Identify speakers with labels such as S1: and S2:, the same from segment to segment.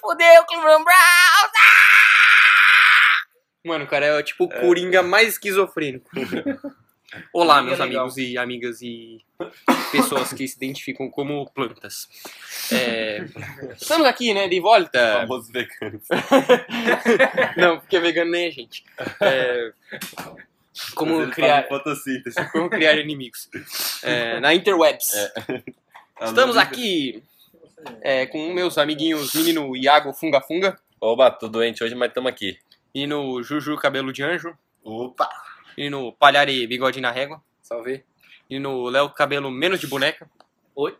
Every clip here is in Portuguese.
S1: Cleveland Browns!
S2: Mano, o cara é tipo o Coringa mais esquizofrênico. Olá, meus
S3: Coringa legal.
S2: amigos e amigas e pessoas que se identificam como plantas. É, Estamos aqui, né, de volta.
S4: Famosos veganos.
S2: Não, porque vegano nem é gente. É,
S4: Mas
S2: Como
S4: ele tá-
S2: criar,
S4: fala fotossíntese.
S2: como criar inimigos. É, na interwebs.
S4: É.
S2: Estamos aqui é, com meus amiguinhos, menino Iago Funga Funga,
S4: Oba, tô doente hoje, mas estamos aqui.
S2: menino Juju Cabelo de Anjo,
S4: Opa!
S2: menino Palhari Bigode na Régua,
S3: Salve.
S2: menino Léo Cabelo Menos de Boneca.
S3: Oi.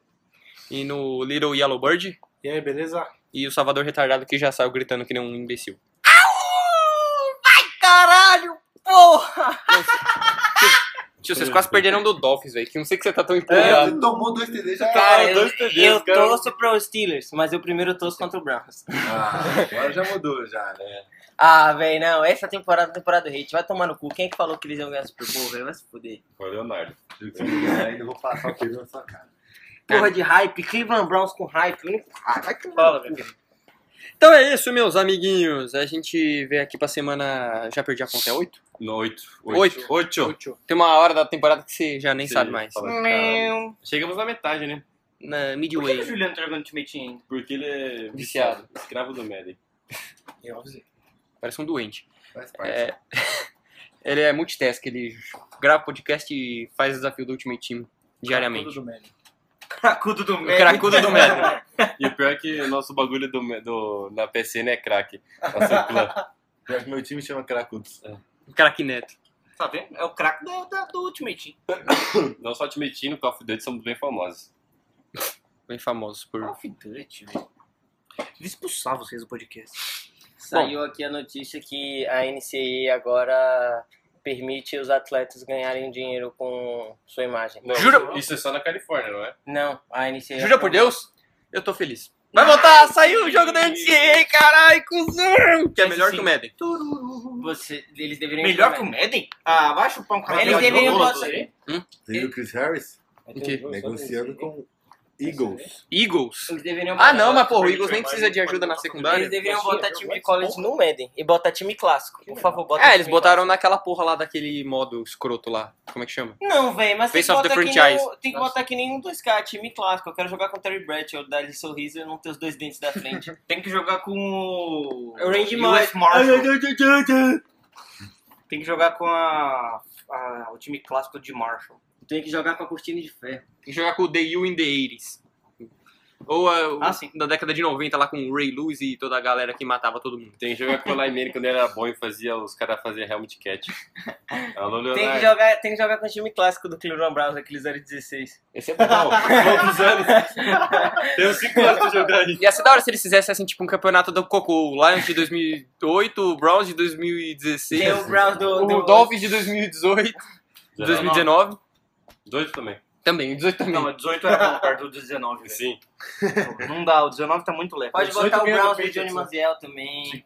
S2: E no Little Yellow Bird.
S5: E aí, beleza?
S2: E o Salvador Retardado que já saiu gritando que nem um imbecil.
S1: Caralho, porra!
S2: Tio, vocês quase perderam do Dolphins, velho. Que não sei que você tá tão
S4: É,
S2: empolgado.
S4: ele tomou dois TDs já.
S3: Cara,
S4: tomou
S3: eu,
S4: dois TDs,
S3: eu
S4: cara.
S3: torço pro Steelers, mas eu primeiro torço contra o Browns.
S4: Ah, agora já mudou, já, né?
S3: Ah, velho, não, essa temporada é temporada do hate. Vai tomar no cu. Quem é que falou que eles iam ganhar Super Bowl, velho? Vai se fuder.
S4: Foi o Leonardo. Ainda vou passar o peso na sua cara.
S3: Porra de hype, Cleveland Browns com hype. único- Ah, vai que bola, velho.
S2: Então é isso, meus amiguinhos. A gente veio aqui pra semana. Já perdi a conta, é 8?
S4: No 8.
S2: Oito.
S4: 8.
S2: Tem uma hora da temporada que você já nem sabe mais.
S6: Chegamos na metade, né?
S2: Na
S3: Por que o
S2: midway.
S3: Juliano tá jogando time ainda?
S6: Porque ele é
S2: Viciado.
S6: escravo do Madden.
S2: Parece um doente.
S4: Faz parte.
S2: É... ele é multitask, ele grava podcast e faz desafio do Ultimate Team diariamente.
S3: Cracudo do
S2: O cracudo do médio.
S6: E o pior é que o nosso bagulho do, do, na PCN é craque. Nosso clã.
S4: Pior que Meu time chama Cracudos.
S2: O craque neto.
S3: Tá vendo? É o craque do, do, do Ultimate.
S6: Não só Ultimate Team, no Call of Duty somos bem famosos.
S2: Bem famoso por.
S3: of Duty, velho. Devia expulsar vocês do podcast. Saiu aqui a notícia que a NCAA agora permite os atletas ganharem dinheiro com sua imagem.
S6: Não,
S2: Jura-
S6: Isso é só na Califórnia, não é?
S3: Não, a NCAA...
S2: Jura por Deus? Eu tô feliz. Vai voltar, saiu o jogo da NCAA, caralho, cuzão! Que é melhor que o Madden.
S3: Você, eles deveriam...
S5: Melhor que o Madden? Ah, vai chupar um cara.
S3: Eles
S5: de
S3: deveriam
S5: novo,
S3: botar-
S5: aí.
S4: Você viu o Chris Harris?
S2: quê?
S4: Negociando com Eagles.
S2: Eagles?
S3: Eles deveriam botar-
S2: Ah, não, mas porra, o Eagles nem precisa de ajuda na
S3: Eles
S2: secundária.
S3: deveriam botar time de college no Madden e botar time clássico. Por favor, bota
S2: É, eles
S3: time
S2: botaram naquela porra lá daquele modo escroto lá. Como é que chama?
S3: Não, velho, mas tem
S2: Face
S3: que,
S2: of the
S3: botar que nem,
S2: franchise.
S3: o- tem que botar que nem um 2K, time clássico. Eu quero jogar com o Terry Bradshaw, dar ele sorriso e não ter os dois dentes da frente.
S5: Tem que jogar com É o.
S3: O Randy
S5: US
S3: Moss.
S5: Marshall. Tem que jogar com a, a- o time clássico de Marshall.
S3: tem que jogar com a cortina de ferro.
S2: Tem que jogar com o The You in the 80s. Ou ah, o-
S5: Ah, sim.
S2: da década de 90 lá com o Ray Lewis e toda a galera que matava todo mundo.
S6: Tem que jogar com o Laimene quando ele era bom e fazia os caras faziam Helmet Cat. Alô, Leonardo.
S3: Tem que, jogar, tem que jogar com o time clássico do Cleveland Browns, aqueles anos 16.
S2: Esse é bom. Poucos anos.
S6: Tem 5 anos de jogar aí.
S2: Ia ser da hora se eles fizessem assim, tipo um campeonato do Cocô. O Lions de 2008, o Browns de 2016.
S3: Tem o Browns do... do
S2: O Dolphins de 2018, 2019.
S6: 2018 também.
S2: Também, 18 também.
S5: Não, é o 18 era bom, perto do 19. velho.
S6: Sim.
S5: Não dá, o 19 tá muito leve.
S3: Pode
S4: 18
S3: botar o
S4: ganha do
S3: Browns do
S4: Patriots,
S3: Johnny
S4: né?
S3: Manziel também.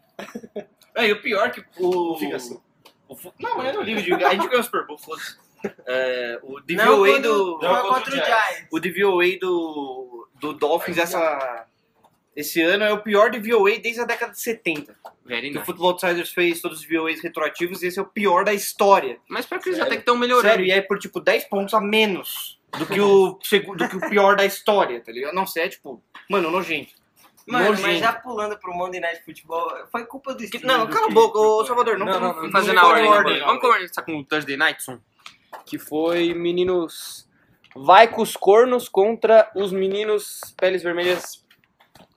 S5: É, e o pior que o.
S4: Fica assim.
S5: o fu- Não, mas eu não ligo. de- A gente ganhou o Super Bowl, foda-se. É, o
S3: Não,
S5: DVOA
S3: quando-
S5: do.
S3: não, contra o Giants.
S5: O DVOA do, do Dolphins essa, esse ano é o pior DVOA desde a década de 70.
S2: Very
S5: Que o
S3: né?
S2: nice.
S5: Football Outsiders fez todos os DVOAs retroativos e esse é o pior da história.
S2: Mas pra que eles até que estão
S3: né?
S2: melhorando.
S5: Sério, e é por tipo 10 pontos a menos do que o, segu- do que o pior da história, tá ligado? Não, sei, é tipo, mano, nojento.
S3: Mano, mas
S5: Nojento.
S3: já pulando pro Monday Night Futebol, foi culpa do Steelers.
S5: Não,
S3: do
S5: cala a
S3: que-
S5: boca, ô Salvador, não,
S2: Não, não,
S5: tamo-
S2: vamos
S5: não
S2: fazer
S5: me
S2: na
S5: fala
S2: ordem.
S5: em
S2: na ordem.
S5: não,
S2: Vamos
S5: velho.
S2: começar com o Thursday Nightson. Que foi, meninos, vai com os cornos contra os meninos peles vermelhas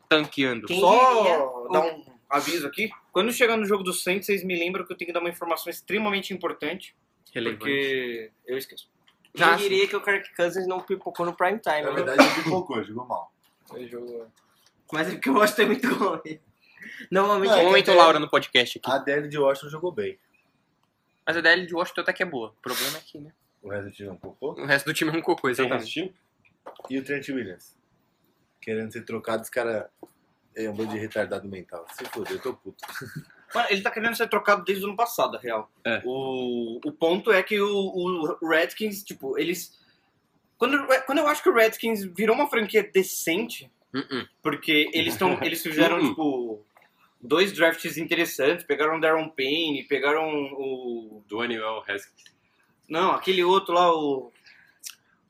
S2: tanqueando.
S3: Quem diria?
S5: Só dar um aviso aqui. Quando chegar no jogo do Saints, vocês me lembram que eu tenho que dar uma informação extremamente importante,
S2: Relevante.
S5: porque eu esqueço.
S3: Quem
S2: Ah,
S3: diria que o Kirk Cousins não pipocou no prime time,
S4: Na
S3: né?
S4: verdade, ele pipocou, jogou mal.
S3: Mas é porque o Washington é muito ruim. Normalmente
S4: Não,
S3: é
S2: Um momento Laura no podcast aqui.
S4: A DL de Washington jogou bem.
S2: Mas a DL de Washington até que é boa. O problema é que, né?
S4: O resto do time não pipocou.
S2: O resto do time é um cocô,
S6: Você tá
S2: exatamente.
S6: assistindo?
S4: E o Trent Williams. Querendo ser trocado, os caras... É um bando de retardado mental. Se foda, eu tô puto.
S5: Mano, ele tá querendo ser trocado desde o ano passado, na real.
S6: É.
S5: O, o ponto é que o, o Redskins, tipo, eles. Quando, quando eu acho que o Redskins virou uma franquia decente,
S2: Uh-uh.
S5: porque eles estão. Eles fizeram,
S6: Uhum.
S5: tipo. dois drafts interessantes. Pegaram o Darren Payne, pegaram o.
S6: Do Annual Haskins.
S5: Não, aquele outro lá, o.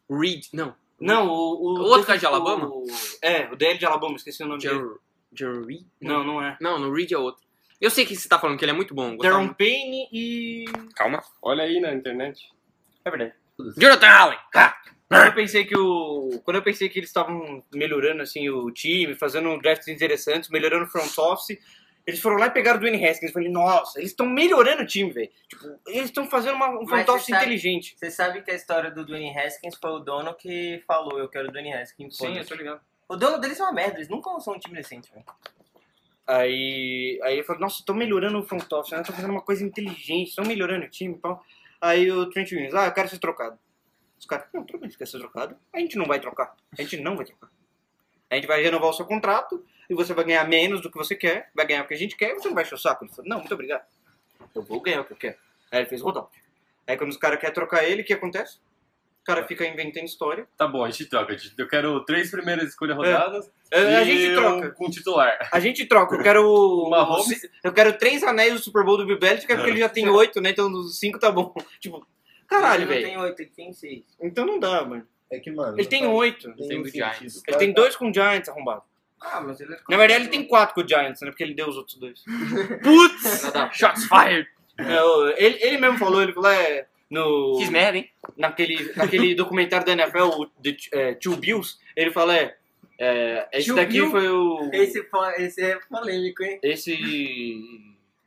S2: Reed, não.
S5: Não, o.
S2: O outro cara de Alabama?
S5: o- é, o DL de Alabama, esqueci o nome dele.
S2: Jer- Jer- Reed?
S5: Não, não é.
S2: Não, no Reed é outro. Eu sei que você tá falando que ele é muito bom. eu gostava
S5: Darren Payne e.
S2: muito. Calma.
S6: Olha aí na internet.
S5: É verdade.
S2: Jonathan Allen!
S5: Quando eu pensei que o. Quando eu pensei que eles estavam melhorando assim o time, fazendo drafts interessantes, melhorando o front office, eles foram lá e pegaram o Dwayne Haskins. Eu falei, nossa, eles estão melhorando o time, velho. Tipo, eles estão fazendo uma- um front
S7: você
S5: office
S7: sabe-
S5: inteligente.
S7: Você sabe que a história do Dwayne Haskins foi o dono que falou, eu quero o Dwayne Haskins. foda-se."
S5: ligado.
S7: O dono deles é uma merda, eles nunca são um time decente, velho.
S5: Aí, aí ele falou, nossa, estão melhorando o front office, estão fazendo uma coisa inteligente, estão melhorando o time e tal. Aí o Trent Williams, ah, eu quero ser trocado. Os caras, não, tudo bem, você quer ser trocado? A gente não vai trocar. A gente não vai trocar. A gente vai renovar o seu contrato e você vai ganhar menos do que você quer, vai ganhar o que a gente quer e você não vai encher o saco. Ele falou, não, muito obrigado. Eu vou ganhar o que eu quero. Aí ele fez rodão. Aí quando os caras querem trocar ele, o que acontece? O cara fica inventando história.
S6: Tá bom, a gente troca. a gente- Eu quero três primeiras escolhas rodadas.
S5: É, A
S6: e
S5: gente troca.
S6: um- Com um titular.
S5: A gente troca, eu quero. o-
S6: Mahomes.
S5: Eu quero três anéis do Super Bowl do Bill Belichick, é porque ele já tem oito, né? Então dos cinco tá bom. Tipo, caralho,
S7: Ele
S5: velho.
S7: não tem oito, ele tem seis.
S5: Então não dá, mano.
S4: É que, mano.
S5: Ele
S4: não
S5: tem
S4: faz
S5: oito.
S4: nenhum
S2: Tem do
S4: sentido.
S2: Giants.
S4: O
S5: Ele
S4: cara
S5: tem
S4: tá-
S5: dois com o Giants arrombado.
S7: Ah, mas ele é...
S5: Na verdade, ele tem quatro com o Giants, né? Porque ele deu os outros dois.
S2: Putz! Shots fired!
S5: É, o- ele, ele mesmo falou, ele falou, é. No,
S2: Fiz merda, hein?
S5: naquele, naquele documentário da NFL, o The é, Two Bills, ele fala, é. é, esse
S7: Two
S5: daqui
S7: Bill?
S5: foi o.
S7: Esse, po- esse é polêmico, hein?
S5: esse-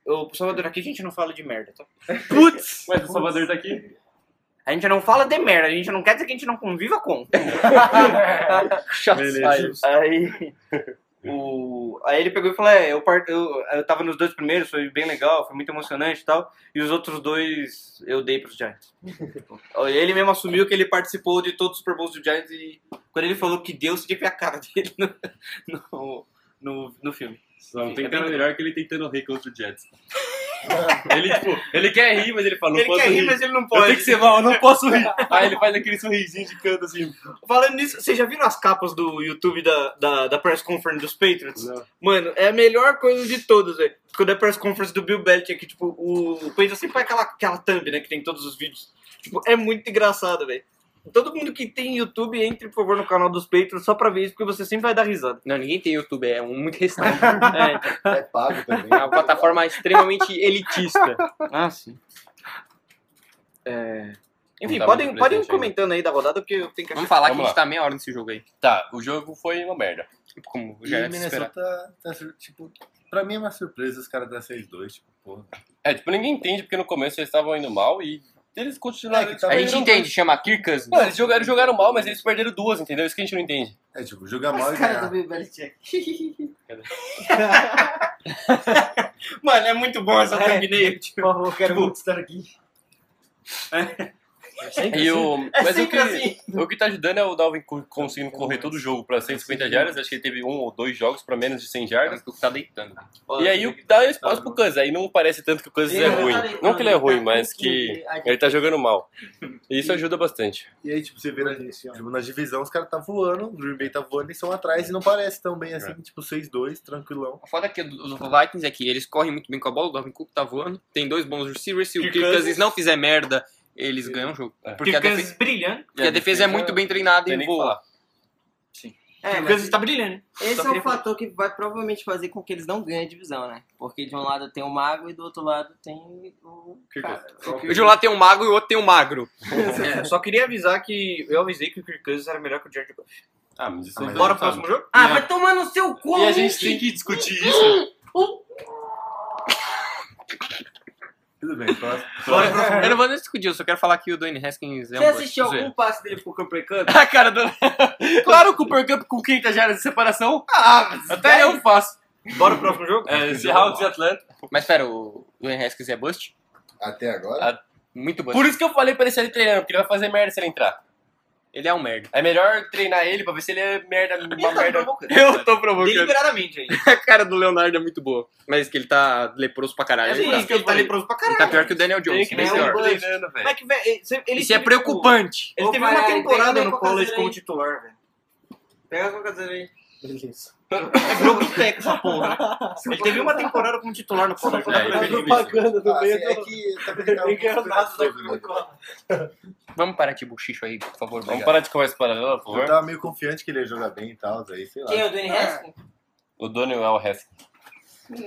S5: O Salvador aqui a gente não fala de merda, tá?
S2: Putz!
S6: Mas o Salvador tá aqui.
S5: A gente não fala de merda, a gente não quer dizer que a gente não conviva com.
S2: Shots
S4: Beleza.
S5: Aí, o, aí ele pegou e falou: é, eu, par- eu, eu tava nos dois primeiros, foi bem legal, foi muito emocionante e tal. E os outros dois eu dei pros Giants. ele mesmo assumiu que ele participou de todos os Super Bowls do Giants e quando ele falou que deu, você tinha que ver a cara dele no, no, no, no filme.
S6: Só não tem
S5: É
S6: cara
S5: bem-
S6: melhor que ele tentando rir contra o Jets. ele, tipo, ele quer rir, mas ele fala, não
S5: ele
S6: posso
S5: quer rir,
S6: rir.
S5: mas ele não
S6: Eu
S5: pode.
S6: tenho que ser mal, eu não posso rir. Aí ele faz aquele sorrisinho de canto assim.
S5: Falando nisso, vocês já viram as capas do YouTube da, da, da press conference dos Patriots?
S6: Não.
S5: Mano, é a melhor coisa de todas, velho. Quando é press conference do Bill Belichick, tipo, o, o Patriots sempre faz aquela, aquela thumb, né, que tem em todos os vídeos. Tipo, é muito engraçado, velho. Todo mundo que tem YouTube, entre, por favor, no canal dos Patriots só pra ver isso, porque você sempre vai dar risada.
S2: Não, ninguém tem YouTube, é um muito restrito.
S5: É.
S4: É pago também.
S2: É uma plataforma extremamente elitista.
S5: ah, sim. É... Enfim,
S6: Não tá
S5: podem,
S6: muito
S5: podem
S6: presente
S5: ir
S6: ainda.
S5: comentando aí da rodada, porque eu tenho que...
S2: Vamos falar
S6: Vamos
S2: que a gente
S6: lá.
S2: tá meia hora nesse jogo aí.
S6: Tá, o jogo foi uma merda.
S2: Como
S4: E
S2: já era de se esperar.
S4: Minnesota, tá, sur- tipo, pra mim é uma surpresa os caras da 6-2, tipo, porra.
S6: É, tipo, ninguém entende, porque no começo eles estavam indo mal e eles continuaram.
S4: É, que
S6: eles
S4: tava
S2: A gente
S6: perderam
S2: entende, chama Kirk Cousins.
S6: Não, eles jogaram, jogaram mal, mas eles perderam duas, entendeu? Isso que a gente não entende.
S4: É tipo, jogar mal e
S7: Cara do
S4: ganhar.
S7: Bill Belichick.
S5: Mano, é muito bom essa thumbnail, tipo...
S7: favor, quero muito estar aqui.
S6: E o,
S5: É
S6: mas o que,
S5: sempre assim.
S6: o que tá ajudando é o Dalvin co- conseguindo correr todo o jogo pra 150 jardas. Acho que ele teve um ou dois jogos pra menos de 100 jardas.
S2: Tu tá deitando.
S6: E aí o- dá espaço pro Kansas. Aí não parece tanto que o Kansas é ruim.
S7: tá
S6: Não que tá ele é ruim, mas que ele tá jogando mal. E isso ajuda bastante.
S4: E aí, tipo, você vê na, tipo, na divisão, os caras tá voando, o Green Bay tá voando e são atrás e não parece tão bem assim, tipo, 6-2, tranquilão.
S2: A foda que os Vikings é que eles correm muito bem com a bola, o Dalvin Cook tá voando, tem dois bons receivers, se o
S5: Kirk
S2: Kirk Cousins
S5: Cousins
S2: não fizer merda, eles ganham o jogo.
S6: É.
S2: Porque, a, defe-
S5: brilhando.
S2: porque a defesa é muito bem treinada
S6: Tem
S2: e
S6: nem o que
S2: voa.
S6: falar.
S7: É,
S5: Kirk
S7: mas
S5: Cousins tá brilhando.
S7: esse
S5: Só
S7: é o
S5: queria-
S7: fator que vai provavelmente fazer com que eles não ganhem a divisão, né? Porque de um lado tem o Mago e do outro lado tem o... Cara, o
S2: O de um lado tem um mago e o outro tem um magro.
S5: É, só queria avisar que eu avisei que o Kirk Cousins era melhor que o Jared Goff.
S6: Ah, mas isso
S4: Ah,
S6: aí
S4: mas
S6: já
S5: Bora
S6: sabe.
S5: pro próximo jogo?
S7: Ah, vai tomar no seu cu,
S6: E a gente
S7: Nick.
S6: tem que discutir isso. né?
S4: Tudo bem, então, próximo.
S5: Bora pro
S2: Eu não vou nem discutir, eu só quero falar que o Dwayne Haskins é
S7: Você
S2: um
S7: assistiu
S2: zoeira.
S7: algum passe dele pro Cooper Cup?
S2: A cara do... claro, o Cooper Cup com 500 jardas de separação.
S7: Ah,
S2: Até eu faço.
S5: Bora pro próximo jogo?
S6: É, Seahawks e Atlanta.
S2: Mas pera, o Dwayne Haskins é bust?
S4: Até agora?
S2: Muito bust.
S6: Por isso que eu falei pra ele sair treinando, porque ele vai fazer merda se ele entrar.
S2: Ele é um merda.
S6: É melhor treinar ele pra ver se ele é merda, uma merda.
S2: Eu tô provocando.
S5: Deliberadamente aí.
S2: A cara do Leonardo é muito boa. Mas que ele tá leproso pra caralho.
S5: É por isso que ele tá leproso pra
S2: Ele
S5: caralho.
S2: tá pior que o Daniel
S6: Tem
S2: Jones,
S6: que
S2: bem
S6: ver
S7: é um
S2: pior.
S7: bust.
S6: né? tá treinando, velho.
S5: Mas que, velho, ele- ele
S2: Isso é
S5: teve,
S2: preocupante.
S5: Ele teve
S7: Ô,
S5: uma
S7: caralho, pega
S5: temporada
S7: minha
S5: no
S7: Coca-Cola
S5: college
S7: aí.
S5: como titular, velho.
S7: Pega a coca aí. Beleza.
S5: É jogo técnico essa porra. né? Ele teve uma temporada como titular no Flamengo.
S6: É, ele
S5: né?
S6: fez
S3: Tá propaganda do
S4: tá Ah,
S3: meio.
S4: assim, é que tá brincando
S3: Ninguém ganhou
S4: com
S3: nada tá da
S4: coisas, né?
S3: Coca-Cola.
S2: Vamos parar de buchicho aí, por favor.
S6: Vamos
S2: obrigado.
S6: parar de conversa paralela, por
S4: Eu
S6: favor?
S4: tava meio confiante que ele ia jogar bem e tal, aí sei lá.
S3: Quem é o Dwayne
S7: Ah,
S3: Haskins?
S6: O dono é o Heskin.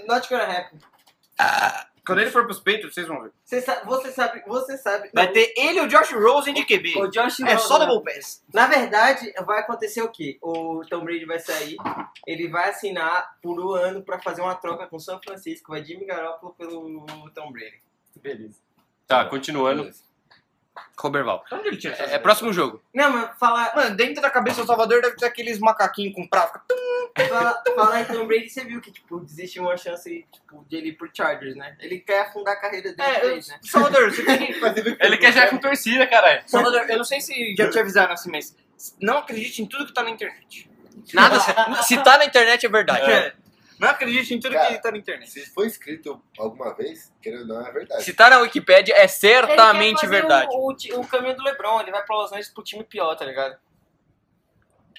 S3: Not gonna happen.
S5: Quando ele for pros Patriots, vocês vão ver.
S3: Você sabe, você sabe, você sabe.
S5: Vai ter ele e o Josh Rosen de QB.
S3: O Josh
S5: É só
S3: Rosen.
S5: double pass.
S3: Na verdade, vai acontecer o quê? O Tom Brady vai sair, ele vai assinar por um ano pra fazer uma troca com o São Francisco, vai Jimmy Garoppolo pelo Tom Brady.
S4: Beleza.
S6: Tá, continuando.
S2: Roberval.
S5: Onde ele tinha
S2: É, é próximo jogo.
S3: Não, mas falar
S5: Mano, dentro da cabeça do Salvador deve ter aqueles macaquinhos com prata.
S3: fala, falar em Tom Brady, você viu que tipo, existe uma chance tipo, de ele ir pro Chargers, né? Ele quer afundar a carreira dele,
S5: É,
S3: de vez, né?
S5: Salvador, você tem que...
S6: Ele quer já com torcida, caralho.
S5: Salvador, eu não sei se já te avisaram assim, mas não acredite em tudo que tá na internet.
S2: Nada, se, se tá na internet é verdade.
S5: É. Não acredite em tudo
S4: Cara,
S5: que tá na internet.
S4: Se foi escrito alguma vez, querendo ou não, é verdade.
S2: Se tá na Wikipédia é
S3: Ele quer
S2: certamente
S3: fazer
S2: verdade.
S3: O, o ti- o caminho do LeBron, ele vai pra Los Angeles pro time pior, tá ligado?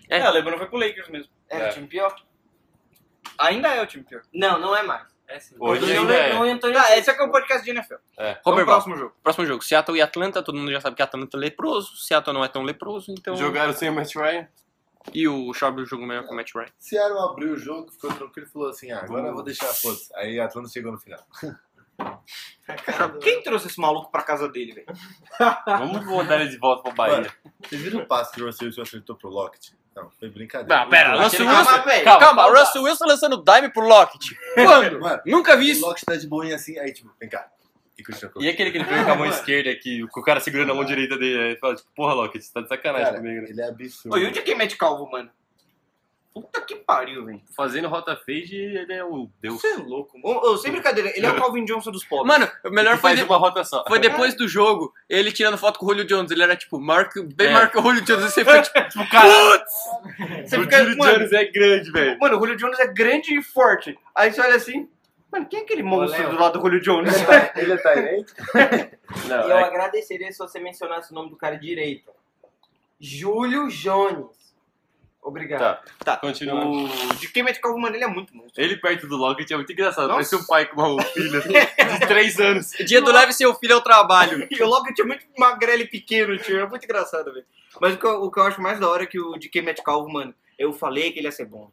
S5: É, o LeBron foi pro Lakers mesmo.
S3: É,
S6: É.
S3: o time pior?
S5: Ainda é o time pior.
S3: Não, não é mais.
S6: Hoje
S3: Não,
S6: ainda é.
S3: LeBron e Antônio
S5: Tá, esse aqui é o podcast de NFL.
S3: um-
S6: É.
S5: Vamos pro
S2: Roberval.
S5: próximo jogo.
S2: Próximo jogo, Seattle e Atlanta. Todo mundo já sabe que Atlanta é leproso. Seattle não é tão leproso, então.
S6: Jogaram sem o Matt Ryan.
S2: E o Schaub jogou melhor que o Matt Ryan.
S4: Seattle abriu o jogo, ficou tranquilo e falou assim: ah, agora eu vou deixar foda-se. Aí a Atlanta chegou no final.
S5: Quem trouxe esse maluco pra casa dele, velho?
S2: Tá.
S6: Vamos mandar ele de volta pra Bahia.
S4: Vocês viram o passe que o Russell Wilson acertou pro Lockett? Não, foi brincadeira.
S2: Não, pera, Russell
S3: Ah,
S5: Calma,
S2: Wilson.
S5: velho.
S2: Calma, Russell Wilson lançando dime pro Lockett. Quando?
S4: Mano,
S2: Nunca vi
S4: o
S2: isso.
S4: Lockett tá de boinha assim, aí tipo, vem cá. E continua com
S6: E aquele que ele pegou com a mão esquerda aqui, com o cara segurando a mão direita dele, aí ele fala, tipo, porra, Loki, você tá de sacanagem
S4: Cara,
S6: comigo, né?
S4: ele é absurdo.
S5: Ô, e onde é que mete calvo, mano? Puta que pariu, velho.
S6: Fazendo rota fade, ele é um deus.
S5: Você é louco. mano. Ô, ô, sem brincadeira, ele é o Calvin Johnson dos pobres.
S2: Mano, o melhor
S6: Que
S2: foi,
S6: faz
S2: de-
S6: uma rota só.
S2: foi depois do jogo, ele tirando foto com o Julio Jones. Ele era tipo, Mark, bem
S6: É.
S2: Mark Julio Jones. E você foi tipo,
S6: Tipo, cara,
S5: Você
S6: o
S5: fica,
S6: Julio
S5: mano,
S6: Jones é grande, velho.
S5: mano, o Julio Jones é grande e forte. Aí você olha assim, mano, quem é aquele monstro
S3: Léo.
S5: do lado do Julio Jones?
S4: Ele é Tyrant?
S3: E
S6: Não,
S3: eu
S6: é-
S3: agradeceria se você mencionasse o nome do cara direito. Júlio Jones. Obrigado.
S6: Tá.
S5: tá,
S6: continua.
S5: o de quem mete calvo, mano, ele é muito monstro.
S6: Ele perto do Lockett é muito engraçado.
S5: Nossa.
S6: Parece um pai com uma filha de 3 anos.
S2: é dia do leve seu filho ao trabalho.
S5: E o Lockett é muito magrelo e pequeno, tio. É muito engraçado, velho. Mas o que, eu, o que eu acho mais da hora é que o de quem mete calvo, mano, eu falei que ele ia ser bom.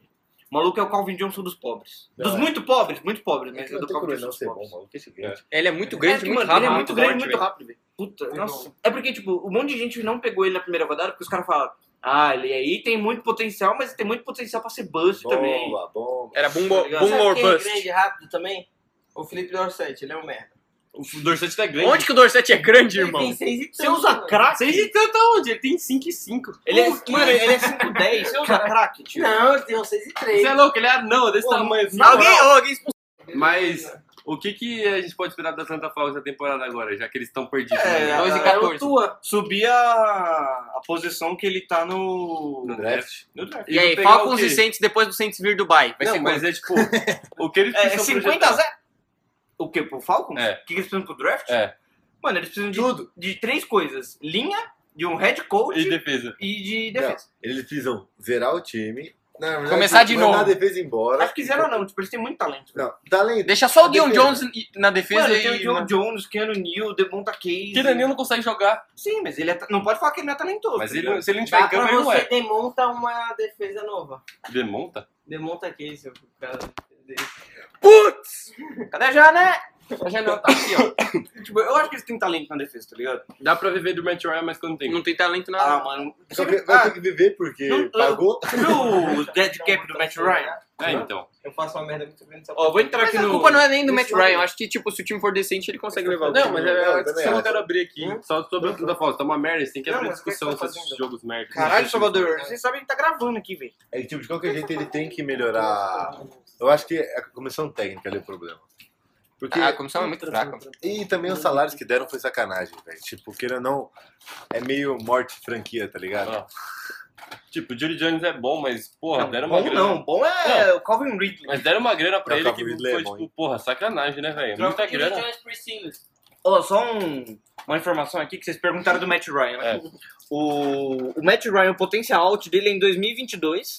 S5: O maluco é o Calvin Johnson dos pobres.
S4: Não,
S5: dos
S4: é.
S5: muito pobres, muito pobres,
S4: Não
S5: mas é do
S4: tem
S5: Calvin
S4: como ele
S5: Johnson
S4: não
S5: dos
S4: ser bom,
S5: pobres.
S4: maluco. Esse gigante.
S2: Ele é muito
S5: É,
S2: grande,
S5: que,
S2: muito
S5: mano, ele
S2: rápido.
S5: é muito grande,
S2: forte,
S5: muito
S2: velho.
S5: rápido, velho. Puta, nossa. É porque, tipo, um monte de gente não pegou ele na primeira rodada porque os caras falam, ah, ele aí tem muito potencial, mas tem muito potencial pra ser bust também.
S4: Boa, bomba.
S2: Era boom, bo-
S5: Tá ligado?
S2: boom
S3: Sabe
S2: or
S3: quem é
S2: bust.
S3: grande e rápido também? O Felipe Dorset, ele é um merda.
S6: O Dorset tá grande.
S2: Onde que o Dorset é grande,
S3: Ele
S2: irmão?
S3: tem seis e
S5: Você
S3: tanto,
S5: usa
S3: mano.
S5: crack?
S6: Vocês de tanto aonde? Ele tem 5 e 5.
S5: Ele é, mano, ele é 5'10, você usa crack, tio.
S3: Não, ele tem um seis e três.
S6: Você é louco, ele é anão desse
S5: Porra,
S6: tamanho. assim.
S2: Alguém, ô, alguém expulsou.
S6: Mas o que, que a gente pode esperar da Santa Fox na temporada agora, já que eles estão perdidos?
S5: É,
S6: né?
S5: a-
S2: Dois
S3: Tá
S2: e 14.
S5: Subir a, a posição que ele tá no.
S4: No draft.
S5: no draft.
S2: E
S6: vão
S2: aí,
S6: pegar o
S2: Falcons
S6: quê?
S2: e Saints depois do Saints vir Dubai. Vai
S6: Não,
S2: ser
S6: mas
S2: quanto?
S6: é tipo, o que eles
S5: É, é
S6: precisam
S5: 50 a
S6: projetar?
S5: 0. O que? Pro Falcons?
S6: É.
S5: O que que eles precisam pro draft?
S6: É.
S5: Mano, eles precisam de, Tudo. de três coisas: linha, de um head coach
S6: E
S5: e de,
S6: defesa.
S5: defesa.
S4: Eles precisam zerar o time. é Na verdade,
S2: Começar de
S4: mandar
S2: novo.
S4: a defesa embora.
S5: Acho que zero não, tipo, eles têm muito talento.
S4: Não, tá talento.
S2: Deixa só o
S4: A
S2: Dion
S4: defesa.
S2: Jones na defesa
S5: Mano,
S2: e...
S5: tem o Joe
S2: na-
S5: Jones, Keanu Neal, Devonta Case.
S6: Que Danilo não consegue jogar.
S5: Sim, mas ele é ta- não pode falar que ele não é talentoso.
S6: Mas
S5: tá
S6: ele,
S5: ligado?
S6: não- se ele não tiver
S3: Dá
S6: em campo,
S3: pra
S6: ele não
S3: você
S6: é.
S3: demonta uma defesa nova.
S6: Demonta?
S3: Demonta aqui, seu cara.
S2: Putz!
S5: Cadê a Jané?
S2: A janela tá aqui, ó.
S5: Tipo, eu acho que eles têm talento na defesa, tá ligado?
S6: Dá pra viver do Matt Ryan, mas quando tem.
S2: Não tem talento
S5: Ah,
S2: na...
S5: mano.
S4: Só
S5: Você-
S4: Então, que vai
S5: ah,
S4: ter que viver porque
S5: não-
S4: pagou.
S5: Você viu o dead cap do Matt Ryan?
S6: É, então.
S3: Eu faço uma merda muito grande. só pra-
S5: Ó, vou entrar
S2: Mas
S5: aqui
S2: a
S5: no...
S2: culpa não é nem do Matt
S5: Isso aí.
S2: Ryan. Eu acho que, tipo, se o time for decente, ele consegue levar. o
S6: Não,
S2: time.
S6: mas
S4: Não,
S6: é a
S4: eu também
S6: discussão que eu
S4: acho.
S6: quero abrir aqui. Só sobre o Santa Fox. Tá uma merda, eles têm que
S5: Hum? Não,
S6: abrir
S5: mas o que é que
S6: discussão
S5: tá
S6: sobre esses
S5: fazendo?
S6: jogos merda.
S5: Caralho, Salvador, vocês sabem que tá gravando aqui, velho.
S4: É que, tipo, de qualquer jeito ele tem que melhorar. Eu acho que é a comissão técnica ali é o problema. Porque.
S2: Ah, a comissão é muito fraca.
S4: E também os salários que deram foi sacanagem, velho. Tipo, queira ou não, é meio morte franquia, tá ligado?
S6: Ah. Tipo, o Julie Jones é bom, mas, porra, deram uma
S5: bom
S6: grana.
S5: não, bom é o Calvin Ridley.
S6: Mas deram uma grana pra
S4: Não,
S6: ele
S4: Calvin
S6: que
S4: Ridley
S6: foi,
S4: é bom,
S6: tipo, porra, sacanagem, né, velho? Muita
S3: Júlio
S6: grana.
S3: Jones pro Steelers.
S5: Ó, só um- uma informação aqui que vocês perguntaram do é Matt Ryan. né? O, o Matt Ryan, o potencial out dele é em 2022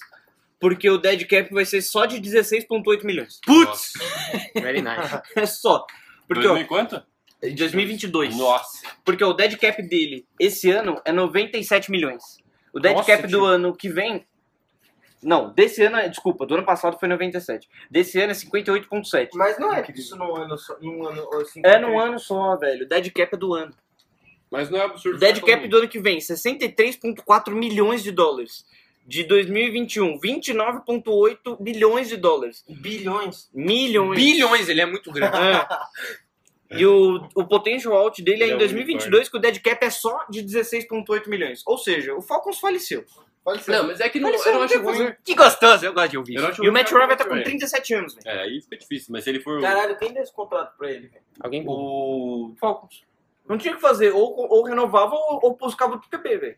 S5: Porque o dead cap vai ser só de 16,8 milhões.
S2: Putz! Very nice.
S5: É só. Porque, ó,
S6: 2000 e quanto?
S5: em 2022.
S6: Nossa.
S5: Porque o dead cap dele esse ano é 97 milhões. O dead
S6: Nossa,
S5: cap do
S6: tio.
S5: ano que vem. Não, desse ano, é- desculpa, do ano passado foi 97. Desse ano é 58,7.
S3: Mas não é isso num ano só. Num ano, ou assim,
S5: É num ano só, velho. O dead cap é do ano.
S6: Mas não é
S5: O
S6: absurdo.
S5: dead
S6: ficar
S5: cap
S6: tão-
S5: do ano que vem, 63,4 milhões de dólares. De 2021, 29,8 bilhões de dólares.
S3: Bilhões.
S5: Milhões.
S2: Bilhões, ele é muito grande.
S5: É. E o, o potential out dele é
S6: Ele é
S5: em
S6: um
S5: 2022, que o dead cap é só de 16,8 milhões. Ou seja, o Falcons faleceu.
S4: Pode ser.
S6: Não, mas é que não,
S5: Ele só
S6: eu não
S2: um
S5: não tem
S6: acho ruim.
S2: Que gostoso, eu gosto de ouvir.
S6: Eu não acho
S5: E o
S6: ruim
S5: Matt
S6: cara,
S5: Ryan tá com
S6: Ryan.
S5: 37 anos, velho.
S6: É, aí fica difícil, mas se ele for.
S3: Caralho, quem deu esse contrato pra ele? velho?
S2: Alguém bom.
S5: O Falcons. Não tinha o que fazer. Ou, ou renovava ou, ou buscava outro QB, velho.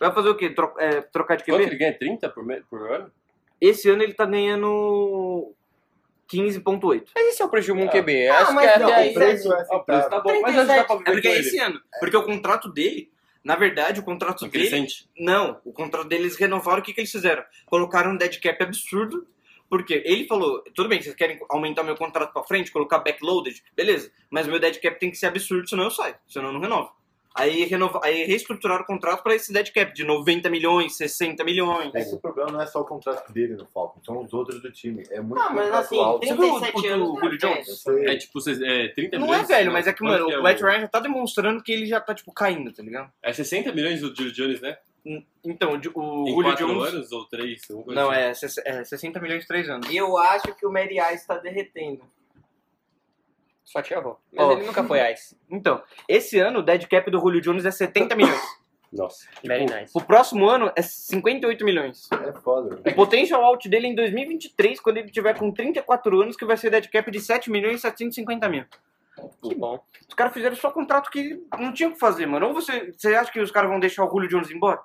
S5: Vai fazer o quê? Tro- é, trocar de QB?
S6: Quanto ele ganha? 30 por, me- por ano?
S5: Esse ano ele tá ganhando 15,8.
S2: Mas esse é o prejuízo de um
S6: Ah.
S2: QB.
S3: Ah,
S2: Acho que
S3: mas
S2: é
S3: não,
S2: até aí.
S3: o preço-
S4: é
S6: Ah, o preço tá bom, mas acho que dá pra viver
S5: É porque
S6: com
S5: é
S6: ele.
S5: esse ano. Porque o contrato dele, na verdade, o é contrato
S6: Só que ele
S5: dele.
S6: sente.
S5: Não, o contrato deles renovaram, o que, que eles fizeram? Colocaram um dead cap absurdo, porque ele falou, tudo bem, vocês querem aumentar meu contrato pra frente, colocar backloaded, beleza, mas meu dead cap tem que ser absurdo, senão eu saio, senão eu não renovo. Aí, renova, aí reestruturaram o contrato pra esse dead cap de 90 milhões, 60 milhões.
S4: É que o problema não é só o contrato dele no Falcon, são os outros do time. É muito
S3: Ah, mas
S4: contrato
S3: assim,
S4: alto.
S5: Você viu o-
S3: 37
S5: o-
S3: anos.
S5: o
S3: né,
S5: Julio
S3: velho?
S5: Jones?
S4: Eu sei.
S6: É tipo, vocês- é, 30
S5: Não é
S6: milhões?
S5: velho, mas é que,
S6: Quanto
S5: mano,
S6: é
S5: o Matt Ryan já tá demonstrando que ele já tá, tipo, caindo, tá ligado?
S6: É 60 milhões do Julio Jones, né?
S5: Então, o Ju- o
S6: Em
S5: Julio
S6: 4
S5: Jones...
S6: anos ou 3?
S5: Não, é, 60 milhões em 3 anos.
S3: E eu acho que o Mary Ice tá derretendo.
S2: Só tinha avó. Mas
S5: Ó.
S2: ele nunca foi ice.
S5: Então, esse ano o dead cap do Julio Jones é 70 milhões. é.
S6: Nossa.
S2: Very nice.
S5: O próximo ano é 58 milhões.
S4: É foda.
S5: O potential out dele é em 2023, quando ele tiver com 34 anos, que vai ser dead cap de 7 milhões e 750 mil.
S2: Que bom.
S5: Os caras fizeram só contrato que não tinha o que fazer, mano. Ou você, você acha que os caras vão deixar o Julio Jones embora?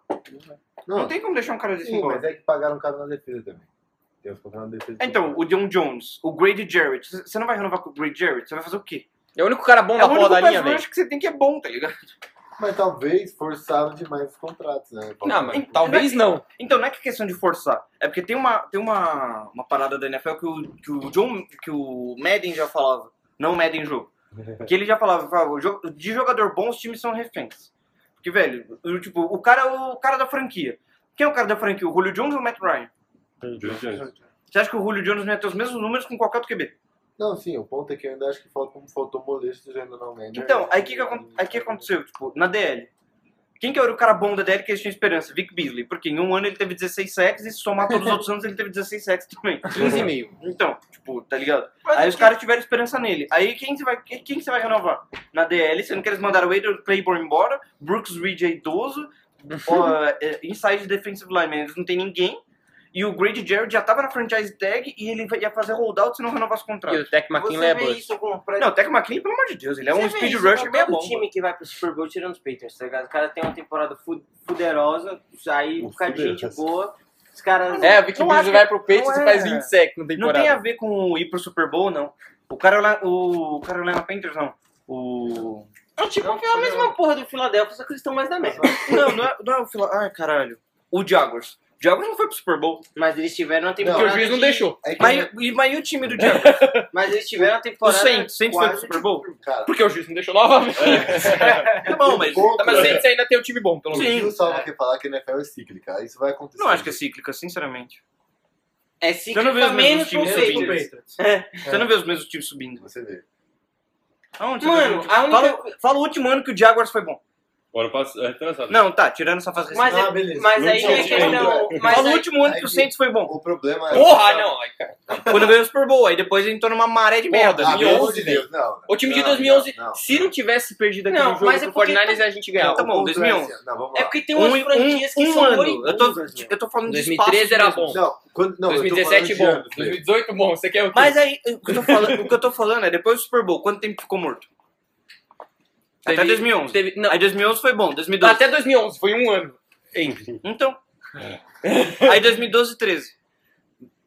S5: Não, tem como deixar um cara desse
S4: Ah. Sim,
S5: embora.
S4: mas é que pagaram o cara na defesa também. Tem os contratos na defesa.
S5: Então, o John Jones, o Grady Jarrett, c- você não vai renovar com o Grady Jarrett? Você vai fazer o quê?
S2: É o único cara bom
S5: É
S2: da
S5: o
S2: porra
S5: único
S2: da linha,
S5: pass
S2: velho.
S5: rush que você tem que é bom, tá ligado?
S4: Mas talvez forçaram demais os contratos, né?
S2: Não, mas talvez não.
S5: Então não é que é questão de forçar. É porque tem uma, tem uma, uma parada da NFL que o, que o John. que o Madden já falava. Não o Madden jogo. Que ele já falava, falava, "O jo- de jogador bom, os times são reféns. Porque, velho, o- tipo, o cara é o cara da franquia. Quem é o cara da franquia? O Julio Jones ou o Matt Ryan?
S6: Julio Jones.
S5: Você acha que o Julio Jones não ia ter os mesmos números com qualquer outro QB?
S4: Não, sim, o ponto é que eu ainda acho que falta como faltou molesto já ainda não lembro.
S5: Então, aí o que, que, acon- aí que aconteceu? Tipo, na DL. Quem que era o cara bom da DL que eles tinham esperança? Vic Beasley. Porque em um ano ele teve 16 sacks e se somar todos os outros anos ele teve 16 sacks também.
S2: 15,5.
S5: Então, tipo, tá ligado?
S3: Mas
S5: aí
S3: o
S5: os
S3: que-
S5: caras tiveram esperança nele. Aí quem você vai, quem, quem você vai renovar? Na DL, sendo que eles mandaram o Adrian Claiborne embora, Brooks Reed é idoso, ó, é, inside defensive lineman, eles não tem ninguém. E o Grady Jarrett já tava na franchise tag e ele vai- ia fazer holdout se não renovasse o
S2: E
S5: contrato.
S2: o Tech
S3: Você
S2: McKinley
S3: vê
S2: é bust.
S3: isso com o Fred
S5: Não, o Tech McLean, pelo amor de Deus, ele é um
S3: Você vê
S5: speed
S3: isso
S5: rusher
S3: com
S5: meia
S3: todo
S5: bomba.
S3: time que vai pro Super Bowl tirando os Patriots, tá ligado? O cara tem uma temporada fu- fuderosa, aí por causa de gente
S4: Fuderosa.
S3: boa, os caras...
S2: É, o Vic
S5: Não acho
S2: Beasley
S5: que-
S2: vai pro Patriots
S5: não
S2: e
S5: é-
S2: faz 20 sec na
S5: Não tem a
S2: temporada.
S5: ver com ir pro Super Bowl, não. O Carolina, o Carolina Panthers, não. O...
S3: Não, tipo, é a mesma porra do Philadelphia, só que eles estão mais na merda.
S5: Não, não é, não é o Fila... Ai, caralho. O Jaguars. O Jaguars não foi pro Super Bowl.
S3: Mas eles tiveram uma
S2: Porque
S3: temporada
S2: o juiz não
S3: de-
S2: deixou.
S4: É que,
S5: Mas, e, mas e É. o time do Jaguars?
S3: Mas eles tiveram uma
S5: O
S3: temporada...
S5: Saints. Saints foi pro
S3: quase-
S5: Super Bowl?
S4: cara,
S2: Porque o juiz não deixou novamente.
S5: Tá bom, mas...
S4: Contra,
S2: Tá, Mas o Saints ainda tem o time bom, pelo menos.
S5: Sim.
S4: Não salva que falar que a NFL é cíclica. Isso vai acontecer.
S5: Não acho que é cíclica, sinceramente.
S3: É
S5: não vê os
S3: cíclica
S5: mesmos
S3: menos
S5: times
S3: conceito.
S5: subindo. É. Você não vê os mesmos times subindo.
S4: Você vê.
S5: Aonde você
S3: Mano,
S5: tá
S3: a
S5: vendo?
S3: única...
S5: fala, fala o último ano que o Jaguars foi bom.
S6: O ano passado. é, retrasado.
S5: Não, tá, tirando essa fase
S3: Mas,
S5: recente.
S4: Ah,
S3: é,
S4: beleza. então.
S3: mas aí
S6: Não
S3: é
S6: tinha
S3: questão...
S4: ainda.
S3: Mas é-
S5: Fala o
S3: aí,
S5: último ano que o
S4: aí-
S5: Saints foi bom.
S4: O problema é.
S2: Porra, não. ai, cara.
S5: Quando ganhou o Super Bowl, aí depois entrou numa maré de
S2: Porra,
S5: merda.
S4: Ah, pelo amor
S2: 2011,
S4: de Deus, não.
S2: O time de
S4: Não,
S2: 2011,
S4: não, não.
S2: se não tivesse perdido aquele
S3: Não,
S2: jogo
S3: mas é
S2: pro
S3: porque
S2: 49ers, a gente
S4: Não,
S2: ganhava.
S5: tá
S4: o
S5: bom,
S4: ponto é
S5: 2011.
S4: assim, Não, vamos
S3: é
S4: lá.
S3: porque tem umas
S5: Um-
S3: franquias que
S5: um
S3: são
S5: ano. Eu tô,
S3: moribundas, meu.
S5: eu tô falando de
S2: 2013 era
S5: espaço.
S2: bom.
S4: Não, quando, não, eu tô falando
S2: 2017
S4: de
S2: bom.
S4: anos, né? Fê.
S2: 2018 bom. Você quer o quê?
S5: Mas aí, o que, eu tô falando, o que eu tô falando é depois do Super Bowl, quanto tempo ficou morto?
S2: Teve-
S5: Até 2011.
S2: teve- não,
S5: Aí 2011 foi bom, 2012.
S2: Até 2011, foi um ano.
S6: Enfim.
S5: Então. Aí 2012 e 13.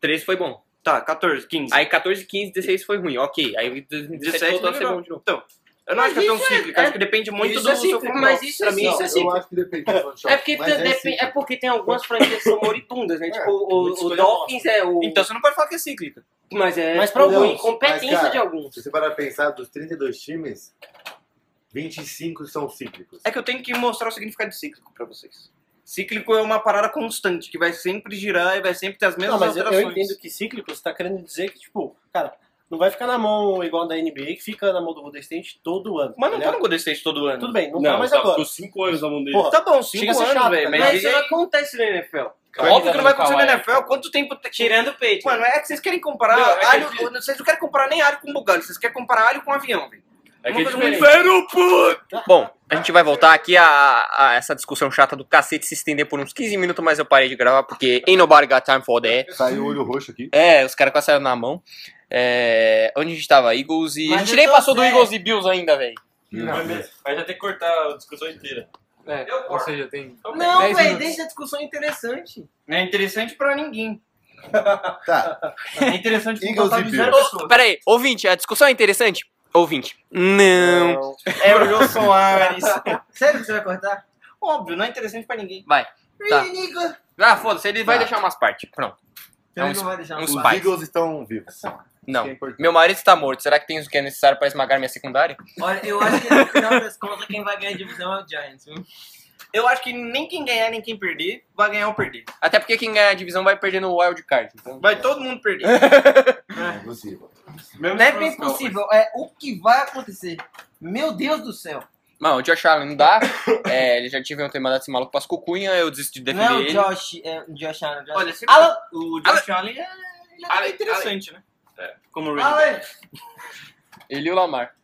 S2: 13 foi bom.
S5: Tá, 14, 15.
S2: Aí 14, 15, 16 foi ruim. Ok. Aí 2017 voltou a ser
S5: melhorou.
S2: bom de novo.
S5: Então, Eu não acho que é tão
S8: isso
S5: cíclico,
S8: é-
S5: acho que depende muito
S8: isso
S5: do
S8: é
S5: seu
S8: cíclico,
S5: futebol.
S8: mas isso é
S5: Pra mim,
S8: cíclico.
S5: isso é cíclico.
S4: Eu acho que depende do Photoshop.
S8: É porque,
S4: mas
S8: tem-
S4: é
S8: depen-
S4: cíclico.
S8: é porque tem algumas franquias que são moribundas, né?
S4: É,
S8: tipo, o,
S4: muita
S8: o
S4: escolha
S8: Dolphins é o.
S5: Então você não pode falar que é cíclico.
S8: mas é
S4: Mas
S8: pra algum,
S4: não,
S8: incompetência
S4: mas, cara,
S8: de alguns.
S4: Se você parar pra pensar, dos 32 times, 25 são cíclicos.
S5: É que eu tenho que mostrar o significado de cíclico pra vocês. Cíclico é uma parada constante, que vai sempre girar e vai sempre ter as
S9: Não,
S5: mesmas
S9: mas eu, eu
S5: alterações.
S9: entendo que cíclico você tá querendo dizer que, tipo, cara, não vai ficar na mão igual da NBA, que fica na mão do Golden State todo ano.
S5: Mas não
S9: tá
S5: tá
S9: ligado?
S5: no Golden State todo ano.
S9: Tudo bem, não, tá
S6: Não,
S9: mais
S6: tá,
S9: agora.
S6: ficou cinco anos na mão dele.
S9: Porra,
S5: Tá bom, cinco
S9: Chega a ser
S5: anos,
S9: chato,
S5: velho.
S9: tá
S5: Mas,
S8: Mas
S5: e
S8: isso
S5: aí?
S8: não acontece na NFL.
S5: óbvio que não vai acontecer na
S6: Kawhi.
S5: NFL. Quanto tempo...
S8: Tirando o peito.
S5: Mano, é que vocês querem comparar
S6: Não, é que
S5: alho...
S6: assim-
S5: Vocês não querem comparar nem alho com bugalho, vocês querem comparar alho com avião, velho.
S6: É que
S5: Uma
S6: é
S5: coisa muito
S6: diferente.
S2: Bom, a gente vai voltar aqui a, a essa discussão chata do cacete se estender por uns 15 minutos, mas eu parei de gravar porque ain't nobody got time for that.
S4: Saiu o olho roxo aqui.
S2: É, os caras quase saíram na mão. É, onde a gente tava? Eagles e.
S3: Mas
S2: a gente
S3: eu
S2: nem
S3: tô
S2: passou do
S3: sério.
S2: Eagles e Bills ainda, velho.
S6: Vai vai já ter que cortar a discussão inteira.
S2: É,
S3: Eu ou corto.
S2: seja, tem.
S3: Não,
S2: Dez
S3: velho,
S2: minutos.
S3: deixa a discussão interessante.
S5: Não é interessante pra ninguém.
S4: Tá,
S5: É interessante pra
S4: Eagles
S5: contar
S4: e
S5: de
S4: Bills.
S5: zero pessoas.
S2: Pera aí, ouvinte, a discussão é interessante? Ouvinte. Não.
S5: É o Jô Soares.
S3: Sério que você vai cortar?
S5: Óbvio, não é interessante pra ninguém.
S2: Tá.
S3: Nico. Então
S2: Ah, foda-se, ele vai
S4: Tá.
S2: deixar umas partes. Pronto. É um
S3: não vai deixar
S2: uns
S4: os
S2: pais.
S4: Eagles estão vivos.
S2: Não.
S4: Isso que é importante.
S2: Meu marido está morto. Será que tem o que é necessário pra esmagar minha secundária?
S3: Olha, eu acho que no final das contas quem vai ganhar a divisão é o Giants, viu?
S5: Eu acho que nem quem ganhar, nem quem perder, vai ganhar ou perder.
S2: Até porque quem ganhar a divisão vai perder no wild card. Então...
S5: Vai todo mundo perder.
S4: Não é possível.
S3: Não é bem possível, é o que vai acontecer. Meu Deus do céu.
S2: Não, o Josh Allen não dá. É, ele já tiveram ter mandado esse maluco pras cucunhas, eu desisto de defender
S3: Não é o
S2: ele.
S3: Josh, é o Josh Allen. Josh.
S5: Olha, se-
S3: Alan,
S5: O Josh Allen é, ele é
S6: Ale-
S5: interessante, né? Como o Ray.
S3: Alan,
S2: Ele e o Lamar.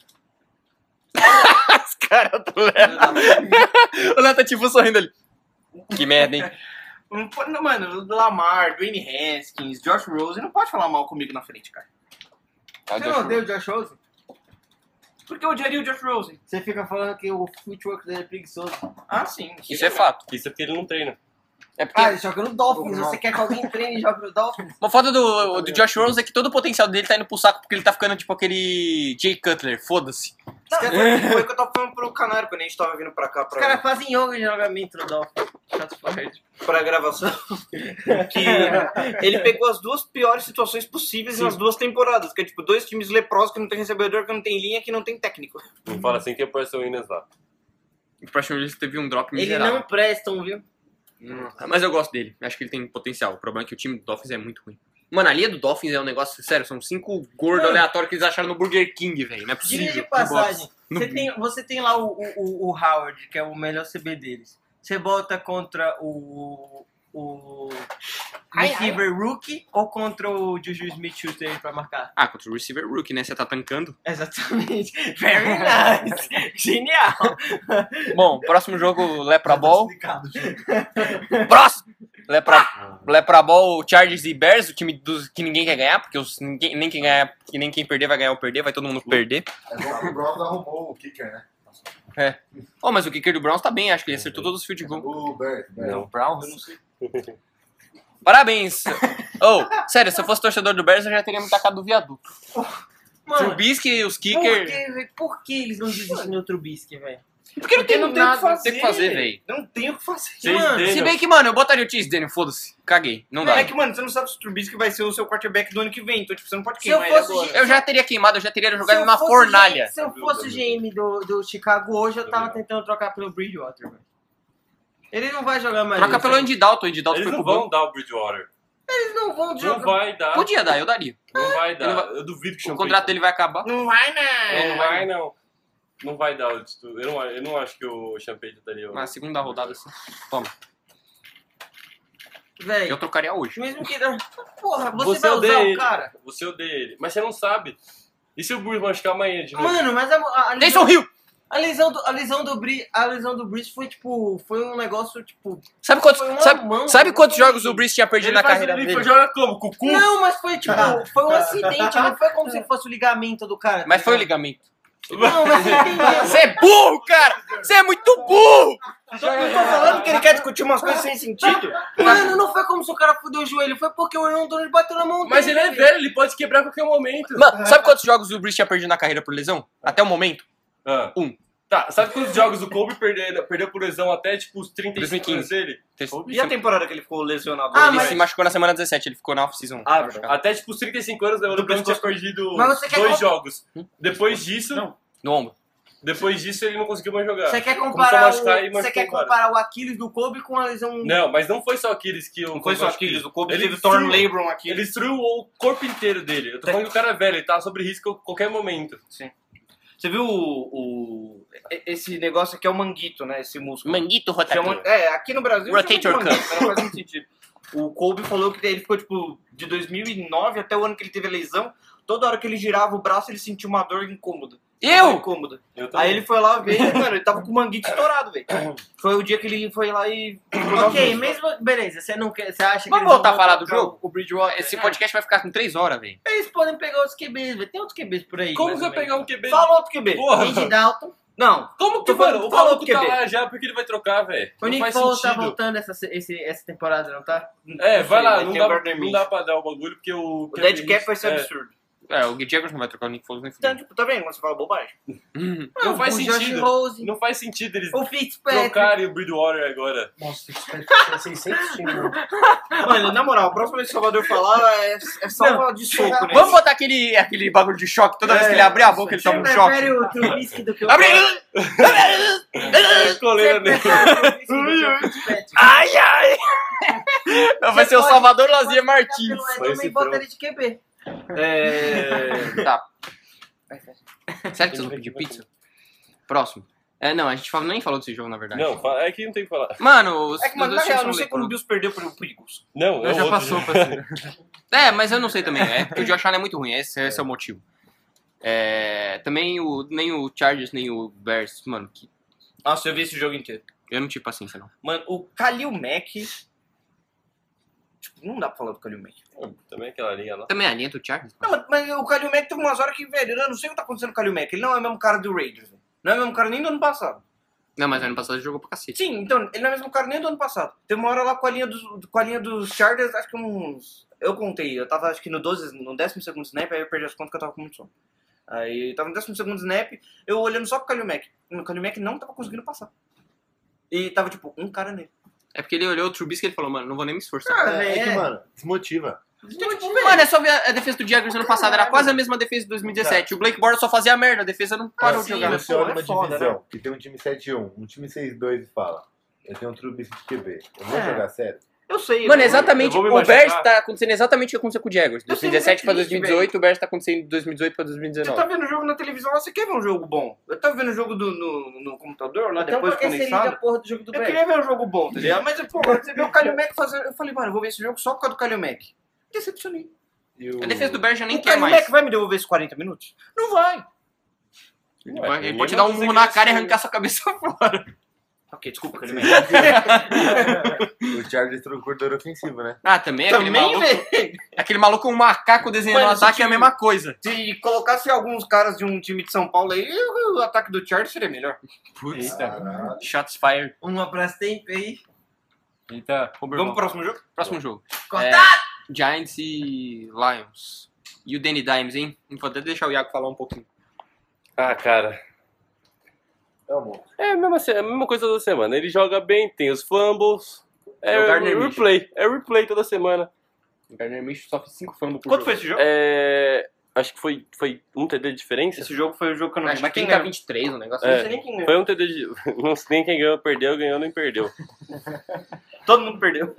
S2: Os caras do Léo. o Léo tá tipo sorrindo ali. Que merda, hein?
S5: Não pode- não, Mano, o Lamar, Dwayne Haskins, Josh Rose, não pode falar mal comigo na frente, cara.
S2: Tá,
S3: você não odeia o Josh Rosen?
S5: Por que eu odiaria o Josh Rose?
S3: Você fica falando que o footwork dele é preguiçoso.
S5: Ah, sim.
S2: Isso é fato.
S6: Isso é porque ele não treina.
S2: É porque
S3: Ah, ele joga no Dolphins. Você quer que alguém treine e jogue no Dolphins?
S2: uma foda do, do Josh Rose é que todo o potencial dele tá indo pro saco porque ele tá ficando tipo aquele Jay Cutler, foda-se.
S5: Não, foi, foi o que eu tava falando pro Canário quando a gente tava vindo pra cá
S3: Os
S5: pra,
S3: caras fazem yoga de jogamento no Dolphins. Chato pra caralho.
S5: pra gravação. que ele pegou as duas piores situações possíveis nas duas temporadas. Que é tipo, dois times leprosos que não tem recebedor, que não tem linha, que não tem técnico.
S6: Não fala assim que é o Inês lá.
S2: O próximo ele teve um drop Hum.
S3: Eles não prestam, viu?
S2: Mas eu gosto dele. Acho que ele tem potencial. O problema é que o time do Dolphins é muito ruim. Mano, a linha do Dolphins é um negócio sério. São cinco gordos aleatórios que eles acharam no Burger King, velho. Não é possível.
S3: Diga de passagem, você tem, você tem lá o, o- o, o Howard, que é o melhor CB deles. Você bota contra o. o receiver Rookie ou contra o Juju Smith Schuster aí pra marcar?
S2: Ah, contra o receiver rookie, né? Você tá tancando.
S3: Exatamente. Very nice. Genial.
S2: Bom, próximo jogo, Lepra Ball. Próximo! Lepra, Lepra Ball, Chargers e Bears, o time dos, que ninguém quer ganhar, porque os, ninguém, nem quem ganhar, que nem quem perder vai ganhar ou perder, vai todo mundo perder.
S4: É bom que o Browns arrumou o kicker, né?
S2: Oh, mas o kicker do Browns tá bem, acho que ele acertou todos os field goals.
S4: O Bert. Bert.
S2: Parabéns! Oh, sério, se eu fosse torcedor do Bears, eu já teria me tacado do viaduto.
S3: Mano,
S2: Trubisky e os
S3: por que,
S2: kicker...
S3: velho? por que eles não desistem do Trubisky, velho?
S2: Porque não tem
S5: não tem o
S2: nada,
S5: que
S2: não tem o que fazer,
S5: fazer,
S2: velho.
S5: Não tem o que fazer.
S6: Chase
S3: Mano,
S6: Daniel.
S2: Se bem que, mano, eu botaria o Chase Daniel, foda-se. Caguei, não dá.
S5: É que, mano, você não sabe se o Trubisky vai ser o seu quarterback do ano que vem, então, tipo, você não pode
S3: Se eu
S5: queimar
S3: fosse
S5: ele agora.
S2: Eu já teria queimado, eu já teria
S3: Se
S2: jogado
S3: eu
S2: numa
S3: fosse
S2: fornalha.
S3: GM
S6: Tá
S3: se eu fosse o GM do, do Chicago hoje, eu tava tentando trocar pelo Bridgewater, velho. Ele não vai jogar mais.
S2: Troca
S3: isso,
S2: pelo
S3: velho.
S2: Andy Dalton, o Andy Dalton
S6: Eles
S2: foi
S6: não
S2: pro
S6: vão
S2: banco.
S6: dar o Bridgewater.
S3: Eles não vão
S6: Não
S3: jogar.
S6: vai dar.
S2: Tá? Podia dar, eu daria.
S6: Não vai
S2: Ele
S6: dar. Eu duvido que
S2: O
S3: um
S6: chame
S2: contrato é- dele vai acabar.
S5: Não vai, né?
S6: Não, não vai, não. Não vai dar. o título. Eu não, eu não acho que o Champeyton daria. o-
S2: Na segunda rodada, assim. Eu
S3: Velho,
S2: trocaria hoje.
S3: mesmo que não. Porra, você,
S6: Você
S3: vai usar
S6: odeia
S3: o
S6: ele.
S3: cara.
S6: Você odeia ele. Mas você não sabe. E se o Bruce machucar amanhã de novo?
S3: Mano, mas a, a, a,
S2: Jason
S3: lesão,
S2: Hill!
S3: a lesão do a lesão do Bri, a lesão do Brice foi tipo, foi um negócio tipo,
S2: Sabe quantos,
S3: foi um
S2: sabe,
S3: mão,
S2: sabe quantos
S3: foi-
S2: jogos o Brice tinha perdido na
S6: faz-
S2: carreira
S6: ele
S2: dele?
S6: joga como? Com o cu?
S3: Não, mas foi tipo, foi um acidente, não foi como se fosse o ligamento do cara. tá
S2: Ah. Mas foi o
S3: ligado?
S2: ligamento.
S3: Não, mas você entendeu.
S2: Você é burro, cara! Você é muito burro!
S5: Eu tô falando que ele quer discutir umas coisas sem sentido.
S3: Mano, não foi como se o cara fudeu o joelho, foi porque o Aaron Donald bateu na mão
S6: Mas ele
S3: dele.
S6: é velho, ele pode quebrar a qualquer momento.
S2: Mano, sabe quantos jogos o Brice tinha perdido na carreira por lesão? Até o momento?
S6: Ah.
S2: Um.
S6: Tá, sabe quantos jogos o Kobe perdeu, perdeu por lesão até, tipo, os 35
S2: 2015.
S6: anos dele?
S5: E a temporada que ele ficou lesionado?
S2: Ah,
S5: Ah,
S2: ele
S5: mas...
S2: se machucou na semana 17, ele ficou na off-season.
S5: Ah,
S2: machucado.
S6: Até, tipo, os 35 anos, né, o LeBron tinha perdido
S3: Mas você quer
S6: dois
S3: comp-
S6: jogos. Depois disso,
S2: no ombro.
S6: depois disso, ele não conseguiu mais jogar.
S3: Você quer
S6: Começou a
S3: comparar, o,
S6: machucar e
S3: você
S6: machucou
S3: quer
S6: vários.
S3: comparar o Aquiles do Kobe com um a
S5: é
S3: lesão...
S5: um-
S6: Não, mas não foi só aqueles que...
S5: Não foi só Aquiles, o Kobe
S6: Ele
S5: teve o Thorn
S6: destruiu-
S5: Lebron aqui.
S6: Ele destruiu o corpo inteiro dele. Eu tô falando que o cara é velho, ele tá sobre risco a qualquer momento.
S5: Você viu o, o- e- Esse negócio aqui é o manguito, né? Esse músculo.
S2: Manguito
S5: Chama-
S2: rotador.
S5: É, aqui no Brasil. chama de
S2: Rotator
S5: manguito, mas Não né? faz muito sentido. O Kobe falou que ele ficou, tipo, de 2009 até o ano que ele teve a lesão. Toda hora que ele girava o braço, ele sentia uma dor incômoda. Uma dor
S2: Eu?
S5: Incômoda.
S9: Eu também.
S5: Aí ele foi lá ver, mano, ele tava com o manguito estourado, velho. Foi o dia que ele foi lá e.
S3: Ok, mesmo... Beleza, você não quer... Você acha que...
S2: Vamos
S3: eles
S2: voltar a
S3: vão
S2: falar do
S3: trocar
S2: jogo?
S3: um- O Bridgewater...
S2: Esse
S3: É.
S2: podcast vai ficar com 3 horas, velho.
S3: Eles podem pegar os QBs, velho. Tem outros QBs por aí.
S6: Como
S3: mais
S6: você
S3: ou
S6: vai
S3: menos.
S6: pegar um QB?
S5: Fala outro QB.
S6: Porra!
S3: Andy Dalton.
S5: Não,
S6: Como que,
S5: Tô falando-
S6: mano, o
S5: fala
S6: maluco
S5: do
S6: tá
S5: QB.
S6: lá já, por que ele vai trocar, velho?
S3: O
S6: Não
S3: Nick
S6: faz
S3: Foles tá
S6: sentido.
S3: voltando essa, esse- essa temporada, não tá?
S6: É, vai lá, não
S5: Tem
S6: dá,
S5: Gardner
S6: não dá pra dar o bagulho, porque o...
S5: o dead cap vai ser
S6: é.
S5: absurdo.
S2: É, o Jaguars não vai trocar o Nick Foles nem
S5: Então,
S2: fudendo.
S5: tipo, tá vendo quando você fala bobagem?
S2: Hum.
S6: Não faz
S3: o Josh
S6: sentido. tá
S3: Rose.
S6: Não faz sentido eles
S3: O Fitzpatrick.
S6: trocarem o Bridgewater agora.
S9: Nossa, isso vai 600 times.
S5: Ah, Mano, na moral, a próxima vez que o Salvador falar é, é só uma de soco, né?
S2: Vamos botar aquele, aquele bagulho de choque toda
S5: É,
S2: vez que ele abrir a boca, ele toma um
S3: Você
S2: choque.
S3: prefere o Trubisky do que o...
S2: Abre!
S5: É,
S6: Coleira nele.
S2: Ai, ai! Vai ser o
S3: pode-
S2: Salvador Lazier Martins.
S6: Foi esse
S3: Não bota ele de QB.
S2: Tá. Sério que vocês vão pedir pizza? Próximo. É, não, a gente fala- nem falou desse jogo, na verdade.
S6: Não, fa- é que não tem o que falar.
S2: Mano, os,
S5: É que, mano,
S2: os
S5: na
S2: dois times
S5: real, eu
S2: são
S5: não sei como o
S2: loucos.
S5: Bills perdeu pro Eagles.
S6: Não, é
S2: Eu já
S6: outro.
S2: passou pra cima. É, mas eu não sei também. É porque o Josh Allen é muito ruim, esse, esse é. o motivo. É, também o, nem o Chargers, nem o Bears, mano, que,
S5: Nossa, eu vi esse jogo inteiro.
S2: eu não tive paciência, não.
S5: Mano, o Kalil Mack... Tipo, não dá pra falar do Kalil Mack.
S6: Também aquela linha lá.
S2: Também a linha do Chargers.
S5: Não, mas, mas o Kalil Mack teve umas horas que, velho, eu não sei o que tá acontecendo com o Kalil Mack. Ele não é o mesmo cara do Raiders, velho. Não é o mesmo cara nem do ano passado.
S2: Não, mas ano passado ele jogou pra cacete.
S5: Sim, então, ele não é o mesmo cara nem do ano passado. Teve uma hora lá com a linha dos, com a linha dos Chargers, acho que uns... Eu contei, eu tava acho que no 12, no 12 segundo snap, aí eu perdi as contas que eu tava com muito sono. Aí tava no 12 segundo snap, eu olhando só pro Kalil Mack. O Kalil Mack não tava conseguindo passar. E tava, tipo, um cara nele.
S2: É porque ele olhou o Trubisky e ele falou, mano, não vou nem me esforçar.
S3: Ah,
S4: É, é que,
S3: velho.
S4: mano, desmotiva.
S5: então, tipo,
S2: Mano, é só ver a, a defesa do Jaguars ano passado, era quase a mesma defesa de 2017. O Blake Bortles só fazia merda, a defesa não parou de
S5: sim,
S2: jogar.
S5: né?
S4: assim, um Você
S5: pô,
S4: olha
S5: é
S4: uma
S5: foda,
S4: divisão que tem um time 7-1, um time 6-2 e fala: Eu tenho um Trubisky de QB. Eu vou
S5: É.
S4: jogar sério.
S5: Eu sei.
S2: Mano,
S5: eu-
S2: exatamente.
S6: eu vou me
S2: O Bears
S6: machucar.
S2: tá acontecendo exatamente o que aconteceu com o Jaguars. De
S5: Eu sei,
S2: 2017 pra
S5: mas é triste,
S2: 2018, o Bears tá acontecendo de 2018 pra
S5: Você tá
S2: 2019.
S5: vendo o jogo na televisão, lá, você quer ver um jogo bom. Eu tava vendo o jogo do- no, no computador, lá
S3: Então
S5: depois
S3: pra que você liga a
S5: condensado.
S3: porra do jogo do
S5: Eu
S3: Bears?
S5: queria ver um jogo bom, tá ligado? Mas, pô, você vê o Kalil Mack fazendo... Eu falei, mano, eu vou ver esse jogo só por causa do Kalil Mack. Decepcionei.
S4: E o...
S2: A defesa do Bears já nem
S5: o
S2: quer
S5: Kalil
S2: mais.
S5: Mack vai me devolver esses 40 minutos? Não vai.
S2: Ele pode- Ele
S6: ninguém
S2: pode te dar um
S6: vai
S2: murro na
S6: dizer
S2: cara e
S6: que-
S2: arrancar sua cabeça fora.
S5: Ok, desculpa, Kalil Mack.
S4: o Chargers trocou o coordenador ofensivo, né?
S2: Ah, também? Aquele
S5: Também, né?
S2: maluco,
S5: velho.
S2: aquele maluco um macaco desenhando
S5: Mano,
S2: um
S5: esse
S2: ataque é a
S5: time-
S2: mesma coisa.
S5: Se colocasse alguns caras de um time de São Paulo aí, o ataque do Chargers seria melhor.
S2: Putz,
S4: Caralho.
S2: shots fired.
S3: Uma pra tempo aí.
S2: Eita,
S5: Vamos pro próximo jogo?
S2: próximo jogo.
S3: Cortado!
S2: É, Giants e Lions. E o Danny Dimes, hein? Vou até deixar o Iago falar um pouquinho.
S6: Ah, cara.
S4: É um bom.
S6: É a mesma, se- a mesma coisa toda semana. Ele joga bem, tem os fumbles. É,
S2: É o Gardner
S6: replay. É replay toda semana.
S2: O Gardner Minshew sofre 5 fumbles por
S5: Quanto foi
S2: jogo.
S5: esse jogo?
S6: É, acho que foi, foi um TD de diferença.
S5: Esse jogo foi o jogo que eu não vi.
S2: Acho que
S5: Mas quem
S2: 30 a
S5: tá ganhou?
S2: 23, um negócio
S6: É.
S5: Não sei nem quem ganhou.
S6: Foi um TD de. Não sei nem quem ganhou, perdeu, ganhou, nem perdeu.
S5: Todo mundo perdeu.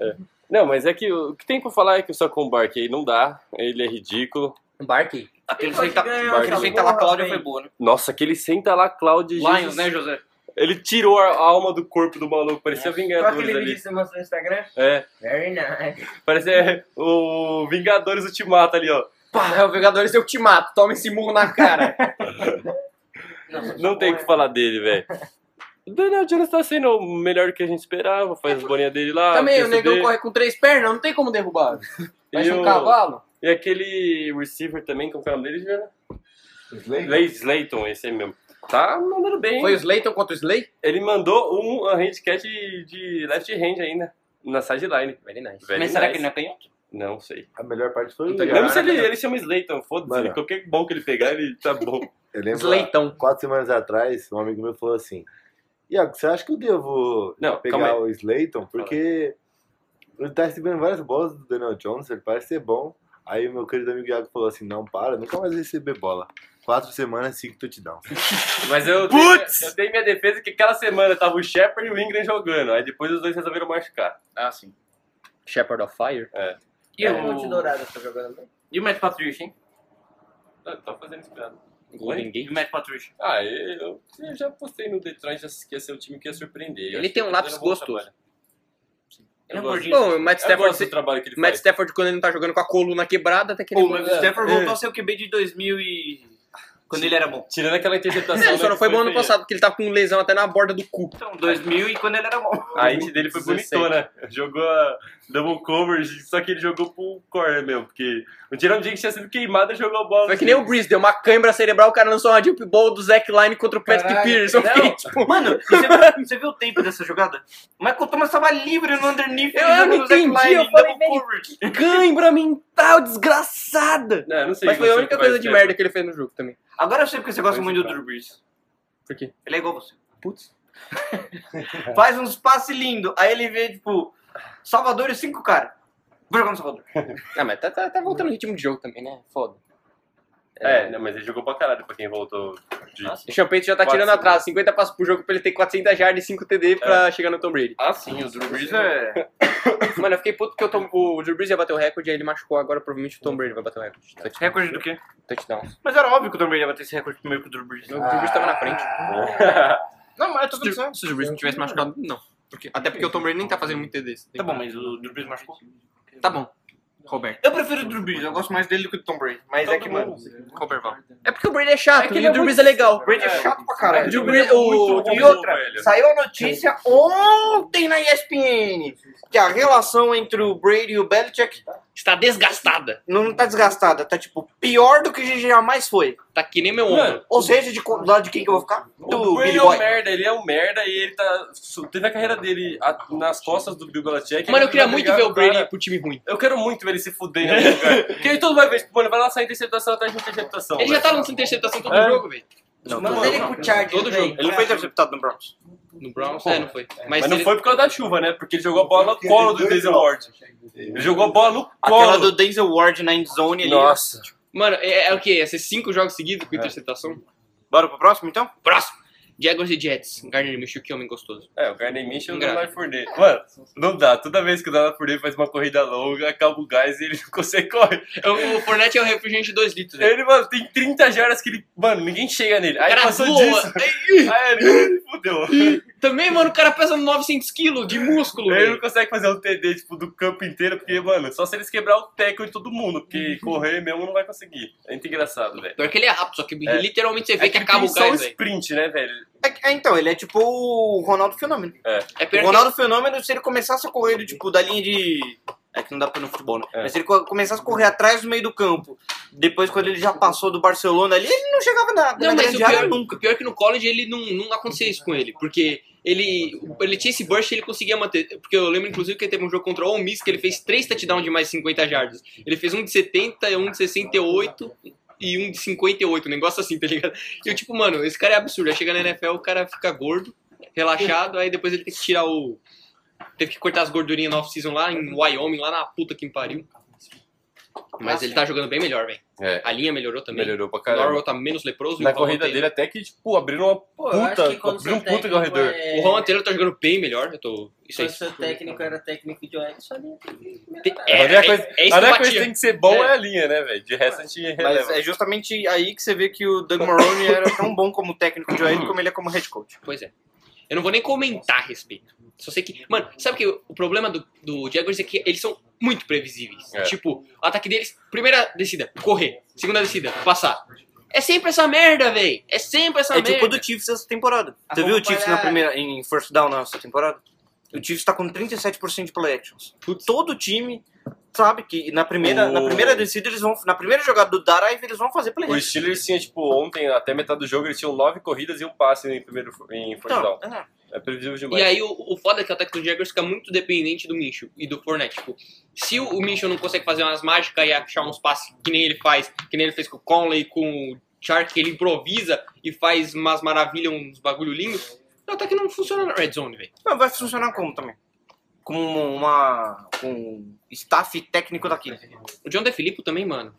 S6: Não, mas é que o o que tem pra falar é que o Sacon Bark aí não dá. Ele é ridículo.
S2: Embarque.
S5: Aquele senta,
S3: ganhou,
S5: aquele
S6: Barkley.
S5: senta lá,
S3: Porra,
S5: Cláudia,
S3: velho.
S5: foi boa, né?
S6: Nossa, aquele senta lá, Cláudio
S5: Lions, né, José?
S6: Ele tirou a a alma do corpo do maluco, parecia
S3: Qual
S6: Vingadores
S3: aquele vídeo
S6: ali.
S3: que você mostrou no Instagram?
S6: É,
S3: Very nice.
S6: parecia o Vingadores Ultimato ali, ó.
S2: Pá, é o Vingadores, eu te mato. Toma esse murro na cara.
S6: Não tem o que falar dele, velho. O Daniel Jones tá sendo o melhor que a gente esperava, faz as bolinhas dele lá.
S2: Também, o
S6: PCD.
S2: negão corre com três pernas, não tem como derrubar. Parece
S6: E
S2: um
S6: o-
S2: cavalo.
S6: E aquele receiver também, como que é o nome dele, Juliana?
S4: Slay?
S6: Lay Slayton, esse é mesmo. Tá mandando bem.
S2: Foi o Slayton contra o Slay?
S6: Ele mandou um handcat de, de left hand ainda, na sideline.
S2: Very nice.
S6: Very
S5: Mas será
S6: nice.
S5: que ele não é canhoto?
S6: Não sei.
S4: A melhor parte foi o
S2: Não tá
S6: Mesmo
S4: Garner.
S6: se ele, ele chama Slayton, foda-se.
S4: Mano.
S6: Qualquer bom que ele pegar, ele tá bom.
S4: Eu lembro,
S2: Os leitão.
S4: quatro semanas atrás, um amigo meu falou assim: Iago, você acha que eu devo
S6: Não, calma
S4: pegar o Slayton? Porque ele tá recebendo várias bolas do Daniel Jones, ele parece ser bom. Aí o meu querido amigo Iago falou assim: Não, para, nunca mais vai receber bola. Quatro semanas, cinco touchdowns.
S6: Mas eu dei, eu dei minha defesa que aquela semana tava o Shepard e o Ingram jogando. Aí depois os dois resolveram machucar.
S10: Ah, sim.
S2: Shepherd of Fire.
S3: E É, o Monte Dourado tá jogando bem?
S10: E o Matt Patricia, hein?
S6: Tá, tá fazendo espiada.
S2: Golden
S10: E
S2: Gate.
S10: o Matt Patricia.
S6: Ah, eu, eu já postei no Detroit, já que ia ser o time que ia surpreender. Eu
S2: Ele
S6: acho
S2: tem
S6: que
S2: um
S6: tá
S2: lápis
S6: fazendo um bom
S2: gostoso.
S6: trabalho. Eu
S10: É um
S6: gosto.
S10: gordinho.
S2: Bom, o Matt
S6: Eu gosto
S2: Stafford,
S6: do trabalho que ele
S2: Matt
S6: faz.
S2: Stafford quando ele não tá jogando com a coluna quebrada, até que ele...
S10: Pô, mas o Stafford voltou a ser o QB de 2000 e... Quando ele era bom.
S6: Tirando aquela interceptação.
S2: Ele
S6: né,
S2: só não
S6: que
S2: foi bom ano
S6: feia.
S2: passado, porque ele tava com um lesão até na borda do cu.
S10: Então, 2000 e quando ele era bom.
S6: A int dele foi
S2: 17.
S6: bonitona. Jogou a double coverage, só que ele jogou pro corner mesmo. Porque o Jerome Jenkins tinha sido queimado e jogou a bola.
S2: Foi que nem o Breeze, deu uma câimbra cerebral, o cara lançou uma deep ball do Zack Line contra o Patrick
S10: Caralho,
S2: Peterson.
S10: não.
S2: Fiquei, tipo,
S10: Mano, você viu, você viu o tempo dessa jogada? Michael Thomas tava livre no underneath.
S2: Eu
S10: jogando
S2: não
S10: no Zach
S2: entendi,
S10: Line,
S2: eu falei,
S10: double
S2: velho.
S10: coverage.
S2: câimbra mental desgraçada.
S6: Não, eu não sei.
S2: Mas foi a única coisa de merda
S6: que
S2: que ele fez no jogo também.
S10: Agora eu sei porque você gosta
S6: Pois
S10: muito do
S6: então.
S10: Drew Brees.
S2: Por quê?
S10: Ele é igual você.
S2: Putz.
S10: Faz uns passes lindos. Aí ele vê, tipo, Salvador e cinco caras. Vou jogar no Salvador.
S2: Ah, mas tá, tá, tá voltando o ritmo de jogo também, né? Foda.
S6: É, não, mas ele jogou pra caralho pra quem voltou. De...
S2: O Champagne já tá
S6: Quatro
S2: tirando atrás, 50 passos por jogo pra ele ter 400 yards e 5 TD pra chegar no Tom Brady.
S10: Ah, sim, o Drew Brees é.
S2: Mano, eu fiquei puto porque o, Tom, o Drew Brees ia bater o recorde, aí ele machucou, agora provavelmente o Tom Brady vai bater o recorde. Touch-
S10: Recorde do quê?
S2: Touchdown.
S10: Mas era óbvio que o Tom Brady ia bater esse recorde primeiro que o Drew Brees.
S2: O Drew Brees tava na frente.
S10: Não, mas eu tô
S2: Se, o- se o Drew Brees não tivesse machucado, não. Porque- até porque o Tom Brady nem tá fazendo muito TD.
S10: Tá bom, mas o Drew Brees machucou.
S2: Tá bom. Roberto.
S10: Eu prefiro o Drew Brees, eu gosto mais dele do que do Tom Brady. Mas é que, mano,
S2: Roberval. É porque o Brady é chato e o Drew Brees é
S10: o
S2: legal.
S10: Brady é chato pra caralho.
S2: O Drew Brees-
S6: Então,
S2: o-
S10: E outra, saiu a notícia ontem na ESPN que a relação entre o Brady e o Belichick
S2: Está desgastada.
S10: não tá desgastada, tá tipo pior do que jamais foi.
S2: Tá que nem meu
S6: Mano,
S2: ombro.
S10: Ou seja, de co- do lado de quem que eu vou ficar?
S6: o
S10: Do
S6: Brady
S10: Billy
S6: é um
S10: Boy.
S6: merda, ele é um merda e ele tá. su- Teve a carreira dele a- nas costas do Bill Belichick.
S2: Mano, eu
S6: Ele
S2: queria
S6: tá
S2: muito
S6: ligado,
S2: ver o
S6: cara.
S2: Brady pro time ruim.
S6: Eu quero muito ver ele se fuder em algum lugar. Porque aí todo vai ver, tipo, mano, vai lançar interceptação atrás de interceptação.
S2: Ele já
S6: velho.
S2: tá lançando interceptação todo
S6: É.
S2: jogo, velho.
S3: Manda ele pro Chargers,
S2: Todo
S3: velho.
S2: jogo.
S10: Ele não foi interceptado no Browns.
S2: No Browns, é, não foi. Mas,
S6: Mas, não
S2: ele-
S6: foi por causa da chuva, né? Porque ele jogou a bola no colo do Denzel Ward. Ele jogou a bola no
S5: Aquela
S6: colo.
S5: do Denzel Ward na endzone ali.
S6: Nossa.
S2: Mano, é, é o quê? Ia ser cinco jogos seguidos com
S6: É.
S2: interceptação?
S5: Bora pro próximo, então?
S2: Próximo. Jaguars e Jets. Gardner Minshew, que homem gostoso.
S6: É, o Gardner Minshew não
S2: Engraçado.
S6: vai Fournier. Mano, não dá. Toda vez que o Dada Fournier faz uma corrida longa, acaba o gás e ele não consegue correr.
S2: O, o Fournette é o refrigerante de 2 litros, velho.
S6: Ele, mano, tem 30 jardas que ele... Mano, ninguém chega nele. Aí
S2: cara
S6: passou
S2: voa.
S6: disso. Aí ele fudeu.
S2: Também, mano, o cara pesa 900 quilos de músculo,
S6: Ele não
S2: velho.
S6: consegue fazer um TD, tipo, do campo inteiro, porque, mano, só se eles quebrar o teco de todo mundo, porque correr mesmo não vai conseguir. É muito engraçado, velho.
S2: Pior que ele é rápido, só que
S6: É.
S2: literalmente você vê
S6: É
S2: que
S6: ele
S2: acaba
S6: tem
S2: o
S6: só um
S2: gás, velho.
S6: sprint, né, velho?
S5: É que- é, então, ele é tipo o Ronaldo Fenômeno.
S2: É
S5: O
S2: pior que
S5: Ronaldo Fenômeno, se ele começasse a correr, tipo, da linha de. É que não dá pra ir no futebol, né?
S6: É.
S5: Mas se ele co- começasse a correr atrás do meio do campo, depois quando ele já passou do Barcelona ali, ele não chegava na, na
S2: Não, mas
S5: grande
S2: o
S5: área
S2: pior,
S5: nunca.
S2: o pior é que no college ele não, não acontecia isso com ele, porque ele, ele tinha esse burst e ele conseguia manter. Porque eu lembro, inclusive, que ele teve um jogo contra o Ole Miss que ele fez três touchdowns de mais 50 jardas. Ele fez um de 70, um de 68 e um de 58, um negócio assim, tá ligado? E eu, tipo, mano, esse cara é absurdo. Aí chega na NFL, o cara fica gordo, relaxado, aí depois ele tem que tirar o. Teve que cortar as gordurinhas na off-season lá em Wyoming, lá na puta que me pariu. Mas ele tá jogando bem melhor, velho.
S6: É.
S2: A linha melhorou também.
S6: Melhorou pra
S2: O
S6: caramba.
S2: Norwell tá menos leproso.
S6: Na
S2: o Von
S6: corrida
S2: Taylor-
S6: dele até que, tipo, abriram uma
S3: Pô, eu
S6: puta,
S3: acho que quando
S6: abriu um
S3: seu
S6: puta
S3: técnico
S6: corredor.
S3: é...
S2: O Juan Taylor tá jogando bem melhor. Eu tô... Isso aí.
S3: Quando seu técnico era técnico de OL, só ele tem que melhorar.
S2: É,
S6: a única
S2: é-
S6: coisa,
S2: é isso
S6: a
S2: que
S6: única
S2: eu
S6: coisa que
S2: batia.
S6: tem que ser bom
S2: É.
S6: é, a linha, né, velho? De resto a gente
S5: Mas
S6: releva.
S5: é justamente aí que você vê que o Doug Marrone era tão bom como técnico de OL como ele é como head coach.
S2: Pois é. Eu não vou nem comentar a respeito. Só sei que. Mano, sabe que o o problema do, do Jaguars é que eles são muito previsíveis.
S6: É.
S2: Tipo, o ataque deles, primeira descida, correr. Segunda descida, passar. É sempre essa merda, véi. É sempre essa
S5: é
S2: merda.
S5: tipo o do Chiefs essa temporada.
S3: A
S5: você viu o
S3: roupa
S5: Chiefs
S3: era-
S5: na primeira, em first down nessa temporada? O Chiefs tá com 37% de play actions. Todo time sabe que na primeira, na
S6: O-
S5: primeira descida eles vão. Na primeira jogada do Darive eles vão fazer play
S6: Os Steelers tinha, tipo, ontem, até metade do jogo, eles tinham nove corridas e um passe em primeiro em first down.
S5: Então,
S2: Ah,
S5: é.
S6: É previsível demais.
S2: Tá. E aí o, o foda é que o ataque do Jaguars fica muito dependente do Mincho e do Fournette. Tipo, se o, o Mincho não consegue fazer umas mágicas e achar uns passes que nem ele faz, que nem ele fez com o Conley, com o Chark, ele improvisa e faz umas maravilhas, uns bagulho lindo. Até que não funciona na Red Zone, velho.
S5: Não, vai funcionar como também? Como uma. com um staff técnico daqui.
S2: O John DeFilippo também, mano.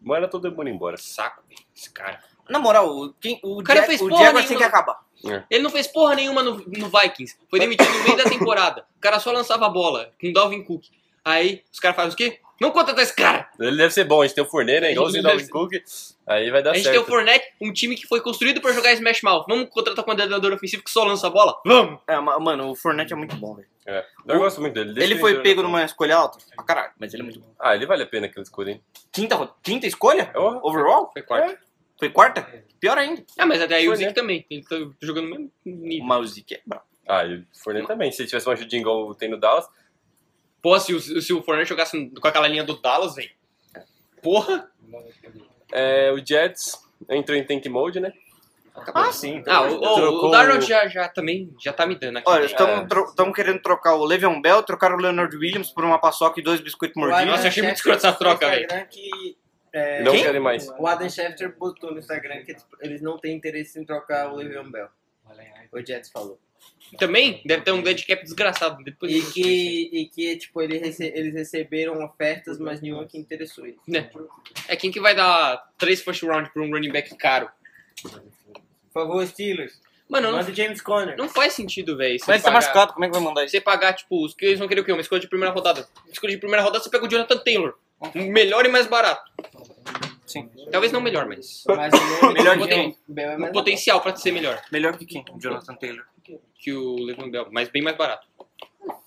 S6: Manda todo mundo embora.
S2: Saco, velho, esse cara.
S5: Na moral, o, quem, o,
S2: O cara
S5: Jag-
S2: fez
S5: o
S2: porra
S5: Jaguars tem que
S2: nenhuma.
S5: acabar.
S2: Ele não fez porra nenhuma no, no Vikings. Foi demitido no meio da temporada. O cara só lançava a bola com o Dalvin Cook. Aí os caras fazem o quê? Não contratar esse cara!
S6: Ele deve ser bom, a gente tem o Forneira,
S2: Ele
S6: igualzinho o
S2: deve
S6: Dalvin Cook. Aí vai dar
S2: a gente
S6: Tá certo.
S2: tem o Fournette, um time que foi construído pra jogar Smash Mouth. Vamos contratar com um coordenador ofensivo que só lança a bola? Vamos!
S5: É, ma- mano, o Fournette é muito bom, velho.
S6: É. Eu gosto muito dele. deixa
S5: Ele foi
S6: entrar
S5: pego
S2: então.
S6: na-
S5: numa escolha alta pra caralho, mas ele é muito bom.
S6: Ah, ele vale a pena aquele escudo, hein?
S5: Quinta, ro- quinta escolha?
S6: Eu-
S5: Overall? É.
S2: Foi quarto.
S5: Foi quarta? Pior ainda.
S2: Ah, mas até aí o
S6: Fournette.
S2: Zeke também. Ele tá jogando no mesmo nível.
S5: Mas o Zeke é brabo.
S6: Ah, e o Forneira também. Se tivesse uma ajudinha igual tem no Dallas,
S2: Pô, se o, se o Fournette jogasse com aquela linha do Dallas, velho. Porra!
S6: é, o Jets entrou em tank mode, né?
S5: Ah, sim.
S2: Ah, o, o,
S6: Trocou
S2: o Darnold
S6: o-
S2: já, já também já tá me dando aqui. né?
S5: Olha, estamos querendo trocar o Le'Veon Bell, trocar o Leonard Williams por uma paçoca e dois biscoitos mordidos.
S2: Nossa, achei muito escroto essa troca, velho.
S3: Que, é,
S6: Não querem mais.
S3: O Adam Schefter botou no Instagram que tipo, eles não têm interesse em trocar o Le'Veon Bell. O Jets falou.
S2: Também deve ter um dead cap desgraçado. Depois
S3: E que, e que tipo, ele rece- eles receberam ofertas, mas nenhuma que interessou eles.
S2: Né? É quem que vai dar três first round pra um running back caro?
S3: Por favor, Steelers.
S2: Mano, não,
S3: Manda o James Conner.
S2: não faz sentido, velho.
S5: Mas ele tá machucado, como é que vai mandar isso?
S2: Você pagar, tipo, os que eles vão querer o quê? Uma escolha de primeira rodada. Escolha de primeira rodada, você pega o Jonathan Taylor. Um melhor e mais barato.
S5: Sim.
S2: Talvez não melhor, mas.
S3: Mas o Le'Veon
S5: Melhor que
S3: Bell-
S5: quem?
S3: Bell é
S2: Um
S3: mais
S2: potencial pra ser melhor
S5: Melhor que quem? Jonathan Taylor.
S2: que o Levan Bell, mas bem mais barato.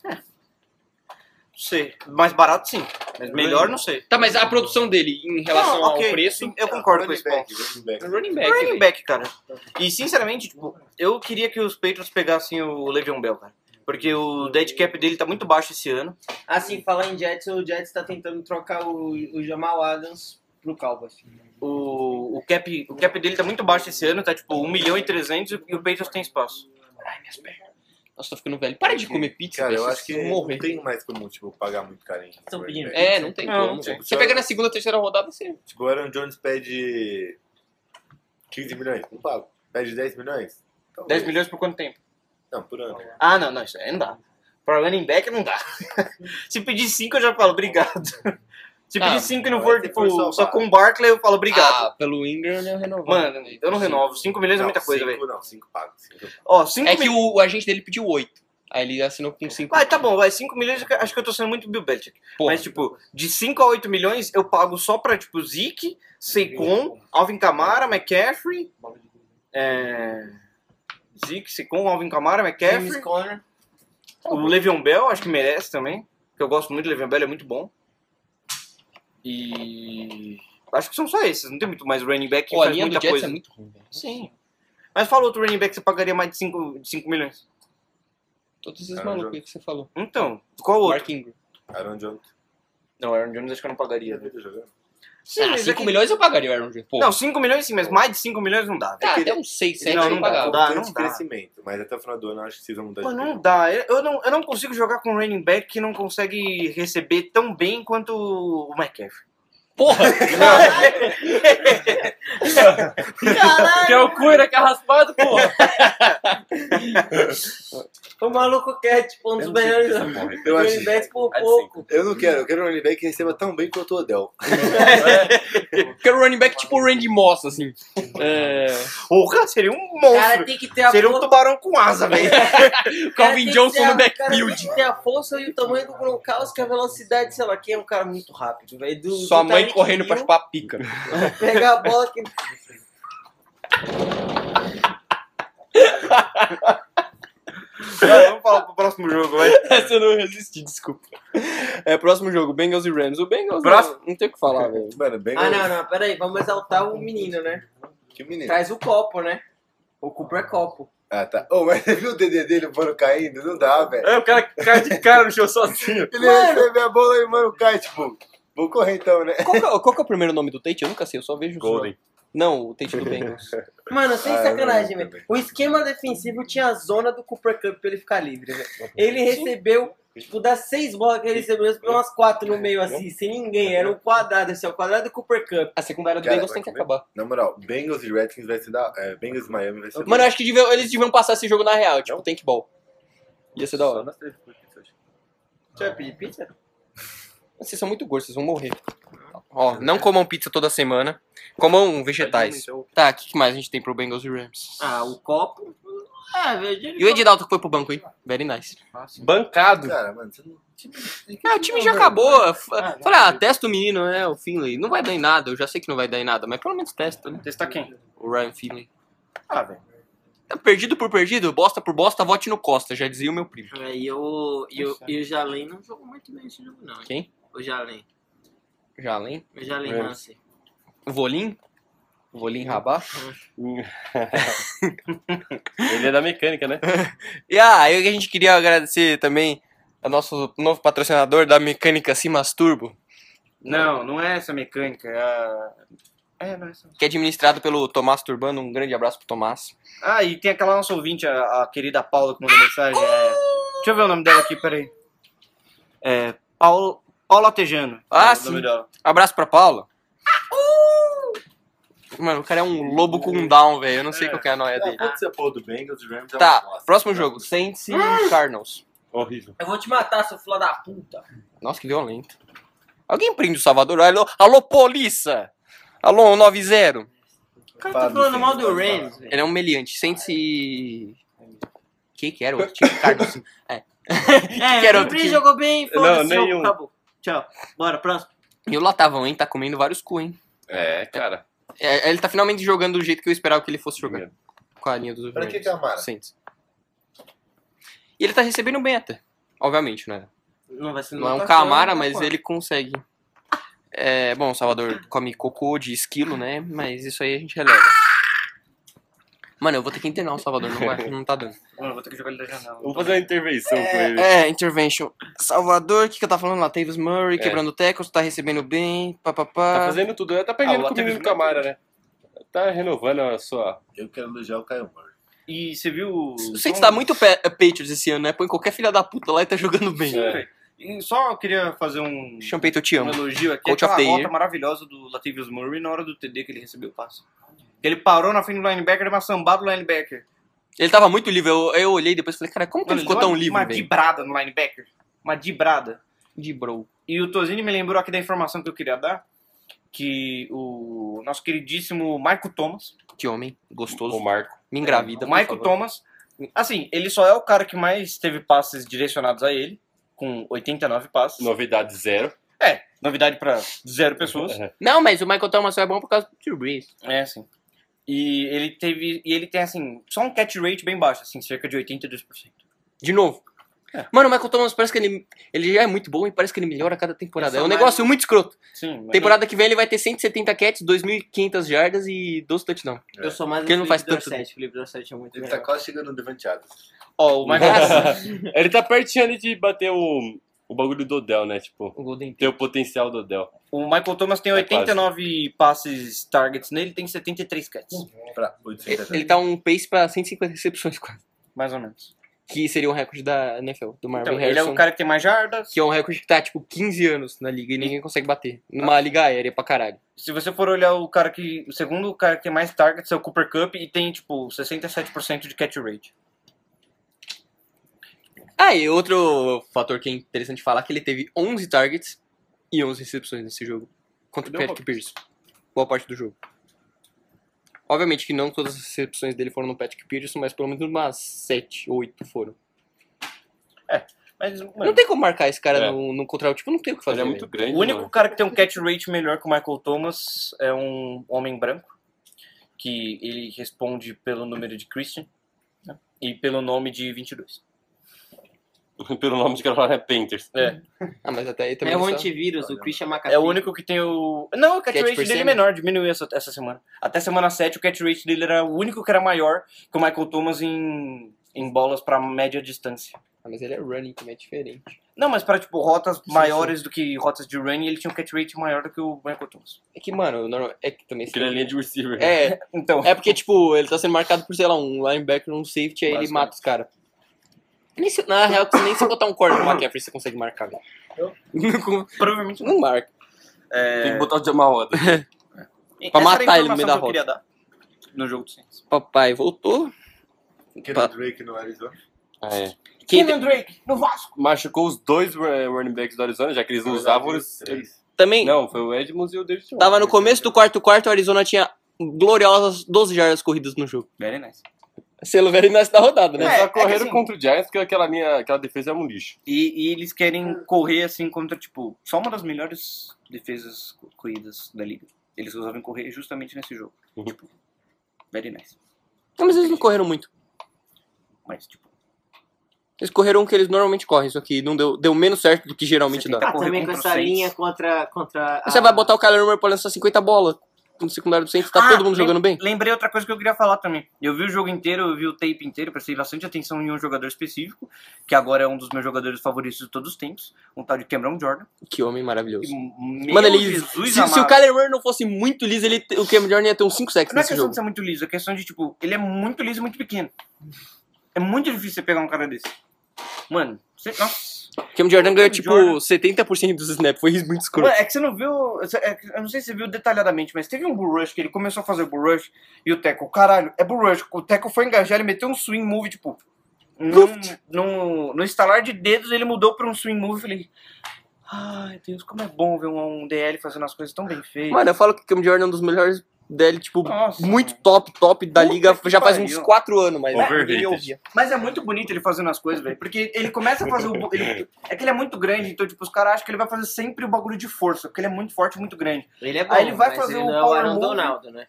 S5: Não sei. Mais barato sim, mas melhor não sei.
S2: Tá, mas a produção dele em relação
S5: Não, ok,
S2: ao preço.
S5: sim, Eu concordo
S4: Running
S5: com esse ponto.
S4: back, running back.
S2: é Running back.
S5: Running
S2: velho.
S5: back, cara. E sinceramente, tipo, eu queria que os Patriots pegassem o Le'Veon Bell, cara. Porque o dead cap dele tá muito baixo esse ano.
S3: Assim, falar em Jets, o Jets tá tentando trocar o, o Jamal Adams pro Cowboys.
S5: O, o, cap, o cap dele tá muito baixo esse ano, tá tipo 1 milhão e 300 e o Patriots tem espaço.
S2: Nossa, tô ficando velho. Para de comer pizza,
S4: Cara,
S2: velho.
S4: eu
S2: vocês
S4: acho que
S2: morrer.
S4: não tem mais como, tipo, pagar muito carinho.
S3: Tão pedindo.
S2: É, não tem
S5: Não,
S2: como.
S4: não.
S2: Você pega na segunda, terceira rodada, você.
S4: Tipo, o Aaron Jones pede 15 milhões, não pago. Pede 10 milhões? Talvez.
S5: 10 milhões por quanto tempo?
S4: Não, por ano.
S5: Ah, não, não, isso aí não dá. Pra running back não dá. Se pedir 5 eu já falo obrigado. Se
S2: Ah,
S5: pedir 5 e não
S4: vai
S5: for,
S4: ter
S5: tipo,
S4: que salvar.
S5: só com o Barkley eu falo obrigado.
S2: Ah, pelo Ingram eu renovo.
S5: Mano, eu não renovo. 5 milhões é muita
S4: Não,
S5: coisa,
S4: cinco,
S5: velho.
S4: Não, 5 pago. cinco eu pago.
S5: Ó, 5
S2: É que
S5: milhões.
S2: o, o agente dele pediu 8. Aí ele assinou com 5.
S5: Vai, tá bom, vai. 5 milhões eu acho que eu tô sendo muito Bill Belichick.
S2: Porra.
S5: Mas, tipo, de 5 a 8 milhões eu pago só pra, tipo, Zeke, Seikon, Alvin Kamara, McCaffrey. É. Zeke, Seikon, Alvin Kamara,
S3: James
S5: McCaffrey.
S3: Conner.
S5: O Le'Veon Bell, acho que merece também. Que eu gosto muito do Le'Veon Bell, ele é muito bom. E. Acho que são só esses, não tem muito mais running back que
S2: Pô, a
S5: faz
S2: linha do
S5: muita
S2: Jets
S5: coisa.
S2: é muito ruim, velho.
S5: Sim. Mas fala outro running back que você pagaria mais de 5, de 5 milhões.
S2: Todos esses
S4: Ah,
S2: malucos
S4: jogo.
S2: aí que você falou.
S5: Então, qual outro?
S2: Mark Ingram.
S4: Aaron Jones.
S5: Não, Aaron Jones acho que eu não pagaria.
S4: Ele tá jogando.
S5: Sim,
S2: ah,
S5: mas é
S2: 5
S5: que-
S2: milhões eu pagaria o Aaron Jones. Pô,
S5: Não, 5 milhões sim, mas mais de 5 milhões não dá. velho.
S2: tá, até uns 6, 7
S5: Não,
S2: eu
S5: não dá,
S2: pagava.
S5: não dá.
S4: Tem esse crescimento, mas até o final do ano eu acho que vocês vão mudar
S5: Pô,
S4: de
S5: não
S4: ideia.
S5: dá. Eu- Eu não, eu não consigo jogar com um running back que não consegue receber tão bem quanto o McCaffrey.
S2: Porra!
S6: Que é o Cuira que é raspado, porra!
S3: O maluco quer, tipo, um dos melhores
S2: é
S4: Eu acho-
S3: running backs por
S6: É de
S3: pouco.
S4: Eu não quero, eu quero um running back que receba tão bem quanto o Odell.
S2: Quero running back tipo o Randy Moss, assim. É...
S5: Porra, seria um
S3: O cara
S5: monstro.
S3: tem que ter a
S5: Seria um
S3: força-
S5: tubarão com asa,
S2: é O
S5: velho.
S3: o cara tem
S2: Calvin
S3: que
S2: Johnson
S3: ter a-
S2: no
S3: o cara tem
S2: backfield.
S3: que ter a força e o tamanho do Gronkowski, a velocidade, sei lá, quem é um cara muito rápido, velho. Do-
S2: Sua
S3: do
S2: mãe
S3: Tyreek
S2: correndo
S3: Hill,
S2: pra chupar pica.
S3: Pegar a bola que...
S5: Vai, Vamos falar pro próximo jogo, vai.
S2: Essa eu não resisti, desculpa. É, próximo jogo, Bengals e Rams. O Bengals
S5: Próximo.
S2: Não, não tem o que falar, velho.
S4: Mano, bem.
S3: Ah, não, não, peraí, vamos exaltar o menino, né?
S4: Que menino.
S3: Traz o copo, né? O cupo é copo.
S4: Ah, tá. Ô, mas você viu o DD dele, o mano, caindo? Não dá, velho.
S6: É, o cara cai de cara no chão sozinho.
S4: Ele recebe a bola e o mano cai, tipo, vou correr então, né?
S2: Qual que, é- qual que é o primeiro nome do Tate? Eu nunca sei, eu só vejo o
S6: Golden.
S2: Não, o Tate é do Bengals.
S3: Mano, sem
S4: Ah, eu
S3: sacanagem,
S4: não lembro
S3: velho. O esquema defensivo tinha a zona do Cooper Cup pra ele ficar livre, velho. Ele recebeu
S8: Tipo, das seis bolas que ele recebeu, ele recebeu umas quatro no meio assim, sem ninguém. Era um quadrado, assim, ó, o quadrado do Cooper Cup.
S2: A secundária do
S4: Cara,
S2: Bengals
S4: vai
S2: tem que
S4: comer?
S2: acabar.
S4: Na moral, Bengals e Redskins vai ser da. É, Bengals e Miami vai ser.
S2: Mano, eu acho que deviam- eles deviam passar esse jogo na real, tipo, tem que ball. Ia ser da hora.
S8: Você vai pedir pizza?
S2: Vocês são muito gordos, vocês vão morrer. Ó, não comam pizza toda semana. Comam vegetais. Tá, o que que mais a gente tem pro Bengals e Rams?
S8: Ah, o copo. Ah, velho.
S2: E o Edinaldo que foi pro banco, hein? Very nice.
S6: Bancado.
S4: Cara, mano, você não.
S2: Ah, o time já acabou. F- Falei, ah, testa o menino, né? O Finley. Não vai dar em nada, eu já sei que não vai dar em nada, mas pelo menos testa, né?
S5: Testar quem?
S2: O Ryan Finley.
S5: Ah, velho.
S2: Tá Perdido por perdido, bosta por bosta, vote no Costa, já dizia o meu primo.
S8: É, e, o, e, o, e o Jalen não jogou muito bem esse jogo, não. hein?
S2: Quem?
S8: O Jalen.
S2: Jalen?
S8: O Jalen
S6: É.
S8: Ramsey.
S2: O Volim? O Volim Rabá?
S6: Ele é da mecânica, né?
S2: E ah, eu, a gente queria agradecer também ao nosso novo patrocinador da mecânica Simas Turbo,
S5: Não, não é essa mecânica. É, a... é não é essa.
S2: que é administrado pelo Tomás Turbano. Um grande abraço pro Tomás.
S5: Ah, e tem aquela nossa ouvinte, a, a querida Paula, que mandou mensagem. é- Deixa eu ver o nome dela aqui, peraí. É. Paulo... Paula Tejano.
S2: Ah,
S5: é o
S2: sim.
S5: nome dela.
S2: Abraço pra Paula. Mano, o cara é um lobo com um down, velho. Eu não sei qual que é a noia dele.
S4: Pode ser a porra do Bengals e Rams é uma
S2: Tá,
S4: bosta.
S2: próximo jogo. Saints e Cardinals.
S6: Horrível.
S8: Eu vou te matar, seu filho da puta.
S2: Nossa, que violento. Alguém prende o Salvador? Alô, alô polícia! Alô, um 90.
S8: O cara tá falando mal do Rams, velho.
S2: Ele é um meliante. Saints e... Que que era o outro time? Cardinals.
S8: É,
S2: Que era
S8: o
S2: outro
S8: Brady
S2: time.
S8: jogou bem,
S6: Não,
S8: foda-se, jogo,
S6: nenhum.
S8: acabou. Tchau. Bora, próximo.
S2: E o Latavão, hein? Tá comendo vários cu, hein?
S6: É, cara.
S2: É, ele tá finalmente jogando do jeito que eu esperava que ele fosse jogar. Com a linha dos
S4: Pra que
S2: Rams.
S4: que é amaram?
S2: Saints. E ele tá recebendo bem até. Obviamente, né?
S8: Não vai ser
S2: Não é
S4: tá
S2: um
S8: nota
S2: Camara,
S8: fora,
S2: mas
S8: fora.
S2: ele consegue. É, bom, o Salvador come cocô de esquilo, né? Mas isso aí a gente releva. Mano, eu vou ter que internar o Salvador, não, vai, não tá dando.
S5: Mano, vou ter que jogar ele da janela.
S6: Vamos fazer uma intervenção com ele.
S2: É, intervention. Salvador, o que, que eu tava falando lá? Tavis Murray,
S6: É.
S2: quebrando tecos, tá recebendo bem, papapá.
S6: Tá fazendo tudo, né? Tá pegando
S4: Ah, o
S6: com o menino
S4: Latavius
S6: Camara, né? Tá renovando a sua.
S4: Eu quero elogiar o Caio Murray.
S5: E você viu. o-
S2: O Saints tá muito pa- Patriots esse ano, né? Põe qualquer filha da puta lá e tá jogando bem.
S5: Sim,
S6: né?
S5: velho. E Só eu queria fazer um.
S2: Champeito, eu te
S5: um
S2: amo.
S5: elogio aqui,
S2: Coach
S5: aquela
S2: of the
S5: rota
S2: year.
S5: maravilhosa do Latavius Murray na hora do TD que ele recebeu o passe. Ele parou na frente do linebacker, deu uma sambada do linebacker.
S2: Ele tava muito livre, eu, eu olhei depois e falei, cara, como que
S5: Mano,
S2: ele ficou
S5: deu
S2: tão
S5: uma,
S2: livre,
S5: Uma
S2: velho?
S5: dibrada no linebacker. Uma dibrada.
S2: De bro.
S5: E o Tozini me lembrou aqui da informação que eu queria dar, que o nosso queridíssimo Marco Thomas,
S2: Que homem gostoso.
S6: O Marco.
S2: Me engravida,
S5: o
S2: por
S5: Michael
S2: favor.
S5: Thomas, assim, ele só é o cara que mais teve passes direcionados a ele, com 89 passes.
S6: Novidade zero.
S5: É, novidade pra zero pessoas.
S2: Não, mas o Michael Thomas só é bom por causa do Drew Brees.
S5: É, sim. E ele teve. E ele tem, assim, só um catch rate bem baixo, assim, cerca de 82%.
S2: De novo.
S5: É.
S2: Mano, o Michael Thomas parece que ele, ele já é muito bom e parece que ele melhora a cada temporada. É um negócio muito escroto.
S5: Sim, mas-
S2: Temporada que vem ele vai ter 170 catches, 2.500 jardas e 12 touchdowns.
S8: Eu sou mais
S2: Porque ele não faz tanto.
S8: Dorsett. Felipe Dorsett é muito
S4: Ele tá
S8: melhor.
S4: quase chegando no Devante Adams.
S5: Ó, o Michael
S6: ele tá pertinho ali de bater o, o bagulho do Odell, né? Tipo,
S2: O Golden.
S6: ter o potencial do Odell.
S5: o Michael Thomas tem
S6: Tá
S5: 89 passes targets nele, tem 73 catches.
S4: Pra
S2: Ele,
S4: 800
S2: ele tá um pace pra 150 recepções quase.
S5: Mais ou menos.
S2: Que seria um recorde da NFL, do Marvin
S5: Então, ele é
S2: Harrison.
S5: o cara que tem mais jardas.
S2: Que é um recorde que tá, tipo, 15 anos na liga e ninguém consegue bater.
S5: Ah.
S2: Numa liga aérea pra caralho.
S5: Se você for olhar o cara que. O segundo cara que tem mais targets é o Cooper Cup e tem, tipo, 67% de catch rate.
S2: Ah, e outro fator que é interessante falar é que ele teve 11 targets e 11 recepções nesse jogo. Contra o
S6: Deu
S2: Patrick Pierce. Boa parte do jogo. Obviamente que não todas as recepções dele foram no Patrick Peterson, mas pelo menos umas 7, 8 foram.
S5: Mas, mano,
S2: Não tem como marcar esse cara
S6: É.
S2: no, no contra Tipo, não tem o que fazer.
S6: Ele é muito
S2: velho.
S6: grande.
S5: O único
S6: mano.
S5: cara que tem um catch rate melhor que o Michael Thomas é um homem branco, que ele responde pelo número de Christian né? e pelo nome de 22.
S6: Pelo nome de cara é Painters.
S2: Ah, mas até aí também.
S3: um
S8: É o
S2: só-
S3: tipo-
S8: antivírus, o Christian McAfee.
S5: É o único que tem o... Não, o catch,
S2: Catch
S5: rate
S2: percent?
S5: dele é menor, diminuiu essa, essa semana. Até semana 7 o catch rate dele era o único que era maior que o Michael Thomas em, em bolas para média distância.
S2: Ah, mas ele é running também, é diferente.
S5: Não, mas para tipo rotas
S2: sim.
S5: maiores do que rotas de running, ele tinha um catch rate maior do que o Michael Thomas.
S2: É que, mano, normal- é que também.
S6: Porque ele é linha de receiver.
S2: É,
S5: Então,
S2: É porque, tipo, ele tá sendo marcado por, sei lá, um linebacker, um safety, aí ele
S5: Basicamente.
S2: mata os caras. Nem se- na real, que nem se eu botar um corte no McCaffrey, você consegue marcar, velho.
S5: Provavelmente
S2: não marca.
S6: Tem que botar o Jamal Adams.
S5: É
S2: Pra matar ele no meio da roda.
S5: No jogo do Saints.
S2: Papai voltou.
S4: Kenny Drake no Arizona.
S6: Ah, é.
S2: Kenyon
S3: Drake, no Vasco.
S6: Machucou os dois eh, running backs do Arizona, já que eles não usavam os
S2: Também.
S6: Não, foi o Edmonds e o David Johnson.
S2: Tava no começo do quarto quarto, o Arizona tinha gloriosas 12 jardas corridas no jogo.
S5: Very nice.
S2: Selo velho nasce da rodada, né?
S5: É,
S6: Eles só
S5: que
S6: correram
S5: assim-
S6: Tá contra o Giants, porque aquela, minha, aquela defesa é um lixo.
S5: E, e eles querem correr assim contra, tipo, só uma das melhores defesas co- corridas da liga. Eles resolvem correr justamente nesse jogo. Tipo, very nice.
S2: Não, mas eles não correram muito.
S5: Mas, tipo,
S2: Eles correram o que eles normalmente correm, só que não deu, deu menos certo do que geralmente dá.
S5: Você tem que correr
S3: Também com
S5: contra o
S3: essa
S5: Saints.
S3: linha contra. contra
S2: Você vai botar o Kyler Murray pra lançar 50 bolas no secundário do Saints, tá
S5: Ah,
S2: todo mundo
S5: lem-
S2: jogando bem?
S5: Lembrei outra coisa que eu queria falar também. Eu vi o jogo inteiro, eu vi o tape inteiro, prestei bastante atenção em um jogador específico, que agora é um dos meus jogadores favoritos de todos os tempos, um tal de Cameron Jordan.
S2: Que homem maravilhoso.
S5: Meu
S2: Mano, ele.
S5: Jesus
S2: se, se o
S5: amado.
S2: Kyler Murray não fosse muito liso, ele, te- o Cam Jordan ia ter uns 5 sacks
S5: Não é
S2: nesse
S5: questão
S2: jogo.
S5: de ser muito liso, é questão de, tipo, ele é muito liso e muito pequeno. É muito difícil você pegar um cara desse. Mano, você, nossa.
S2: Cam Jordan ganhou tipo
S5: Jordan-
S2: 70% dos snaps, foi muito escuro.
S5: Mano, é que você não viu. é que- Eu não sei se você viu detalhadamente, mas teve um bull rush que ele começou a fazer bull rush e o Teco, caralho, é bull rush. O Teco foi engajar, ele meteu um swing move, tipo. Num, num- no estalar de dedos, ele mudou pra um swing move. Eu falei, ai Deus, como é bom ver um, um DL fazendo as coisas tão bem feitas.
S2: Mano, eu falo que o Cam Jordan é um dos melhores DL, tipo,
S5: Nossa,
S2: muito top, top da liga. Já faz uns
S5: pariu.
S2: 4 anos, mas né?
S6: Overrated.
S2: ninguém ouvia.
S5: Mas é muito bonito ele fazendo as coisas, velho. Porque ele começa a fazer o. bu- ele- é que ele é muito grande, então, tipo, os caras acham que ele vai fazer sempre o bagulho de força. Porque ele é muito forte, muito grande.
S3: Ele é bom,
S5: Aí ele vai
S3: mas
S5: fazer
S3: ele
S5: o
S3: não é o
S5: power
S3: Aaron
S5: move.
S3: Donaldo, né?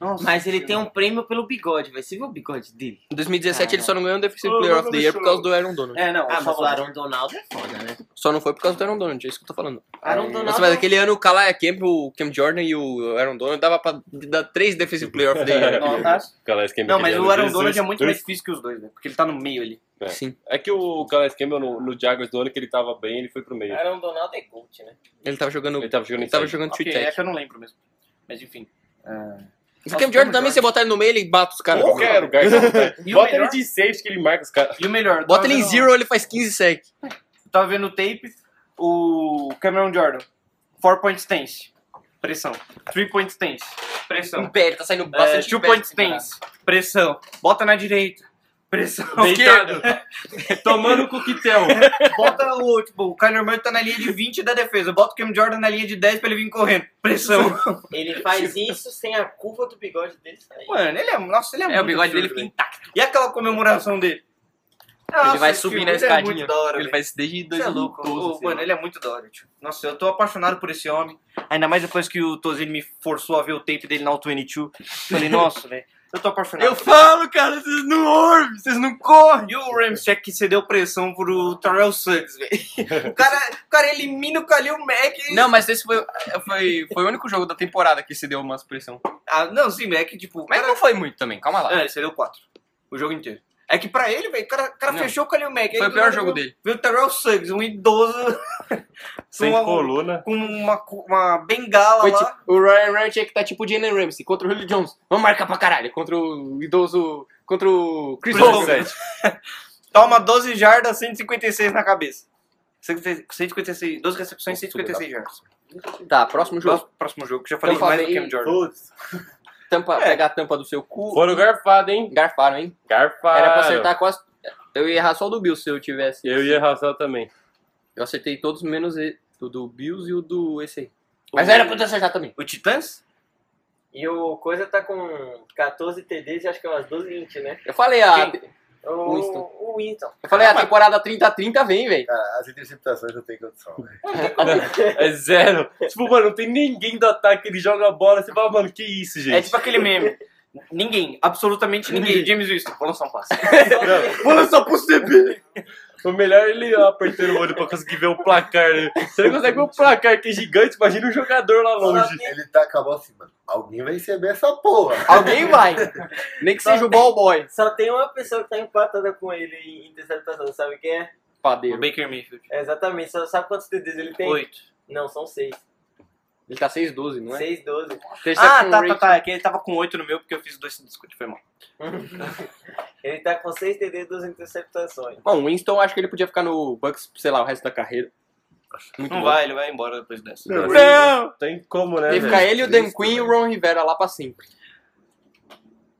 S5: Nossa,
S3: Mas ele tem um prêmio pelo bigode, velho. Você viu o bigode dele?
S2: Em 2017 ele só não ganhou o Defensive
S3: Ô,
S2: Player of
S3: Ronaldo
S2: the Year
S3: deixou.
S2: por causa do Aaron Donald.
S5: É, não,
S3: Ah,
S5: só
S3: mas o
S5: falando.
S3: Aaron Donaldo é foda, né?
S2: Só não foi por causa do Aaron Donald, é isso que eu tô falando.
S3: Aaron
S2: Nossa,
S3: Donaldo.
S2: mas aquele ano o Kalaya Camp, o Cam Jordan e o Aaron Donald dava pra dar três Defensive Player of the Year.
S3: é
S5: Nossa.
S6: Calais Campbell
S5: Não, mas
S6: queria
S5: o Aaron
S6: Jesus,
S5: Donald é muito mais
S6: Jesus.
S5: difícil que os dois, né? Porque ele tá no meio ali.
S6: É.
S2: Sim.
S6: É que o Calais Campbell no, no Jaguars do ano que ele tava bem, ele foi pro meio.
S3: Aaron Donaldo é gold, né?
S2: Ele tava jogando.
S6: Ele tava jogando
S2: Ele tava
S6: inside.
S2: jogando
S5: Ok,
S2: tweet
S5: é
S2: tech.
S5: que eu não lembro mesmo. Mas enfim.
S2: O Cam
S5: tá
S2: Jordan também, você botar ele no meio, ele mata os caras.
S6: Qualquer lugar que ele tá.
S5: E o
S6: Bota ele
S5: melhor?
S6: de safety que ele marca os caras.
S5: E o melhor,
S2: Bota
S5: tava
S2: ele em
S5: vendo-
S2: zero, ele faz 15 sec.
S5: Tava vendo o tape, o Cameron Jordan. Four point stance. Pressão. Three point stance. Pressão.
S2: pé, ele tá saindo
S5: É,
S2: de
S5: two
S2: pé
S5: point
S2: essa temporada.
S5: stance. Pressão. Bota na direita. Pressão.
S2: Deitado.
S5: Tomando coquetel. Bota o, tipo, o Kyler Murray tá na linha de 20 da defesa. Bota o Cam Jordan na linha de 10 pra ele vir correndo. Pressão.
S3: Ele faz isso sem a curva do bigode dele sair.
S5: Mano, ele é. Nossa, ele é, muito.
S2: o bigode
S5: absurdo,
S2: dele fica
S5: velho. E aquela comemoração dele? Nossa,
S2: Ele vai
S5: esse
S2: subir
S5: filme
S2: na
S5: É muito
S2: escadinha.
S5: da hora,
S2: Ele
S5: velho.
S2: faz desde
S5: Você é louco.
S2: 2012.
S5: Ô,
S2: sei
S5: mano,
S2: lá.
S5: ele é muito da hora, tio. Nossa, eu tô apaixonado por esse homem. Ainda mais depois que o Tozini me forçou a ver o tape dele na All-22. Falei, nossa, velho. Eu tô apaixonado.
S2: Eu falo, cara, vocês não ouvem, vocês não correm.
S5: E o Ramsek que cedeu pressão pro Terrell Suggs, velho. O cara, o cara elimina o Khalil Mack.
S2: Não, mas esse foi, foi, foi o único jogo da temporada que se deu uma supressão.
S5: Ah, não, sim, é que tipo. o
S2: Mas
S5: cara-
S2: não foi muito também, calma lá.
S5: Ah, ele cedeu quatro. O jogo inteiro. É que pra ele, velho, o cara, o cara
S2: Não.
S5: fechou o Khalil
S2: Foi
S5: Mack. aí
S2: o
S5: do
S2: pior
S5: nada
S2: jogo
S5: veio-
S2: dele.
S5: Veio o Terrell Suggs, um idoso.
S6: Sem
S5: uma-
S6: coluna.
S5: com uma, cu- uma bengala
S2: Foi
S5: lá.
S2: tipo, o Ryan Ramchick tá tipo o Jalen Ramsey contra o Julio Jones. Vamos marcar pra caralho. Contra o idoso. Contra o Chris
S5: Chris
S2: Paul.
S5: Paul. Toma 12 jardas, 156 na cabeça. 156, 12 recepções, 156 jardas.
S2: Tá, próximo jogo.
S5: Pró- Próximo jogo, que já falei
S2: Então,
S5: mais do
S2: falei-
S5: Cam Jordan.
S2: Tampa,
S5: É.
S2: Pegar a tampa do seu cu.
S6: Foram garfados, hein?
S2: Garfaram, hein?
S6: Garfaram.
S2: Era pra acertar quase. Eu ia errar só o do Bills se eu tivesse.
S6: Eu ia arrasar também.
S2: Eu acertei todos menos e- o do Bills e o do esse aí. Mas era pra eu acertar também.
S5: O Titãs?
S3: E o Coisa tá com 14 TDs e acho que é umas 12, 20, né?
S2: Eu falei, a,
S3: O
S2: Winston.
S3: O Winston.
S2: eu falei, a temporada 30-30 vem, velho.
S4: Cara, as interceptações não tem condição, velho.
S6: É zero. tipo, mano, não tem ninguém do ataque, ele joga a bola. Você fala, mano, que isso, gente?
S5: É tipo aquele meme. Ninguém, absolutamente ninguém. James Winston, vou lançar um passe. tipo,
S6: Olha só pro CB. O melhor é ele apertando o olho pra conseguir ver o placar, né? Você não consegue ver o placar que é gigante, imagina um jogador lá longe.
S4: Ele tá acabou assim, mano. Alguém vai receber essa porra.
S2: Alguém vai. Nem que seja o ball boy.
S3: Só tem uma pessoa que tá empatada com ele em interceptação, sabe quem é?
S5: O
S2: Padeiro.
S5: Baker Mayfield.
S3: É, exatamente. Só sabe quantos TDs ele tem?
S5: Oito.
S3: Não, são seis.
S2: Ele tá 6-12, não é?
S3: Seis, doze.
S2: Interception
S5: Ah, tá, tá,
S2: rate.
S5: tá. É que ele tava com oito no meu porque eu fiz dois sem discutir, foi mal.
S8: Ele tá com 6 TD e 2 interceptações.
S2: Bom, o Winston, acho que ele podia ficar no Bucks, sei lá, o resto da carreira. Muito
S7: não
S2: bom.
S7: vai, ele vai embora depois dessa.
S2: Não! Não!
S6: Tem como, né?
S2: Tem que ficar ele, o Dan Quinn e o Ron Rivera lá pra sempre.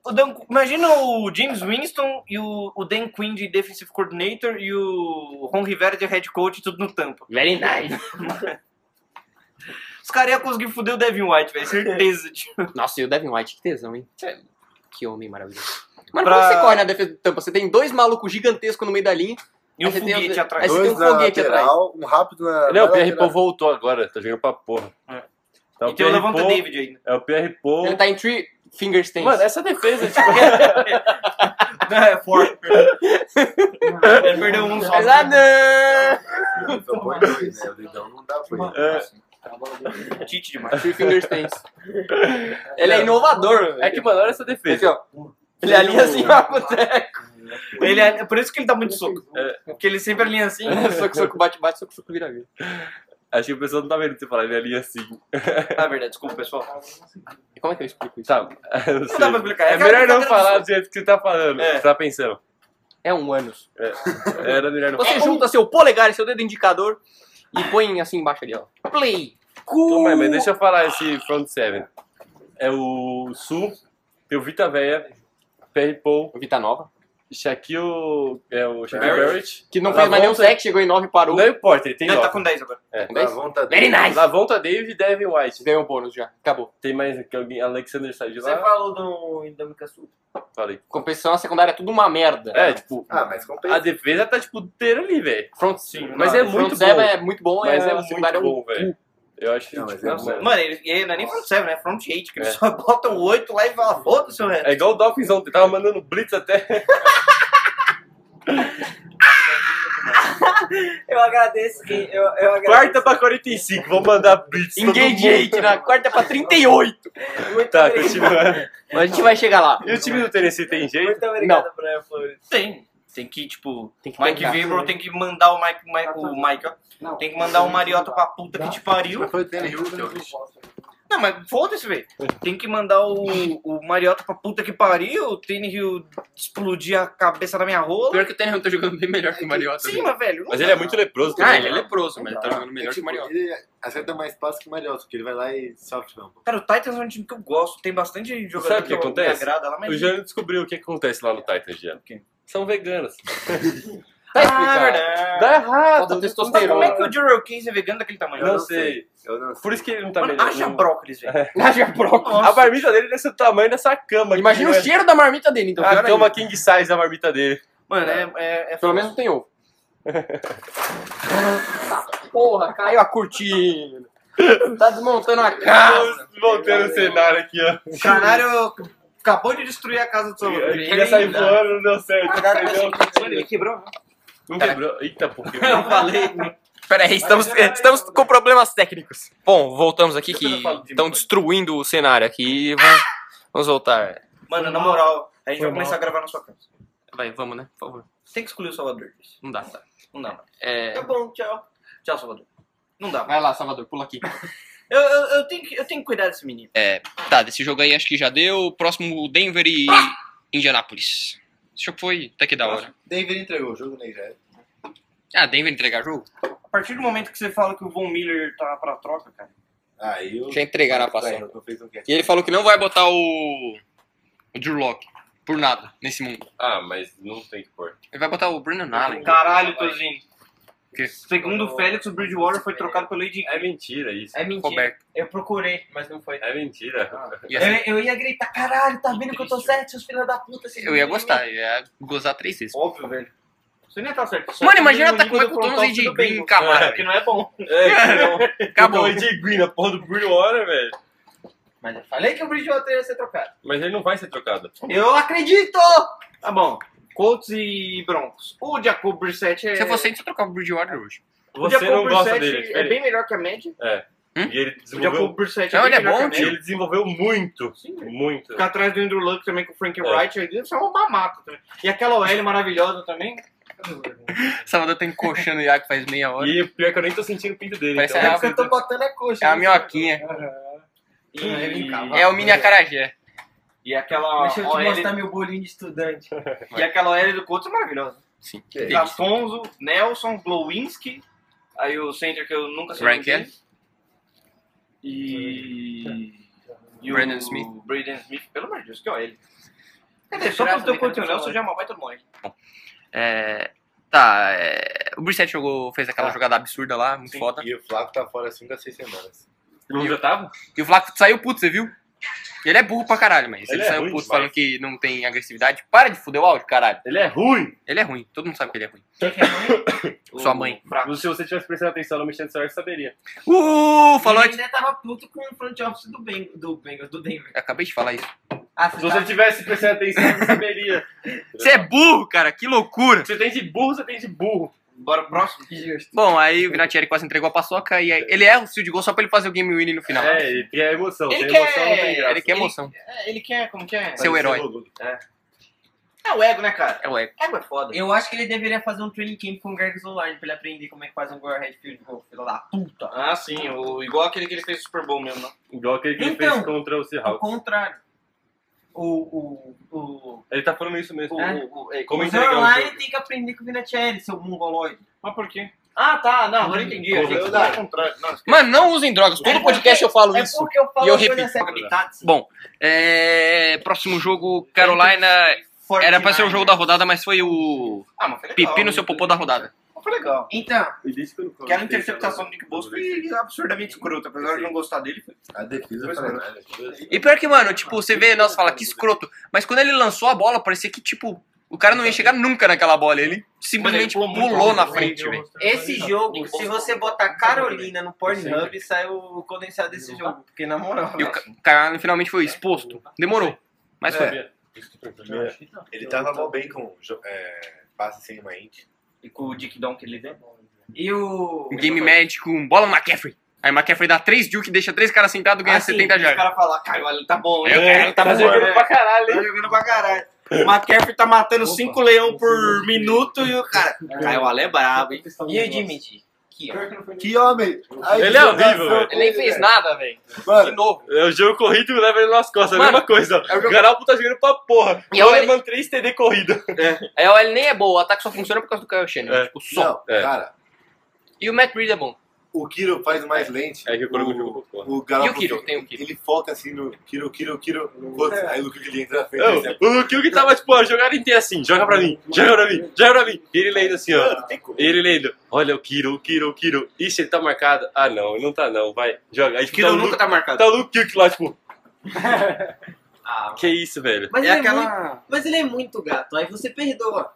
S5: O Dan- imagina o James Winston e o, o Dan Quinn de Defensive Coordinator e o Ron Rivera de Head Coach, tudo no tampa.
S2: Very nice.
S5: Os caras iam conseguir foder o Devin White, velho, certeza. tio.
S2: Nossa, e o Devin White, que tesão, hein? Que homem maravilhoso. Mano,
S5: Pra-
S2: como você corre na defesa do tampa? Você tem dois malucos gigantescos no meio da linha.
S5: E um
S2: aí você tem
S5: foguete
S2: os-
S5: atrás.
S2: Aí você tem um
S4: Dois na
S2: foguete atrás. é
S4: lateral, um rápido na.
S6: Não,
S4: na
S6: o Pierre
S4: lateral.
S6: Paul voltou agora, tá jogando pra porra. Tá
S5: E tem Então o
S6: Pierre
S5: Levanta
S6: Paul,
S5: David ainda.
S6: É o Pierre Paul.
S2: Ele tá em three finger stance.
S6: Mano, essa defesa, tipo,
S5: Não, é forte. Ele perdeu um só.
S2: Pesada!
S4: Então, põe dois, né? O dedão não dá pra ele.
S6: é,
S5: Tite é demais.
S2: Three finger stance. Ele é inovador.
S6: é que, mano, olha essa
S2: Ele
S6: defesa.
S2: Aqui, ó. Ele alinha assim, ó, pro teco.
S5: Ele é, por isso que ele dá muito soco. Porque ele sempre alinha assim.
S2: Soco, soco, bate, bate, soco, soco, vira, vira.
S6: Acho que o pessoal não tá vendo você falar, ele ali assim.
S5: Ah, verdade, desculpa, pessoal.
S2: E Como é que eu explico isso?
S6: Tá, eu
S5: Não dá pra
S6: sei.
S5: explicar.
S6: É
S5: aquela
S6: melhor não
S5: brincadeira do
S6: falar
S5: soco.
S6: do jeito que você tá falando,
S5: É.
S6: que você tá pensando. É,
S2: É um ânus.
S6: Era melhor não falar.
S2: Você junta seu polegar e seu dedo indicador e põe assim embaixo ali, ó. Play.
S6: Então, mas, mas deixa eu falar esse front seven. É o Sul, tem o Vita Véia, Perry Paul,
S2: Vita Nova.
S6: Shaquille, é o Shaquille Barrett.
S2: Que não fez mais nenhum sec, chegou em 9 e parou.
S6: Não importa, ele tem
S5: Não, ele tá
S6: nota.
S5: com 10 agora.
S6: É.
S2: Dez?
S4: Lavonta
S2: Very
S4: David.
S2: nice.
S6: Lavonta David e Devin White.
S2: Ganhou um bônus já. Acabou.
S6: Tem mais que alguém? Alexander sai de
S8: Você
S6: lá?
S8: falou do Indômica Sul.
S6: Falei.
S2: Compensação, a secundária é tudo uma merda.
S6: É, tipo,
S4: Ah, mas compensa.
S6: a defesa tá, tipo, inteira ali, velho.
S2: Front sim.
S6: Mas é muito
S2: front seven
S6: bom.
S2: é muito bom,
S6: Mas
S2: é,
S6: é
S2: a secundária
S6: muito
S2: é um
S6: bom, velho. Eu acho que,
S4: Não, mas
S6: tipo,
S4: é
S6: nossa,
S4: bom.
S5: Mano, ele, ele não é nem front 7, né? Front 8, que ele
S6: É.
S5: só bota o 8 lá e fala, foda-se seu resto.
S6: É igual o Dolphins ontem, tava mandando blitz até.
S8: Eu agradeço quem. Eu, eu agradeço.
S6: Quarta pra 45, vou mandar blitz. todo
S2: Engage
S6: mundo.
S2: 8 na quarta pra 38.
S8: Muito
S6: Tá,
S8: obrigado.
S6: continuando.
S2: Mas a gente vai chegar lá.
S6: E o time do Tennessee tem jeito?
S8: Muito obrigado, Brian Flores.
S5: Tem. Tem que, tipo,
S2: Tem que
S5: Mike
S2: tancar.
S5: Vrabel tem que mandar o Mike, Mike- o Mike, ó. Tem que mandar o Mariota pra puta que te pariu.
S4: Mas foi o Tannehill que eu vi.
S5: Não, mas foda-se, velho. Tem que mandar o, o Mariota pra puta que pariu, o Tannehill explodir a cabeça da minha rola.
S2: Pior que o Terrell tá jogando bem melhor que o Mariota.
S5: Sim,
S2: velho.
S5: mas velho. não
S6: Mas ele é muito leproso também.
S2: Ah, ele é
S6: né?
S2: leproso, mas ele tá jogando melhor que o
S4: Tipo,
S2: Mariota.
S4: ele acerta mais passo que o Mariota, porque ele vai lá e soft fumble.
S5: Cara, o Titans é um time que eu gosto, tem bastante jogador
S6: Sabe o que
S5: eu-
S6: acontece?
S5: me agrada lá,
S6: O
S5: mas...
S6: Jânio descobriu o que acontece lá no Titans, Jânio. São veganos.
S2: Tá
S5: Ah, é
S2: explicado.
S5: verdade.
S6: Dá errado.
S2: Falta
S5: Mas como é
S2: testosterona.
S5: que o Jerry Case é vegano daquele tamanho?
S6: Não sei.
S4: Eu não sei.
S6: Por isso que ele não tá
S5: Mano,
S6: melhor.
S5: acha
S6: não-
S5: brócolis, velho.
S2: Haja brócolis.
S6: A marmita dele é desse tamanho dessa cama. aqui,
S2: Imagina o
S6: né?
S2: cheiro da marmita dele, então. pior
S6: A cama
S2: ainda.
S6: king size da marmita dele.
S5: Mano, é... é, é
S2: Pelo menos não tem um. ovo. Porra, caiu a cortina. Tá desmontando a casa.
S6: Voltando o cenário aqui, ó.
S5: O canário acabou de destruir a casa do seu
S6: Ele queria sair voando, não deu certo. Entendeu?
S5: Ele quebrou.
S6: Não quebrou. Eita, porra.
S5: Eu falei.
S2: Peraí, estamos, eh, estamos com problemas técnicos. Bom, voltamos aqui que estão destruindo o cenário aqui. Vamos, vamos voltar.
S5: Mano, na moral, a gente vai começar a gravar na sua casa.
S2: Vai, vamos, né? Por favor.
S5: Tem que excluir o Salvador. gente.
S2: Não dá.
S5: Não dá mais.
S2: É...
S5: Tá bom, tchau. Tchau, Salvador. Não dá mais.
S2: Vai lá, Salvador, pula aqui.
S5: Eu, eu, eu, tenho, que, eu tenho que cuidar desse menino.
S2: É, tá, desse jogo aí acho que já deu. Próximo, Denver e Indianápolis. Esse jogo foi até que da hora.
S4: Denver entregou o jogo, né, já.
S2: Ah, Denver entregar jogo?
S5: A partir do momento que você fala que o Von Miller tá pra troca, cara.
S4: Ah, Aí o.
S2: Já entregaram a
S4: Vai,
S2: passagem.
S4: eu tô feito um
S2: E ele falou que não vai botar o. O Drew Locke. Por nada, nesse mundo.
S6: Ah, mas não tem que pôr.
S2: Ele vai botar o Brandon Allen.
S5: Caralho, Tozinho.
S2: Que?
S5: Segundo o Félix, o Bridgewater foi trocado pelo Lady
S6: É mentira isso.
S8: É mentira.
S2: Roberto.
S8: Eu procurei, mas não foi.
S6: É mentira.
S2: E
S5: É
S2: assim,
S8: Eu, eu ia gritar, caralho, tá vendo que eu tô certo, seus filhos da puta. vocês
S2: eu
S8: não
S2: ia
S8: viram?"
S2: gostar, eu ia gozar três vezes.
S5: Óbvio, velho. Você nem tá certo. Só
S2: Mano,
S5: que
S2: imagina
S5: no
S2: tá com
S5: nível
S2: o
S5: do
S2: Michael
S5: front
S2: Thomas
S5: office,
S2: e Jay
S5: tudo bem,
S2: Green,
S5: mano.
S2: Camara,
S5: É, Que não é bom.
S6: É,
S2: Acabou.
S6: O Ed Green, a porra do Bridgewater, velho.
S8: Mas eu falei que o Bridgewater ia ser trocado.
S6: Mas ele não vai ser trocado.
S8: Eu acredito!
S5: Tá bom. Colts e Broncos. O Jacob Brissett é...
S2: Se eu fosse, você trocava o Bridgewater hoje.
S5: O
S6: Você
S5: Jacob
S6: não gosta
S5: Brissett
S6: dele.
S5: é
S6: Felipe.
S5: bem melhor que a média.
S6: E ele
S5: O Jacob
S6: desenvolveu,
S5: Brissett é
S2: Não,
S5: bem
S2: ele é
S5: melhor que a
S2: bom,
S5: média.
S6: ele desenvolveu muito. Muito.
S5: Ficar atrás do Andrew Luck também com o Frank
S6: É.
S5: Wright, aí isso é uma mamata também. E aquela OL maravilhosa também.
S2: Salvador tá encoxando o Iago faz meia hora.
S6: E pior é que eu nem tô sentindo o pinto dele.
S2: Parece
S6: Então,
S2: a- né?
S6: eu
S8: Eu tô botando a coxa.
S2: É a minhoquinha.
S5: E...
S2: É o mini acarajé.
S5: E aquela.
S3: Deixa eu te
S5: OL
S3: mostrar meu bolinho de estudante.
S5: E aquela OL do Couto é maravilhosa.
S2: Sim.
S5: Gastonzo, Nelson, Glowinski, aí o center que eu nunca sei o nome
S2: Rankin.
S5: dele. E... e
S2: Brandon
S5: o
S2: Smith.
S5: Brandon Smith, pelo amor de Deus, que é ele. Quer dizer, só pra ter o Couto e o Nelson já é uma baita longe.
S2: É, tá, é, o Brissette jogou, fez aquela
S4: Tá.
S2: jogada absurda lá, muito foda.
S4: E o Flaco tá fora 5 a 6 semanas.
S2: E o- E o Flaco saiu puto, você viu? Ele é burro pra caralho, mas ele,
S4: Ele é
S2: saiu
S4: ruim
S2: puto
S4: demais.
S2: falando que não tem agressividade. Para de fuder o áudio, caralho.
S6: Ele é ruim.
S2: Ele é ruim, todo mundo sabe que ele é ruim.
S6: Sua mãe. Se você tivesse prestado atenção no mexendo no celular, você saberia.
S2: Uh, falou
S3: Ele ainda tava puto com o front office do, ben, do Bengals, do Denver.
S2: Eu acabei de falar isso.
S3: Ah,
S6: Se você tivesse prestado atenção, você saberia.
S2: Você é burro, cara, que loucura.
S6: Você tem de burro, você tem de burro.
S5: Bora pro próximo?
S2: Bom, aí o Vinatieri quase entregou a paçoca e aí ele erra o field goal só pra ele fazer o game winning no final.
S6: É, ele quer emoção.
S2: Ele
S6: Sem
S2: quer-
S6: emoção não tem graça.
S2: ele quer emoção.
S5: É, ele quer, como que é?
S2: Seu herói.
S5: É. É o ego, né, cara?
S2: É o ego.
S5: Ego é foda.
S3: Eu acho que ele deveria fazer um training camp com o Greggs Online pra ele aprender como é que faz um Gore Redfield Goal, filho da puta.
S5: Ah, sim, o, igual aquele que ele fez no Super Bowl mesmo, né?
S6: Igual aquele que ele
S3: Então,
S6: fez contra o
S3: Ao
S6: Seahawks.
S3: contrário. O. O. O.
S6: Ele tá falando isso mesmo.
S3: o,
S6: É.
S3: o, o, é,
S6: Como
S3: o
S6: entregar o
S3: Online
S6: jogo.
S3: tem que aprender com o Vinatieri, seu mongoloide.
S5: Mas por quê? Ah, tá, não, agora eu entendi. Eu achei que era o contrário. Não,
S2: Mano, não usem drogas. Todo podcast eu falo
S3: é
S2: isso.
S3: porque eu falo
S2: E eu
S3: uma coisa
S2: repito.
S3: certa, metade, sim.
S2: Bom, é, próximo jogo, Carolina. Era pra ser o jogo da rodada, mas foi o
S5: Ah, mas foi legal.
S2: pipi no seu popô da rodada.
S5: Mas Foi legal.
S3: Então,
S5: Aquela interceptação
S6: né?
S5: do Nick Bosa foi absurdamente escrota, apesar de eu não gostar dele. foi-
S4: A defesa tá
S5: Pois
S4: foi
S5: é.
S4: nada.
S2: E pior que, mano, tipo, você vê, nós fala que escroto, mas quando ele lançou a bola, parecia que, tipo, o cara não ia chegar nunca naquela bola. Ele simplesmente
S5: Mano, ele pulou
S2: pulou,
S5: muito
S2: na
S5: longe,
S2: frente, velho.
S3: Esse jogo, se você botar Carolina no Pornhub, sai o condensado desse jogo. Porque na moral.
S2: E o Ca- Carolina finalmente foi exposto. Demorou, mas foi.
S4: Ele tava mal bem com jo- é, passe sem uma int.
S5: E com o Dick Down que ele deu.
S3: E o.
S2: Um game médico, com bola no McCaffrey. Aí McCaffrey dá 3 que deixa três caras sentados e ganha
S5: Ah, sim,
S2: 70
S5: Os
S2: jardas.
S5: caras falam, cara, ele tá bom,
S2: É,
S5: hein?
S2: o cara tá voando.
S5: jogando pra caralho, Tá jogando pra caralho. O McCaffrey tá matando cinco leão por minuto e o cara. Caio Alé é brabo, hein?
S3: E o Jimmy G?
S4: Que homem! Ai,
S6: Ele
S4: que
S6: é horrível,
S4: jogação
S6: velho.
S5: né,
S2: Ele nem fez nada, velho.
S4: Mano,
S2: De novo.
S6: É o jogo corrido e leva ele nas costas.
S2: Mano,
S6: a mesma coisa.
S2: é o jogo-
S6: O Garal tá jogando pra porra.
S2: E é
S6: E
S2: olha-
S6: agora mano 3 TD corrida.
S2: Aí a OL nem é boa, o ataque só funciona por causa do Kyle Shannon.
S6: É.
S2: Tipo, só.
S4: não,
S6: É.
S4: cara,
S2: E o Matt Reed é bom.
S4: o Kiro faz mais lente.
S6: É que o Corongo jogou
S4: o,
S6: por porra.
S4: o Garoppolo-
S2: E o Kiro? Tem o Kiro.
S4: Ele foca assim no Kiro, Kiro, Kiro. Putz, aí o Kiro ele entra na frente.
S6: Não,
S4: assim,
S6: o Luke que tava, tipo, a jogada inteira assim, joga pra mim, joga pra mim, joga pra mim. E ele lendo assim, ó. E ele lendo, olha o Kiro, o Kiro, o Kiro. Ixi, ele tá marcado. Ah, não, não tá não, vai, joga. Aí, tipo,
S5: Kiro
S6: tá o
S5: nunca
S6: Luke,
S5: tá marcado.
S6: tá o Luke Kuke lá, tipo,
S3: Ah,
S6: que isso, velho.
S3: mas,
S5: É
S3: ele
S5: aquela-
S3: é muito, mas ele é muito gato, aí você perdoa.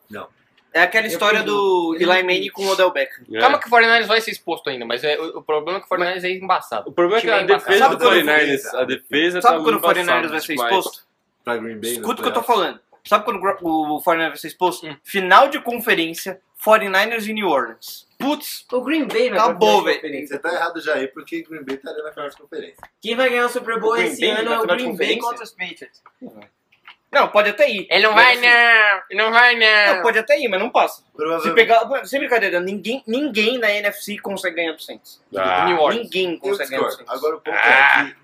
S5: É aquela história do Eli Manning com o Odell Beckham.
S6: É.
S2: Calma que o 49ers vai ser exposto ainda, mas é, o, o problema é que o 49ers é embaçado.
S6: O problema é que
S2: Time
S6: a
S2: é embaçado.
S6: defesa
S4: Sabe
S6: do
S4: quando
S6: 49ers,
S4: foi-
S6: a defesa tá
S5: Sabe quando o
S6: muito
S5: 49ers vai
S6: embaçada
S5: ser
S6: demais.
S5: exposto?
S4: Pra Green Bay. né,
S5: Escuta o
S4: no
S5: que eu tô
S4: playoff.
S5: falando. Sabe quando o Gro- o 49ers vai ser exposto? Final de conferência, 49ers e New Orleans.
S2: Putz,
S3: O Green Bay vai pra
S5: Acabou,
S3: final de
S5: velho.
S3: conferência.
S4: Você tá errado já aí, porque Green Bay tá ali na final de conferência.
S3: Quem vai ganhar o Super Bowl
S5: O Green
S3: esse
S5: Bay
S3: ano
S5: na
S3: é o
S5: final de
S3: Green Bay
S5: conferência?
S3: contra os Patriots.
S5: Não, pode até ir.
S2: ele não
S5: Mas,
S2: vai né?
S5: assim,
S2: não, ele não vai não.
S5: Não, pode até ir, mas não passa. Se
S4: Provavelmente.
S5: pegar, mano, sem brincadeira, ninguém, ninguém na NFC consegue ganhar do Saints.
S6: Ah.
S2: New Orleans.
S5: Ninguém
S4: Eu
S5: consegue ganhar do
S4: discordo.
S5: Saints.
S4: Agora o ponto é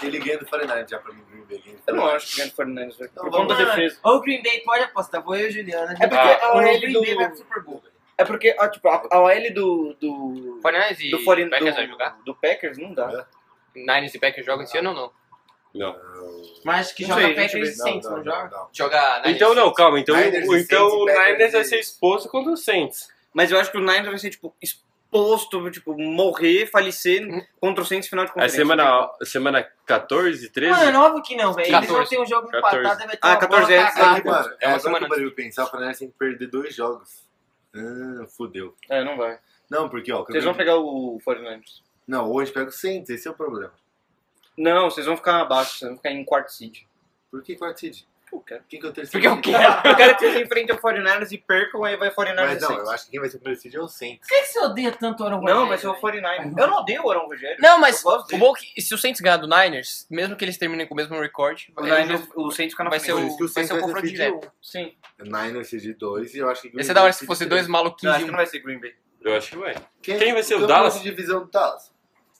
S4: que ele ganha do 49 já pra mim, Green Bay. ganha do
S5: eu não
S4: 49ers.
S5: acho que ganha do 49ers. velho.
S4: Então
S5: Por
S4: vamos
S5: conta da
S3: Mano,
S5: defesa.
S3: Ou o Green Bay pode apostar, vou eu e o Juliano. a gente
S5: É porque
S3: vai-
S5: a
S3: ou
S5: OL
S3: o Green Bay
S5: do-
S3: vai pro Super Bowl.
S5: É porque, ó, tipo, a, a OL do... Do,
S2: 49ers e
S5: do, 49
S2: Packers vai jogar?
S5: do, do Packers não dá.
S2: Niners e Packers jogam esse ano ou não?
S6: Não.
S3: Mas que
S5: Não
S3: joga
S5: sei,
S3: Packers
S5: gente,
S3: e Saints, é não joga?
S4: não.
S2: Joga Niners.
S6: Então não, calma, então,
S4: Niners
S6: o-
S4: e
S6: então
S4: Saints,
S6: o
S4: Packers
S6: Niners vai
S4: e-
S6: ser exposto contra o Saints.
S5: Mas eu acho que o Niners vai ser, tipo, exposto, tipo, morrer, falecer contra o Saints final de
S6: É
S5: conferência.
S6: semana, semana 14, 13?
S3: Mano, óbvio que não, velho. Eles vão
S2: 14.
S3: ter um jogo
S6: 14.
S3: empatado, vai ter
S5: Ah,
S3: uma
S5: 14
S3: bola
S5: é,
S4: É
S3: cagada.
S4: que, mano,
S2: É uma
S4: agora
S2: semana
S4: que eu parei pra pensar, o Fluminense tem que perder dois jogos. Ah, fudeu.
S5: É, não vai.
S4: Não, porque, ó...
S5: Vocês vão pegar o 49ers.
S4: Não, hoje pega o Saints, esse é o problema.
S5: Não, vocês vão ficar abaixo, vocês vão ficar em quarto seed.
S4: Por que quarto seed?
S5: Eu quero.
S4: Quem que é o terceiro
S2: Porque eu
S4: seed?
S2: quero.
S5: Eu quero que vocês enfrentem o 49ers e percam, aí vai 49ers
S4: Mas
S5: e
S4: não,
S5: Saints.
S4: eu acho que quem vai ser o primeiro seed é o Saints.
S3: Por que que você odeia tanto o Aaron Rodgers?
S5: Não, vai ser o 49ers. Eu não odeio o Arão Rogério.
S2: Não, mas
S5: Eu gosto
S2: o bom é que se o Saints ganhar do Niners, mesmo que eles terminem com o mesmo recorde,
S5: O,
S2: eles
S5: Niners, o Saints fica na
S2: vai ser o,
S4: Por
S5: frente.
S4: isso que o
S2: vai
S4: Saints
S2: ser o
S4: vai
S2: confronto
S4: ser seed
S2: direto.
S5: Sim.
S4: Niners seed 2 e eu acho que...
S2: Ia
S4: Green
S2: ser é da hora
S4: Bay
S2: se
S4: seed
S2: fosse
S4: três.
S2: dois maluquinhos e
S5: Não, acho que
S2: um.
S5: não é vai ser Green Bay.
S6: Eu acho que vai. Quem vai ser o
S4: campeão
S6: Dallas?
S4: de divisão do Dallas?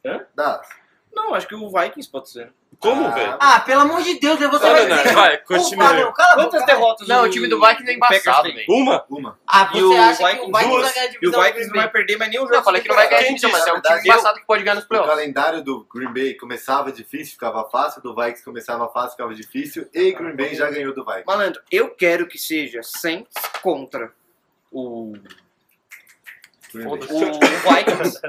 S5: Hã?
S4: Dallas.
S5: Não, acho que o Vikings pode ser.
S6: Como, velho?
S3: Ah, pelo amor de Deus, né? você
S6: Não,
S3: vai
S6: não, não,
S3: dizer.
S6: vai,
S3: o-
S6: continue.
S3: Ah, não, cala a
S5: Quantas
S3: boca,
S5: derrotas
S2: Não,
S5: o-
S2: o time do Vikings é embaçado,
S5: Packers tem?
S2: velho.
S6: Uma?
S4: Uma.
S3: Ah, você
S5: E o
S3: acha que o
S5: Vikings
S3: Vikings
S5: duas.
S3: vai ganhar a divisão?
S5: E o
S3: do
S5: Vikings não
S3: Green
S5: vai
S3: Bay?
S5: perder mais nenhum jogo.
S2: Não, eu falei que não vai ganhar a divisão, mas é o time
S4: Verdade,
S2: embaçado que pode ganhar nos
S4: O
S2: playoffs.
S4: calendário do Green Bay começava difícil, ficava fácil, do Vikings começava fácil, ficava difícil, e Green Bay já ganhou do Vikings.
S5: Malandro, eu quero que seja Saints contra o,
S4: Green
S5: o, o
S4: Bay.
S5: Vikings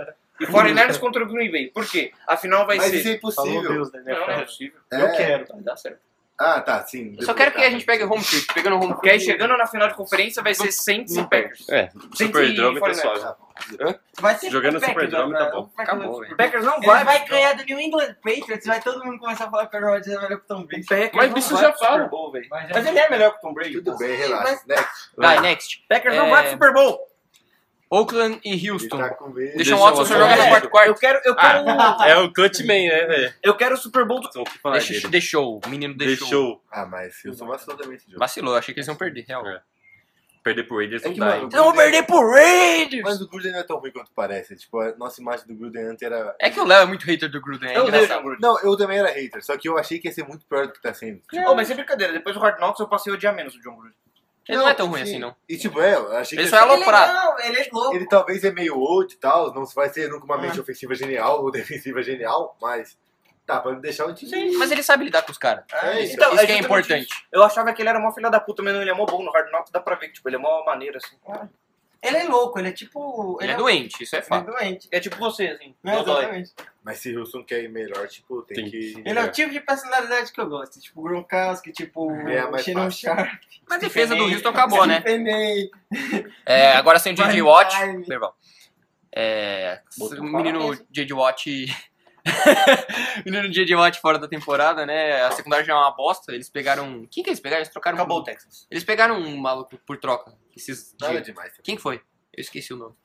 S5: e 49ers contra o Green Bay. Por quê? Afinal vai
S4: Mas
S5: ser...
S4: isso é impossível.
S11: Deus, né?
S5: Não, não é possível.
S4: É.
S11: Eu quero.
S5: Vai dar certo.
S4: Ah, tá, sim.
S2: Eu só quero que a gente pegue home field. Pegando home
S5: Porque aí
S2: field.
S5: chegando na final de conferência vai ser Saints e Packers.
S6: É, Superdome tá
S5: 149.
S6: suave.
S3: Vai ser
S6: Jogando
S3: o Packers
S6: Superdome, tá
S3: agora,
S6: bom.
S3: o Packers
S2: Acabou,
S3: vai-
S2: velho.
S5: Packers não
S3: Ele
S5: vai.
S3: vai, ganhar do New England Patriots, vai todo mundo começar a falar que o Aaron Rodgers é melhor que o Tom Brady.
S6: Mas isso já fala.
S5: Mas ele é melhor que o Tom Brady.
S4: Tudo bem,
S3: Sim,
S4: relaxa. né, Next.
S2: Vai, next.
S5: Packers não
S2: É.
S5: vai pro Super Bowl.
S2: Oakland e
S4: Ele
S2: Houston.
S4: tá com
S2: Deixa
S4: medo.
S2: o
S6: Deixa o
S2: Watson
S6: Watson
S2: jogar no
S6: jogar.
S2: quarto quarto.
S5: Eu quero, eu
S6: Ah.
S5: quero, um,
S6: É o Cutman, né, velho?
S5: eu quero o Super Bowl do
S6: Então, o que falar
S2: Deixa,
S6: dele?
S2: deixou, o menino deixou.
S6: Deixou.
S4: Ah, mas Houston vacilou também esse jogo.
S2: Vacilou, achei que eles iam perder, real.
S6: É. Perder pro Raiders
S4: É
S6: não
S4: que,
S6: dá,
S4: mano,
S6: hein?
S4: o Gruden-
S2: pro Raiders!
S4: Mas o Gruden não é tão ruim quanto parece. Tipo, a nossa imagem do Gruden antes era.
S2: É que o Léo é muito hater do Gruden, é
S5: Eu
S2: engraçado.
S5: vejo.
S4: Não, eu também era hater, só que eu achei que ia ser muito pior do que tá sendo.
S5: Oh, mas é brincadeira, depois do Hard Knocks eu passei a odiar menos o John Gruden.
S2: Ele não, é tão ruim assim, não.
S4: E tipo, é, eu achei que.
S2: Ele
S4: ia
S2: só é um
S4: ser-
S3: Ele é
S2: aloprado.
S3: não, ele é louco.
S4: Ele talvez é meio old e tal, não vai ser nunca uma
S2: Ah.
S4: mente ofensiva genial ou defensiva genial, mas tá, pra deixar o time.
S2: Mas ele sabe lidar com os caras.
S4: É isso.
S2: Isso que é
S5: justamente
S2: importante.
S5: isso. Eu achava que ele era mó filha da puta, mas não, ele é mó bom no Hard Knocks, dá pra ver que tipo, ele é mó maneiro assim.
S3: Ele é louco, ele é tipo.
S2: Ele é doente, isso é
S3: Ele é
S2: fato.
S3: doente.
S5: É tipo você, assim.
S3: Não,
S5: Dodói.
S3: exatamente.
S4: Mas se Houston quer ir melhor, tipo, tem,
S6: Tem
S4: que.
S3: Ele é o tipo de personalidade que eu gosto. Tipo Gronkowski, tipo
S4: É, mas
S3: Shannon
S4: fácil.
S3: Sharp. tipo
S2: Mas a defesa do Houston acabou, né?
S3: Penei.
S2: É, agora sem o J.J.
S3: Prime
S2: Watt.
S3: time.
S2: Perdão. É,
S5: Botou
S2: o
S5: pra lá
S2: menino
S5: mesmo.
S2: J.J. Watt. o menino J.J. Watt fora da temporada, né? A secundária já é uma bosta. Eles pegaram. um, Quem que eles pegaram? Eles trocaram.
S5: Acabou o
S2: um...
S5: Texas.
S2: Eles pegaram um maluco por troca. Esses...
S4: Nada
S2: De...
S4: demais também.
S2: Quem que foi? Eu esqueci o nome.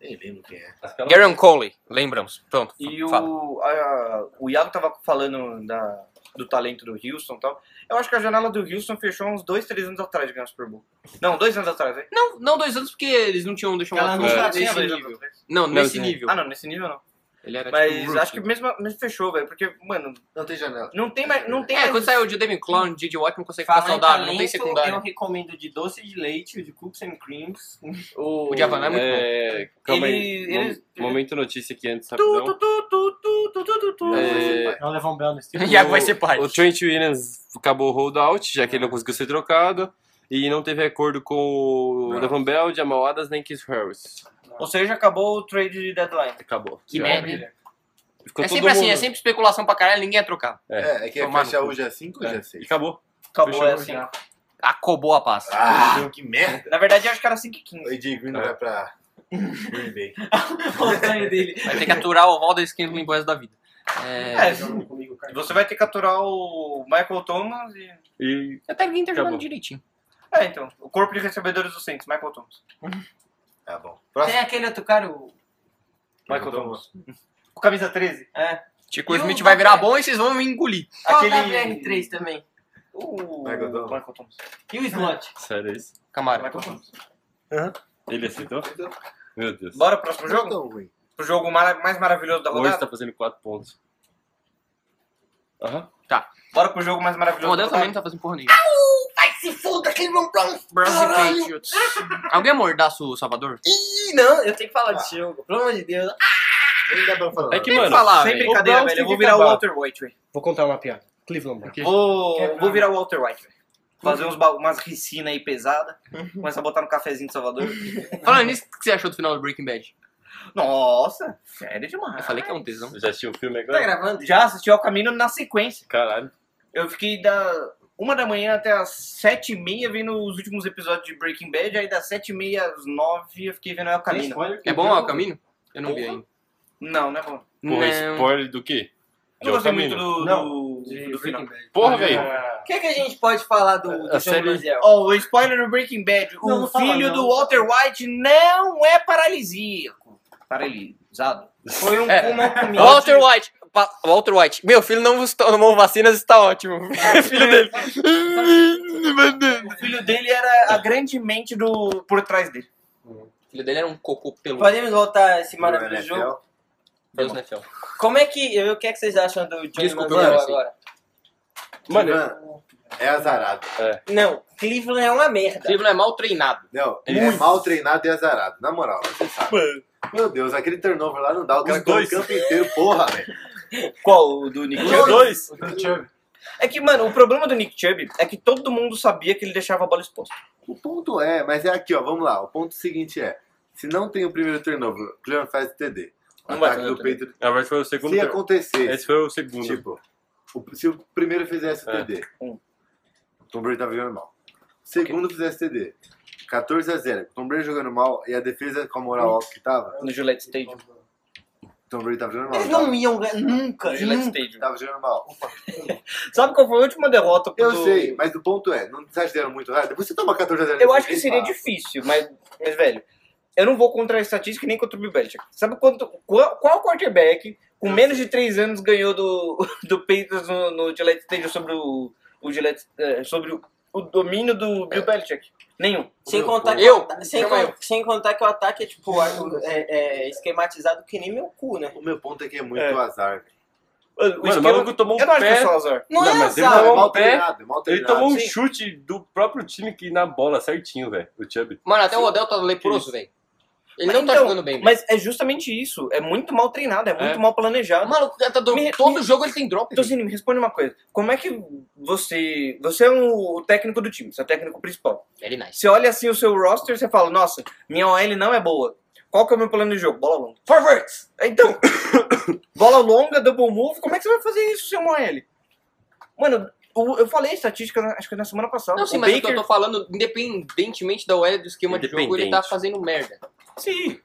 S4: Nem lembro quem é.
S2: Garen Coley, lembramos. Pronto.
S5: E o,
S2: Fala.
S5: a- o Iago tava falando da, do talento do Houston e tal. Eu acho que a janela do Houston fechou uns dois, três anos atrás de ganhar o Super Bowl. Não, dois anos atrás, né?
S2: Não, não dois anos porque eles não tinham deixado
S3: Ela
S2: o
S3: não
S2: Watson
S3: sabia
S2: nesse
S5: dois anos
S2: nível.
S5: atrás.
S2: Não, nesse
S6: sim.
S2: nível.
S5: Ah, não, nesse nível não.
S2: Ele era
S5: Mas
S2: tipo, um
S5: acho que
S2: rookie.
S5: mesmo, mesmo fechou, velho, porque, mano,
S4: Não tem janela.
S5: não tem mais. Não tem
S2: É,
S5: mais...
S2: quando saiu o Jadamian Clown, o J.J. Watt não consegue ficar
S3: Fala em
S2: saudável, não tem
S3: talento, Eu
S2: secundária.
S3: recomendo de doce de leite, o de cookies and creams.
S2: O Diavan é muito bom.
S6: É, calma aí.
S5: Ele-
S6: Mom-
S5: ele-
S6: Momento notícia aqui antes,
S5: Tu,
S6: rapidão.
S5: tu, tu, tu, tu, tu, tu, tu, tu.
S6: É,
S11: Não
S5: um
S11: levam belo nesse
S2: O
S11: time.
S2: Iago vai É. ser pai.
S6: O Trent Williams acabou o holdout, já que ele não conseguiu ser trocado. E não teve acordo com o Levan Bell, Jamal Adams, nem Keith Harris.
S5: Ou seja, acabou o trade de deadline.
S6: Acabou.
S2: Que
S6: Já.
S2: merda, hein?
S6: Ficou
S2: É
S6: todo
S2: sempre assim,
S6: mundo-
S2: é sempre especulação pra caralho, ninguém é trocado.
S4: É, é que é
S2: Tomar
S4: fechar
S2: no cu. É.
S4: hoje a 5 ou já é 6?
S6: Acabou.
S5: Acabou
S6: Fechou,
S5: é assim.
S2: Acobou a paz.
S4: Ah, que merda!
S5: Na verdade, eu acho que era 5 e 15.
S4: O AJ Green
S6: É.
S4: vai pra Green Bay.
S3: O sonho dele.
S2: Vai ter que aturar o Valdez Kendall limpo o resto da vida. É...
S5: É, você vai ter que aturar o Michael Thomas e.
S6: E
S2: Até ninguém tá jogando
S6: Acabou.
S2: direitinho.
S5: É, então. O corpo de recebedores do Saints, Michael Thomas.
S4: Tá bom.
S3: Tem
S4: Próximo.
S3: aquele outro cara, o.
S5: Michael Thomas. O camisa 13.
S3: É.
S2: Tico
S3: E o
S2: Smith vai virar
S3: Gabriel?
S2: bom e vocês vão me engolir.
S3: Qual
S5: Aquele-
S3: o WR3 também?
S5: O
S4: Michael Thomas.
S5: Uh, Michael Thomas.
S3: E o slot?
S6: sério é isso?
S2: Camara.
S5: Michael Thomas.
S6: Ele aceitou? Meu Deus.
S5: Bora pro próximo
S4: Não é
S5: jogo?
S4: tão ruim.
S5: Pro jogo mara- mais maravilhoso da
S6: Hoje
S5: rodada?
S6: tá fazendo 4 pontos. Aham.
S5: Bora pro jogo mais
S2: O
S5: maravilhoso da
S2: modelo também
S5: rodada.
S2: não tá fazendo porra nenhuma.
S12: Vai se fuder, Cleveland Browns!
S2: Browns e Patriots. Alguém mordaça o Salvador?
S3: Ih, não, eu tenho que falar desse jogo. Pelo amor de Deus.
S4: Nem dá pra falar.
S6: É que,
S2: Tem que
S6: mano,
S2: falar, Ah,
S5: Sem
S2: velho.
S5: brincadeira,
S6: O Browns
S5: velho. Eu
S6: tem
S5: vou
S6: que
S5: virar o
S6: acabar.
S5: Walter White, velho.
S11: Vou contar uma piada. Cleveland Browns.
S5: Vou, vou virar o Walter White, velho. Fazer uns ba- umas ricina aí pesada. Começa a botar no cafezinho de Salvador.
S2: Falando nisso, o que você achou do final do Breaking Bad?
S5: Nossa, sério
S2: Eu
S5: demais.
S2: falei que é um tesão.
S6: já assistiu o filme
S3: Tá
S6: agora?
S3: gravando?
S5: Já assisti ao caminho na sequência.
S6: Caralho.
S5: Eu fiquei da uma da manhã até as sete e meia vendo os últimos episódios de Breaking Bad, aí das sete e meia às nove eu fiquei vendo El Camino.
S2: É bom ó, o caminho? Eu não vi ainda.
S5: Não, não é bom.
S6: Porra, spoiler do quê? De
S5: Não gostei muito
S6: Altamira.
S5: do, do,
S11: de
S5: do final.
S11: Breaking
S6: Porra, velho.
S3: O que, é que a gente pode falar do, do
S6: a
S3: jogo
S6: série-
S3: do Aziel?
S5: Ó, o spoiler do Breaking Bad, o
S11: Não, não fala,
S5: filho
S11: não.
S5: do Walter White não é paralisíaco. Paralisado. Foi um
S2: É.
S5: uma comida.
S2: Walter White. Pa- Walter White. Meu filho não vos- tomou vacinas, está ótimo. filho dele.
S5: O filho dele era a grande mente do por trás dele.
S2: filho dele era um cocô peludo.
S3: Podemos voltar a esse
S4: No
S5: é
S3: maravilhoso
S4: NFL,
S3: jogo?
S2: Deus né, Tião?
S3: Como é que. O que é que vocês acham do Johnny
S2: Desculpa,
S3: Manziel
S2: eu não sei.
S3: agora?
S4: Mano, é azarado.
S3: Não, Cleveland é uma merda.
S2: Cleveland é mal treinado.
S4: Não, ele é mal treinado e azarado. Na moral, você sabe. Meu Deus, aquele turnover lá não dá. O cara corre o campo inteiro, porra, velho.
S5: Qual? O do Nick
S6: Os dois.
S5: É que, mano, o problema do Nick Chubb é que todo mundo sabia que ele deixava a bola exposta.
S4: O ponto é, mas é aqui, ó, vamos lá. O ponto seguinte é, se não tem o primeiro turnover, o Cleveland faz o TD. O
S2: Não vai
S4: ataque
S2: fazer o
S4: do peito.
S6: Na verdade foi o segundo.
S5: é
S6: É
S4: Se
S6: ter-
S4: acontecer,
S6: Esse foi o segundo.
S4: tipo, o- se o primeiro fizesse o TD, o Tom Brady tava jogando mal. O segundo fizesse o TD, 14 a 0, o Tom Brady jogando mal e a defesa com a moral alta que tava,
S5: No Gillette Stadium.
S4: o Tom Brady tava jogando mal.
S13: Eles
S4: tava,
S13: não iam ganhar nunca.
S5: No Gillette
S13: nunca.
S5: Stadium.
S4: tava jogando mal.
S5: Sabe qual foi a última derrota? pro
S4: Eu
S5: do-
S4: sei, mas o ponto é, não vocês deram muito errado? Você toma 14 a 0
S5: Eu acho que seria difícil, mas, mas velho, eu não vou contra a estatística nem contra o Bill Belichick. Sabe quanto, qual, qual quarterback com menos de 3 anos ganhou do, do Patriots no, no Gillette Stadium sobre o, o Gillette, eh, sobre o, o domínio do Bill Belichick? Nenhum.
S3: Sem contar, que o
S2: Eu?
S3: ata- sem,
S2: Chama
S3: con-
S2: eu.
S3: sem contar que o ataque é, tipo, é, é esquematizado que nem meu cu, né?
S4: O meu ponto é que é muito
S5: É.
S4: azar.
S5: Mano,
S6: Mano, o maluco tomou um
S5: eu Ah, não acho que é
S6: pé.
S5: só azar.
S3: Não, é
S6: mas ele
S3: azar.
S6: tomou
S4: mal
S6: um pé.
S4: treinado, mal
S6: Ele
S4: treinado.
S6: tomou um
S4: Sim.
S6: chute do próprio time que na bola certinho, velho. O Chubb.
S2: Mano, até o Odell tá leproso, velho. Ele
S5: Mas
S2: não tá
S5: então,
S2: jogando bem.
S5: Mas é justamente isso. É muito mal treinado, é muito mal planejado.
S2: Mano, o cara tá do...
S5: Me-
S2: todo jogo ele tem drop.
S5: Então,
S2: velho.
S5: assim, me responde uma coisa. Como é que você. Você é um- o técnico do time, você é o técnico principal.
S2: Ele nice.
S5: Você olha assim o seu roster e você fala, nossa, minha OL não é boa. Qual que é o meu plano de jogo? Bola longa. Forwards! Então, bola longa, double move, como é que você vai fazer isso, seu OL? Mano, o- eu falei estatística, na- acho que na semana passada.
S2: Não, sim,
S5: o
S2: mas é o que
S5: Baker,
S2: eu tô falando, independentemente da OL do esquema de jogo, ele tá
S6: Independente.
S2: fazendo merda.
S5: sim.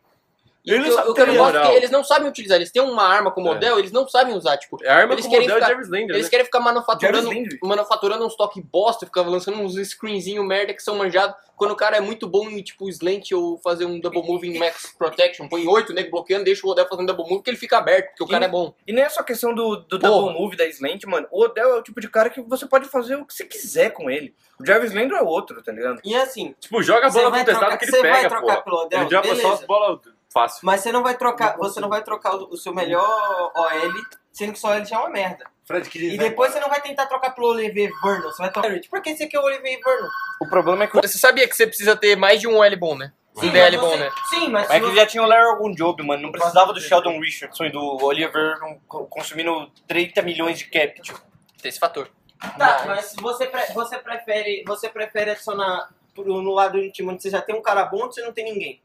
S2: E o que eu-
S6: sabe
S2: o que eu não
S6: ter
S2: gosto é
S6: moral.
S2: que eles não sabem utilizar. Eles têm uma arma como
S6: É.
S2: Odell, eles não sabem usar. Tipo,
S6: É a arma
S2: Eles
S6: com o
S2: querem
S6: modelo
S2: ficar-
S6: de Jarvis Landry,
S2: Eles
S6: né?
S2: querem ficar manufaturando,
S5: Jarvis Landry.
S2: manufaturando uns toques bosta, ficar lançando uns screenzinho merda que são manjados, quando o cara é muito bom em, tipo, slant ou fazer um double move em max protection, põe oito, nego bloqueando, deixa o Odell fazendo double move, que ele fica aberto, porque o
S5: E-
S2: cara é bom.
S5: E não é só questão do, do
S2: Porra.
S5: double move da slant, mano. O Odell é o tipo de cara que você pode fazer o que você quiser com ele. O Jarvis Landry é outro, tá ligado?
S3: E assim,
S6: Tipo, joga a
S3: você
S6: bola
S3: vai
S6: contestada
S3: trocar,
S6: que ele
S3: você vai
S6: pega,
S3: trocar
S6: pô. Um
S3: pelo Odell,
S6: Ele joga só
S3: beleza.
S6: as bolas fácil.
S3: Mas você não vai trocar, você não vai trocar o, o seu melhor OL, sendo que sua OL já é uma merda.
S4: Fred Kitchens
S3: E
S4: vai
S3: depois você não vai tentar trocar pelo Olivier Vernon, você vai trocar... Por que você quer o Olivier Vernon?
S5: O problema é que
S2: Você sabia que você precisa ter mais de um L bom, né? Um
S3: mas
S2: DL bom,
S3: você-
S2: né?
S3: Sim, mas...
S5: Mas é
S3: se
S5: que
S3: você-
S5: já tinha o Larry algum job, mano. Não precisava do Sheldon Richardson e do Oliver co- consumindo 30 milhões de cap. Tipo.
S2: Tem esse fator.
S3: Tá, mas você, pre- você, prefere, você prefere adicionar pro- no lado do time onde você já tem um cara bom ou você não tem ninguém?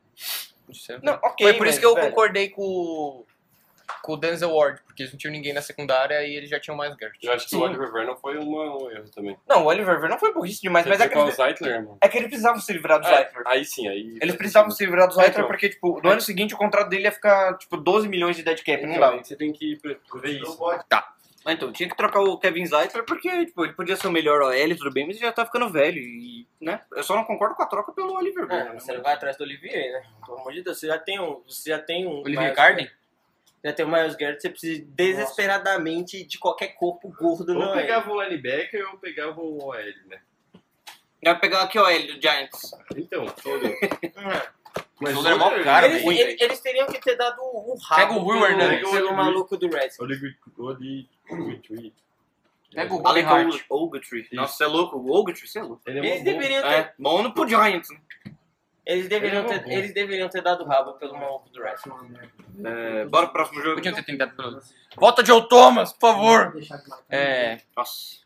S5: Não, ok.
S2: Foi por isso que eu
S5: concordo.
S2: concordei com, o- com o Denzel Ward, porque eles não tinham ninguém na secundária e eles já tinham mais Gert.
S6: Eu acho que
S5: Sim.
S6: o Oliver Vernon foi uma- um erro também.
S5: Não, o Oliver Vernon foi burrice demais, mas é que,
S6: com o
S5: eles,
S6: Zeitler, mano.
S5: é que eles precisavam se livrar do
S6: É,
S5: Zeitler.
S6: aí sim, aí.
S5: Eles precisavam se livrar do Zeitler
S6: então.
S5: porque, tipo, no ano seguinte o contrato dele ia ficar, tipo, 12 milhões de dead cap. Não
S6: Então,
S5: dava.
S6: aí Você tem que ver isso.
S5: Mas então, tinha que trocar o Kevin Zeitler porque, tipo, ele podia ser o melhor OL, tudo bem, mas ele já tá ficando velho. E, né? Eu só não concordo com a troca pelo
S3: É,
S5: Oliver né? Vernon.
S3: você não vai atrás do Olivier, né? Pelo amor de Deus, você já tem um. Você já tem um.
S2: Olivier
S3: Miles-
S2: Carden?
S3: Já tem o Miles Garrett, você precisa desesperadamente de qualquer corpo gordo,
S6: Ou
S3: não é?
S6: pegava o linebacker ou pegava o OL, né?
S5: Vai pegar aqui o OL do Giants.
S6: Então, todo.
S2: Mas
S6: o
S2: o Oliver é mó caro,
S3: eles,
S2: ruim,
S3: eles- eles teriam que ter dado o rabo.
S2: Pega o Will
S3: pelo-
S5: né?
S2: Hernandez.
S3: pelo maluco do Reds.
S6: Oliver. Oli- Ogletree.
S2: Pega o Golden
S5: Olha
S2: Hart.
S5: o Ogletree. Nossa, você é louco? O Ogletree, você é louco.
S6: Ele é
S3: Eles
S6: mó bom.
S3: deveriam ter.
S5: É, bom no pro Giants. né?
S3: Eles deveriam
S6: Ele é
S3: ter,
S6: bom.
S3: eles deveriam ter dado o rabo pelo maluco do Reds.
S5: É, bora pro próximo jogo.
S2: Podiam ter tentado pelo. Volta Joe Thomas, por favor! É.
S5: Nossa,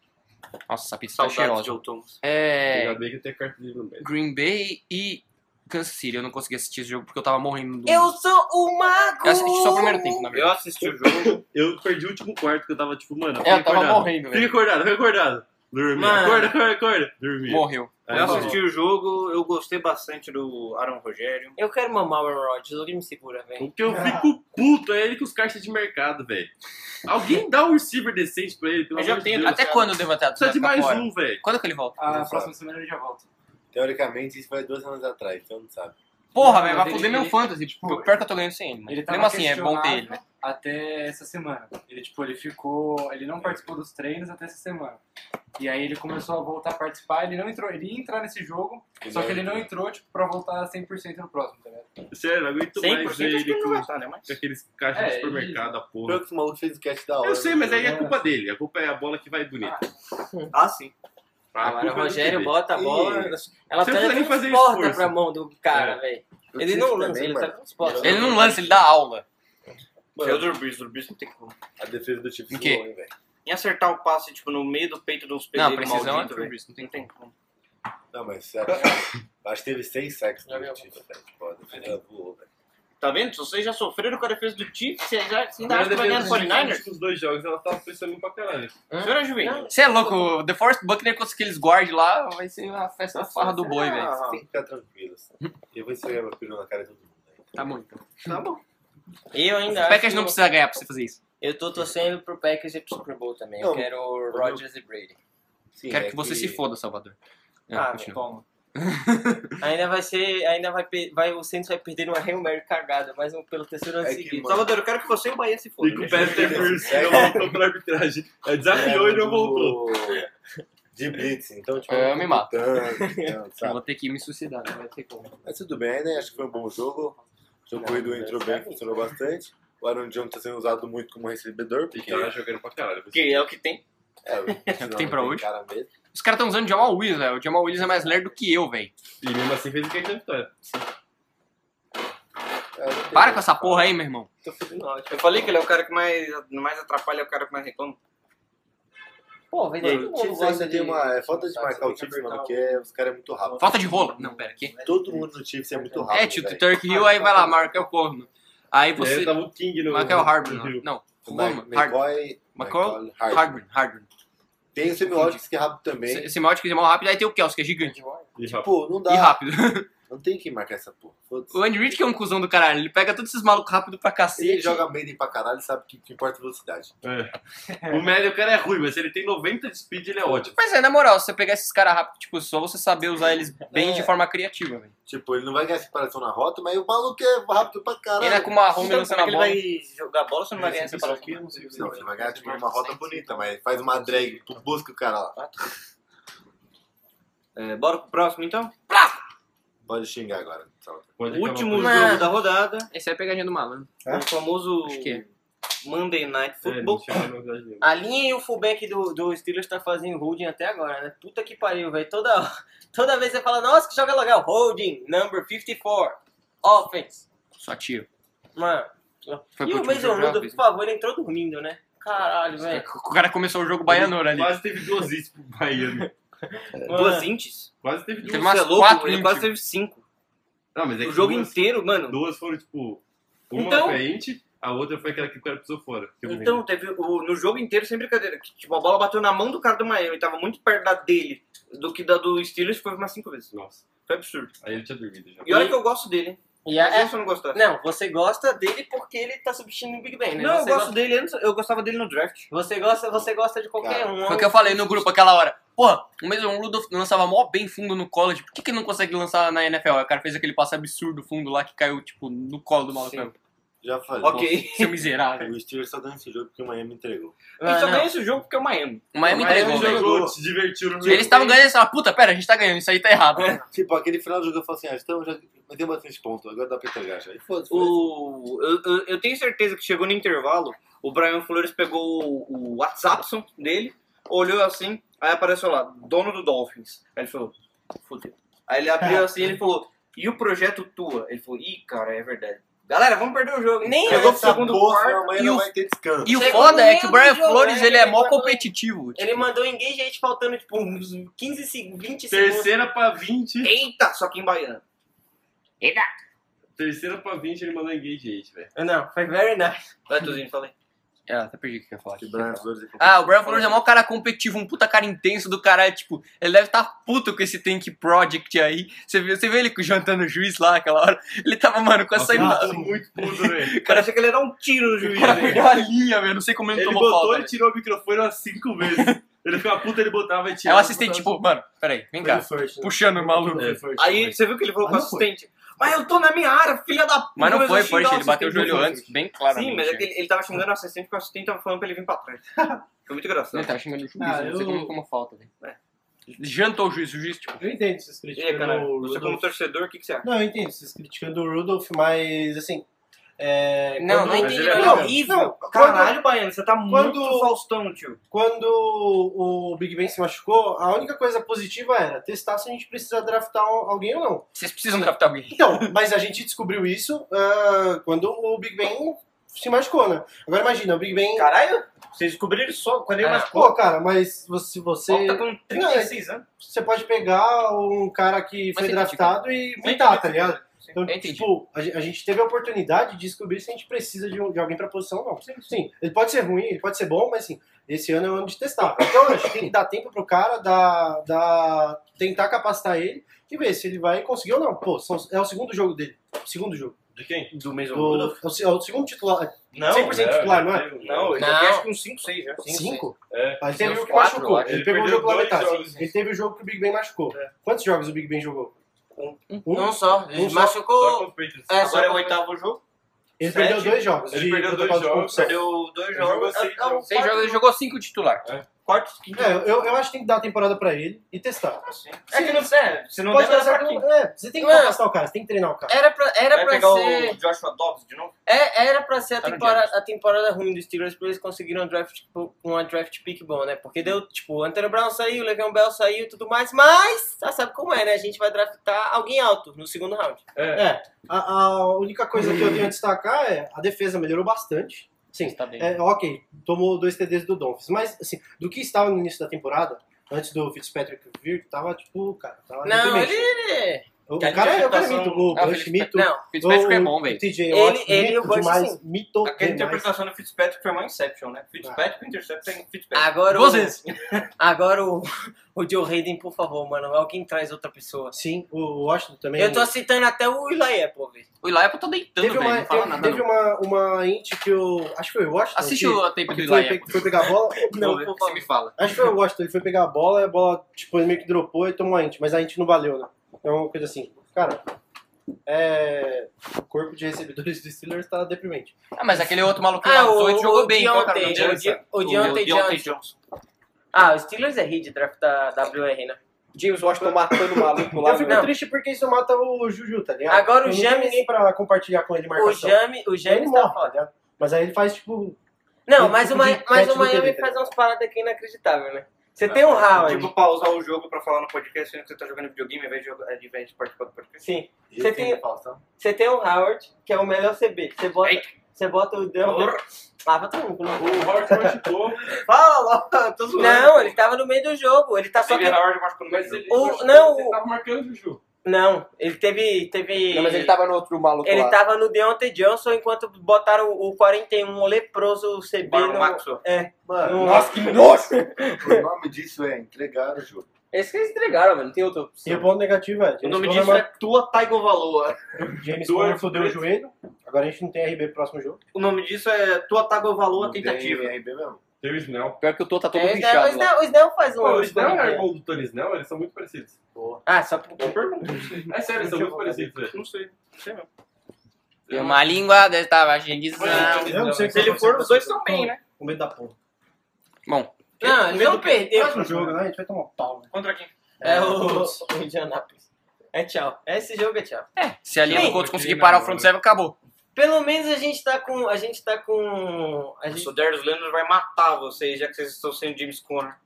S2: Nossa, essa pizza tá
S5: saudades de
S2: cheirosa.
S5: Joe Thomas.
S2: É.
S6: Ainda bem que tem carta de no meio.
S2: Green Bay e Kansas City. Eu não consegui assistir esse jogo porque eu tava morrendo. do-
S3: Eu sou o mago!
S2: Eu assisti só o primeiro tempo, na
S5: Eu
S2: verdade.
S5: assisti o jogo.
S6: Eu perdi o último quarto que eu tava tipo, mano.
S2: É,
S6: fica
S2: eu tava
S6: acordado.
S2: morrendo,
S6: Fica
S2: velho.
S6: acordado, fica acordado. Dormir.
S5: Mano.
S6: Acorda, acorda, acorda. Dormir.
S2: Morreu.
S6: Aí
S5: eu
S6: morri.
S5: assisti o jogo, eu gostei bastante do Aaron Rogério.
S3: Eu quero mamar o Aaron Rodgers, alguém me segura, velho.
S6: O que eu fico puto é ele com os caixas de mercado, velho. Alguém dá um receiver decente pra ele, pelo
S5: Eu já
S6: amor de
S5: tenho,
S6: Deus.
S2: Até quando o Devantado
S6: Precisa de
S2: vai
S6: mais
S2: ficar fora?
S6: um, velho.
S2: Quando que ele volta?
S4: Não
S14: A
S4: sabe.
S14: próxima semana ele já volta.
S4: Teoricamente, isso foi duas semanas atrás, então não sabe.
S2: Porra,
S14: Não,
S2: velho,
S14: mas
S2: vai
S14: ele-
S2: foder meu
S14: ele-
S2: fantasy. Tipo, pior que eu tô ganhando sem ele. mano.
S14: Ele tava
S2: Mesmo assim, é bom ter ele, né?
S14: questionável Até essa semana. Ele, tipo, ele ficou. Ele não participou dos treinos até essa semana.
S15: E aí ele começou a voltar a participar, ele não entrou, ele ia entrar nesse jogo, só que ele não entrou, tipo, pra voltar 100% no próximo, tá ligado?
S6: Sério, não aguento
S15: 100%
S6: mais
S15: acho que
S6: ver
S15: ele
S6: ele
S15: não
S6: com,
S15: vai estar, né, mas-
S6: com aqueles caixas
S15: É,
S6: de
S15: ele-
S6: supermercado, a porra.
S4: Pior que esse maluco fez o sketch da hora.
S6: Eu sei, mas aí é culpa dele. A culpa é a bola que vai bonita.
S5: Ah, sim.
S6: Agora
S3: o Rogério bota a bola. Ela
S6: Você não precisa nem fazer
S3: transporta
S6: esforço.
S3: pra mão do cara, velho. Ele não lança, ele só transporta.
S2: Ele não lança, ele dá aula.
S5: Mano, o Durbis, o Durbis não tem como.
S4: A defesa do Chiefs
S2: Em quê?
S4: zoou, hein, velho.
S5: Em acertar o passe, tipo, no meio do peito de uns
S2: Não,
S5: pedreiros
S2: precisão é
S5: malditos,
S2: Durbis,
S5: velho. Não tem, tem como.
S4: Não, mas sério. acho que teve seis sacks do Chiefs, velho. Tipo, a defesa voou, velho.
S5: Tá vendo? Se vocês já sofreram com a defesa do Chiefs, vocês já- vocês ainda
S6: Mas
S5: acham que vai ganhar
S6: dependendo
S5: no
S6: dos resultados
S5: 49ers?
S6: dos dois jogos, ela tava pensando pra caralho.
S5: Senhora Juvenil.
S2: Você é louco, o The Forest Buckner com aqueles guard lá, vai ser uma festa farra do boi, velho.
S4: Tem que ficar tranquilo. assim. Eu vou encerrar meu peru na cara de todo mundo.
S2: Tá bom, então.
S5: Tá bom.
S3: Eu ainda
S2: O Packers
S3: acho-
S2: não precisa ganhar pra você fazer isso.
S3: Eu tô torcendo pro Packers e pro Super Bowl também. Eu
S2: Não.
S3: quero o Rodgers e Brady.
S4: é
S2: Quero é que você se foda, Salvador. É,
S3: Ah,
S2: continua.
S3: toma. ainda vai ser. Ainda vai, pe- vai. O Santos vai perder uma Hail Mary cagada, mas um pelo terceiro ano
S5: É que,
S3: seguido.
S5: mano- Salvador, eu quero que você e o Bahia se
S6: E
S5: fodam.
S6: com o
S5: né?
S6: Pester Furcio voltou pra arbitragem. É, Desafiou e não voltou.
S4: De blitz, então, tipo...
S2: É, eu me mato.
S4: tanto, tanto,
S2: Eu
S4: sabe?
S2: vou ter que me suicidar, não vai ter como.
S4: Mas tudo bem, né? Acho que foi um bom jogo. O jogo corrido entrou bem, funcionou bastante. O Aaron Jones tá sendo usado muito como recebedor, porque...
S6: Então ela jogando pra caralho.
S5: Que é o que tem.
S4: É, o
S2: que tem pra hoje.
S4: Cara mesmo.
S2: Os caras estão usando o Jamal Williams, velho. O Jamal Williams é mais lerdo que eu, velho.
S6: E mesmo assim fez o que é que é a vitória.
S4: É,
S2: Para com essa porra aí, meu irmão.
S5: Tô fodendo ótimo. Eu falei que ele é o cara que mais, mais atrapalha, é o cara que mais reclama.
S3: Pô,
S4: Mano, o Chiefs ainda tem uma... É falta de marcar o Chiefs, mano, porque é- os caras é muito rápido.
S2: Falta de rolo. Não, pera, que?
S4: Todo mundo no Chiefs é muito rápido,
S2: É, tio,
S4: velho.
S2: Turk Hill, aí vai lá, marca o corno. Aí você.
S6: Aí tava o King no.
S2: Marca o Harbour,
S6: no tá Hill.
S2: não. Não,
S4: O
S2: Roma,
S4: Ma-
S2: Harbour.
S4: Tipo, McCoy...
S2: McCall?
S4: Hardman.
S2: Hardman, Hardman.
S4: Tem o semióticos que é rápido também.
S2: Esse Maltic é mal rápido, aí tem o Kels, que é gigante.
S6: E rápido.
S4: Pô, não dá.
S2: E rápido.
S4: Não tem que marcar essa porra. Foda-se.
S2: O Andy Reid que é um cuzão do caralho, ele pega todos esses malucos rápido pra cacete.
S4: Ele joga Maiden pra caralho, sabe que, que importa a velocidade.
S6: É. O médio, o cara é ruim, mas se ele tem 90 de speed, ele é ótimo.
S2: Mas é, na moral, se você pegar esses caras rápido, tipo, só você saber usar eles bem
S5: É.
S2: de forma criativa, velho.
S4: Tipo, ele não vai ganhar separação na rota, mas o maluco é rápido pra caralho.
S2: Ele é com uma Roma
S5: Então,
S2: lançando a
S5: como é que
S2: bola.
S5: ele vai jogar bola se não vai ganhar essa parada?
S4: Não, ele vai ganhar tipo, uma rota bonita, mas faz uma drag, tu busca o cara lá.
S5: É, bora pro próximo, então?
S4: Pode xingar agora. Salta.
S6: Pode acabar
S5: Último
S6: com
S5: jogo
S6: isso.
S5: da rodada.
S2: Esse é a pegadinha do malandro.
S5: O famoso
S2: Acho que é.
S5: Monday Night
S6: É, não
S5: Football.
S6: tinha mais novidade nenhuma.
S3: A linha e o fullback do, do Steelers tá fazendo holding até agora, né? Puta que pariu, velho. Toda, hora- toda vez você fala, nossa, que joga legal. Holding, number 54. Offense.
S2: Só tiro.
S3: Mano.
S2: Foi
S3: e o
S2: pro último
S3: Mason
S2: jogo, já
S3: Rudolph,
S2: fiz.
S3: por favor, ele entrou dormindo, né? Caralho, velho.
S2: É, O cara começou o jogo baianor ali.
S6: Quase teve duas hits pro Bahia.
S3: É.
S5: Duas intes.
S6: Quase teve duas.
S2: Teve umas
S5: Você é louco?
S2: quatro
S5: ele
S2: int.
S5: quase teve cinco.
S6: Não, mas é
S5: O
S6: que
S5: jogo
S6: duas-
S5: inteiro, mano.
S6: Duas foram, tipo, uma
S5: Então-
S6: foi a int, a outra foi aquela que o cara pisou fora. que eu me
S5: Então, teve o- no jogo inteiro, sem brincadeira. que, Tipo, a bola bateu na mão do cara do Miami. Tava muito perto da dele do que da do Steelers. Foi umas cinco vezes.
S6: lembro. Nossa,
S5: Foi absurdo.
S6: aí eu tinha dormido já.
S5: E olha que eu gosto dele, hein?
S3: E a-
S5: Mas
S3: é-
S5: eu só não gostava.
S3: Não, você gosta dele porque ele tá substituindo o Big Ben, né?
S5: Não, eu
S3: Você
S5: gosto dele. antes- Eu gostava dele no draft.
S3: Você gosta, você gosta de qualquer um.
S2: Foi o que eu falei no grupo aquela hora. Porra, o Mason Rudolph lançava mó bem fundo no college. Por que, que não consegue lançar na NFL? Aí O cara fez aquele passe absurdo fundo lá que caiu, tipo, no colo do maluco.
S5: Sim.
S2: mesmo.
S4: Já falei.
S5: Ok.
S2: Seu miserável.
S4: O Steelers só ganha esse jogo porque o Miami entregou.
S5: Ele só
S3: Ah, não.
S5: ganha esse jogo porque é o Miami.
S2: O Miami entregou,
S6: jogou,
S2: velho.
S6: se divertiu no jogo.
S2: Eles estavam ganhando e falaram, puta, pera, a gente tá ganhando, isso aí tá errado.
S4: Tipo, aquele final do jogo eu falo assim, ah, estamos já metemos bastante ponto, agora dá pra entregar já. E foda-se.
S5: O, eu, eu- eu tenho certeza que chegou no intervalo, o Brian Flores pegou o, o WhatsApp dele, olhou assim, aí apareceu lá, dono do Dolphins. Aí ele falou, fudeu. Aí ele
S2: É.
S5: abriu assim ele falou, e o projeto tua? Ele falou, ih, cara, é verdade. Galera, vamos perder o jogo. hein?"
S3: Nem
S5: chegou
S4: Pegou
S5: pro
S4: essa
S5: segundo
S4: porra,
S5: quarto.
S4: senão amanhã
S2: e
S4: não
S2: o-
S4: vai ter descanso.
S2: E o
S3: Chegou
S2: foda
S3: no
S2: é que o
S3: meio
S2: Brian
S3: do jogo,
S2: Flores,
S3: né?
S2: ele é
S3: Ele
S2: mó
S3: mandou-
S2: competitivo. tipo.
S3: Ele mandou engage faltando tipo uns 15 segundos, 20 segundos.
S6: Terceira pra 20.
S5: Eita, só que em Baiano.
S6: Terceira pra 20 ele mandou engage, gente, velho.
S3: Não, foi very nice.
S5: Vai, Tuzinho, falei.
S2: É, até perdi o que eu ia falar.
S4: Que Brian Flores é complicado.
S2: Ah, o Brian Flores é mó cara competitivo, um puta cara intenso do caralho. Tipo, ele deve estar tá puto com esse Tank Project aí. Você viu, você viu ele jantando o juiz lá aquela hora? Ele tava, mano, com essa imagem.
S6: Nossa, ele tá muito puto, velho.
S5: Parecia que ele ia dar um tiro no
S2: O
S5: juiz.
S2: cara
S5: né?
S2: perdeu a linha, velho. Não sei como ele,
S6: Ele
S2: tomou
S6: botou
S2: falta.
S6: e
S2: velho.
S6: tirou o microfone umas 5 vezes. Ele ficava puto, ele botava e
S2: Aí
S6: tirava.
S2: o assistente, tipo, mano, peraí, vem cá.
S4: First, né?
S2: Puxando o maluco.
S6: É.
S5: Aí você viu que ele falou com o
S4: Mas não foi.
S5: assistente. Mas eu tô na minha área, filha da puta.
S2: Mas não
S5: eu
S2: foi
S5: xingar
S2: first, ele bateu o
S5: assistente. é
S2: joelho antes, bem claramente.
S5: então Sim, mas é que ele, ele tava xingando o assistente porque o assistente tava falando pra ele vir pra trás. Foi muito engraçado.
S2: Ele tá xingando o juiz,
S5: Ah,
S2: eu não sei
S5: eu-
S2: como como falta, né? velho. Jantou o juiz, o juiz, tipo...
S9: Eu entendo esses
S5: E
S9: críticos.
S5: aí, cara,
S9: do
S5: você como
S9: Rudolph.
S5: torcedor, o que, que você acha?
S9: Não, eu entendo vocês criticando o Rudolph, mas assim. É,
S5: Não,
S9: quando-
S5: não entendi, Mas ele é não, bom. horrível. Caralho, Baiano, você tá muito Faustão, tio.
S9: Quando o Big Ben se machucou, a única coisa positiva era testar se a gente precisa draftar um, alguém ou não.
S2: Vocês precisam draftar alguém.
S9: Então, mas a gente descobriu isso ah, quando o Big Ben se machucou, né? Agora imagina, o Big Ben.
S5: Caralho, vocês descobriram só quando ele
S9: É.
S5: machucou?
S9: Pô, cara, mas se você. você...
S5: Tá
S11: é
S5: com 36 anos.
S9: Você pode pegar um cara que foi
S5: entendi,
S9: draftado e mutar, tá ligado? Então, tipo, a, ge- a gente teve a oportunidade de descobrir se a gente precisa de, um- de alguém pra posição ou não. Sim, ele pode ser ruim, ele pode ser bom, mas assim, esse ano é o ano de testar. Então, a gente tem que dar tempo pro cara, dar, dar, tentar capacitar ele e ver se ele vai conseguir ou não. Pô, são- é o segundo jogo dele. Segundo jogo.
S5: De quem? Do mesmo
S9: Do- é, o, se- é o segundo titular.
S5: Não,
S9: 100%
S5: não,
S9: titular, não
S5: não
S9: é?
S5: teve- não, ele teve acho que uns 5, 6 já.
S9: 5?
S5: É.
S9: Mas teve
S5: Uns
S9: o que
S5: quatro, eu
S9: machucou.
S5: acho.
S9: Ele,
S5: Ele
S9: pegou o
S5: perdeu
S9: jogo pela
S5: dois
S9: metade.
S5: jogos. É.
S9: Ele teve o jogo que o Big Ben machucou. Quantos jogos o Big Ben jogou?
S5: Um.
S9: Um
S5: só.
S9: Ele
S5: machucou.
S9: É, só
S5: Agora é o
S9: com-
S5: oitavo jogo?
S9: Ele
S5: Sete?
S9: perdeu dois jogos
S5: Ele
S9: de-
S5: perdeu
S9: do
S5: dois
S9: total de
S5: jogos.
S9: competição.
S5: Perdeu dois
S9: Ele
S5: jogos.
S9: jogou
S11: assim,
S9: seis jogos.
S2: Seis jogos, ele jogou cinco titular.
S5: Quarto,
S9: É, eu, eu acho que tem que dar temporada pra ele e testar.
S5: É que não serve. Se não
S9: Pode
S5: der, vai
S9: pensar
S5: pra
S9: que
S5: quem?
S9: não- é, você tem que
S3: Não.
S9: capacitar o cara, você tem que treinar o cara.
S3: Era pra, era
S5: Vai
S3: pra
S5: pegar
S3: ser.
S5: o Joshua Dobbs de novo?
S3: É, era pra ser a
S5: Tá no
S3: temporada, a temporada ruim dos Steelers pra eles conseguirem um draft, tipo, uma draft pick bom, né? Porque deu, tipo, o Antônio Brown saiu, o Le'Veon Bell saiu e tudo mais, mas já sabe como é, né? A gente vai draftar alguém alto no segundo round.
S9: É, a, a única coisa que eu tenho a destacar é a defesa melhorou bastante. Sim,
S2: está
S5: tá
S2: bem.
S9: É, ok, tomou dois TDs do Dolphins, mas assim, do que estava no início da temporada, antes do Fitzpatrick vir, tava tipo, cara, tava
S3: Não,
S9: deprimente.
S3: ele... ele...
S9: O, o
S3: Cara,
S9: cara é o cara
S3: interpretação-
S9: mito, o
S3: Ah, o
S9: Bush
S3: Fitz-
S9: mito.
S3: não,
S9: o-
S2: Fitzpatrick é bom,
S9: O
S2: velho.
S9: TJ
S3: Ele-
S9: Watt,
S3: ele e o
S9: mito
S3: Bush,
S9: demais,
S3: sim.
S9: mito
S5: Aquela
S9: demais.
S5: interpretação do Fitzpatrick foi uma Inception, né?
S3: Ah.
S5: Fitzpatrick, Interception, um Fitzpatrick.
S3: Agora
S5: Duas
S3: o...
S5: vezes.
S3: Agora o... o Joe Hayden, por favor, mano, alguém traz outra pessoa.
S9: Sim, o Washington também.
S3: Eu tô citando até o Eli Apple, velho.
S2: O Eli Apple tá deitando,
S9: Teve
S2: velho,
S9: uma,
S2: não fala
S9: teve,
S2: nada.
S9: teve
S2: não.
S9: uma, uma int que eu. Acho que foi o Washington.
S2: Assiste
S9: que,
S2: o- a tape
S9: que
S2: do
S9: foi,
S2: Eli
S9: pe-
S2: Apple.
S9: foi pegar a bola.
S2: Vou ver, Você me fala.
S9: Acho que foi o Washington, ele foi pegar a bola e a bola, tipo, ele meio que dropou e tomou a int, mas a int não valeu, né? Então, uma coisa assim. Cara, é. O corpo de recebedores do Steelers tá deprimente.
S2: Ah, mas aquele outro maluquinho
S3: Ah,
S2: lá, 18,
S3: o,
S2: jogou
S3: o
S2: bem. qual que era
S3: Deontay, o
S2: nome dele?
S3: Di- o Deontay
S2: Deontay
S3: Johnson. Ah, o Steelers é hit draft da WR, né?
S16: James Washington matando o maluco lá.
S9: Eu fico
S16: no-
S9: triste porque isso mata o Juju, tá ligado?
S3: Agora o
S9: Eu não
S3: James-
S9: tem ninguém pra compartilhar com ele
S3: O
S9: marcação.
S3: Jame, o Jame
S9: Ele
S3: tá
S9: morre,
S3: foda.
S9: tá ligado? Mas aí ele faz, tipo.
S3: Não,
S9: Tem
S3: mas o,
S9: tipo
S3: Ma-
S9: de
S3: mas
S9: catch
S3: o
S9: no
S3: Miami
S9: TD, tá
S3: faz
S9: ligado?
S3: umas paradas que é inacreditável, né? Você tem o Howard.
S5: Tipo, pausar o jogo pra falar no podcast, sendo que você tá jogando videogame ao invés de, jogar- ao invés de participar do podcast.
S3: Sim.
S9: Eu
S3: Você
S9: tenho
S3: tem, você tem o Howard, que é o melhor CB. Você bota, você bota o Deontay. Ah, vai todo mundo.
S6: O Howard machucou.
S3: Fala lá,
S5: tô zoando.
S3: Não, ele tava no meio do jogo. Ele tá só que.
S5: Xavier Howard machucou no meio do jogo.
S3: O, não,
S6: Você
S3: o-
S6: tava marcando o Juju.
S3: não, ele teve. teve...
S16: Não, mas ele tava no outro maluco
S3: Ele
S16: lá.
S3: tava no Deontay Johnson enquanto botaram o um, o 41 leproso CB
S5: Baron
S3: no.
S5: Maxwell.
S3: É.
S4: Mano,
S3: no-
S4: nossa, que nojo! o nome disso é entregar o jogo.
S16: Esse que eles entregaram, mano. Não tem outro.
S9: E o ponto negativo
S5: O
S9: é. James
S5: nome
S9: Conner
S5: disso é Tua Taigo Valoa.
S9: James
S5: Dois,
S9: Conner fudeu o
S5: dois.
S9: joelho. Agora a gente não tem RB pro próximo jogo.
S5: O nome disso é Tua Taigo Valoa Tentativa.
S4: Tem RB mesmo.
S6: Tem o Snell.
S2: Pior que o Tô tá todo
S3: É, o Snell- o
S2: bichado lá.
S3: Snell- o Snell faz um.
S6: Pô, o Snell é
S3: corridinha.
S6: irmão do Tony Snell? Eles são muito parecidos.
S3: Ah, só porque.
S6: É sério, eles são muito parecidos, velho.
S5: Não sei. Não sei mesmo.
S2: Tem uma língua desta vaginização.
S9: Eu não sei o que
S5: Se ele
S9: aconteceu
S5: for,
S9: com
S5: os dois
S9: essa
S5: estão bem,
S9: pessoa.
S5: né?
S9: Com medo da porra.
S2: Bom,
S3: Não, eles não perdeu.
S9: Próximo jogo, né? A gente vai tomar um pau, né?
S5: Contra quem?
S3: É o, o Indianapolis. É tchau. Esse jogo é tchau.
S2: se a linha
S3: Sim.
S2: do Colts conseguir parar o front seven, acabou.
S3: Pelo menos a gente tá com. A gente tá com. A gente,
S5: O Darius Leonard vai matar vocês, já que vocês estão sendo James Conner.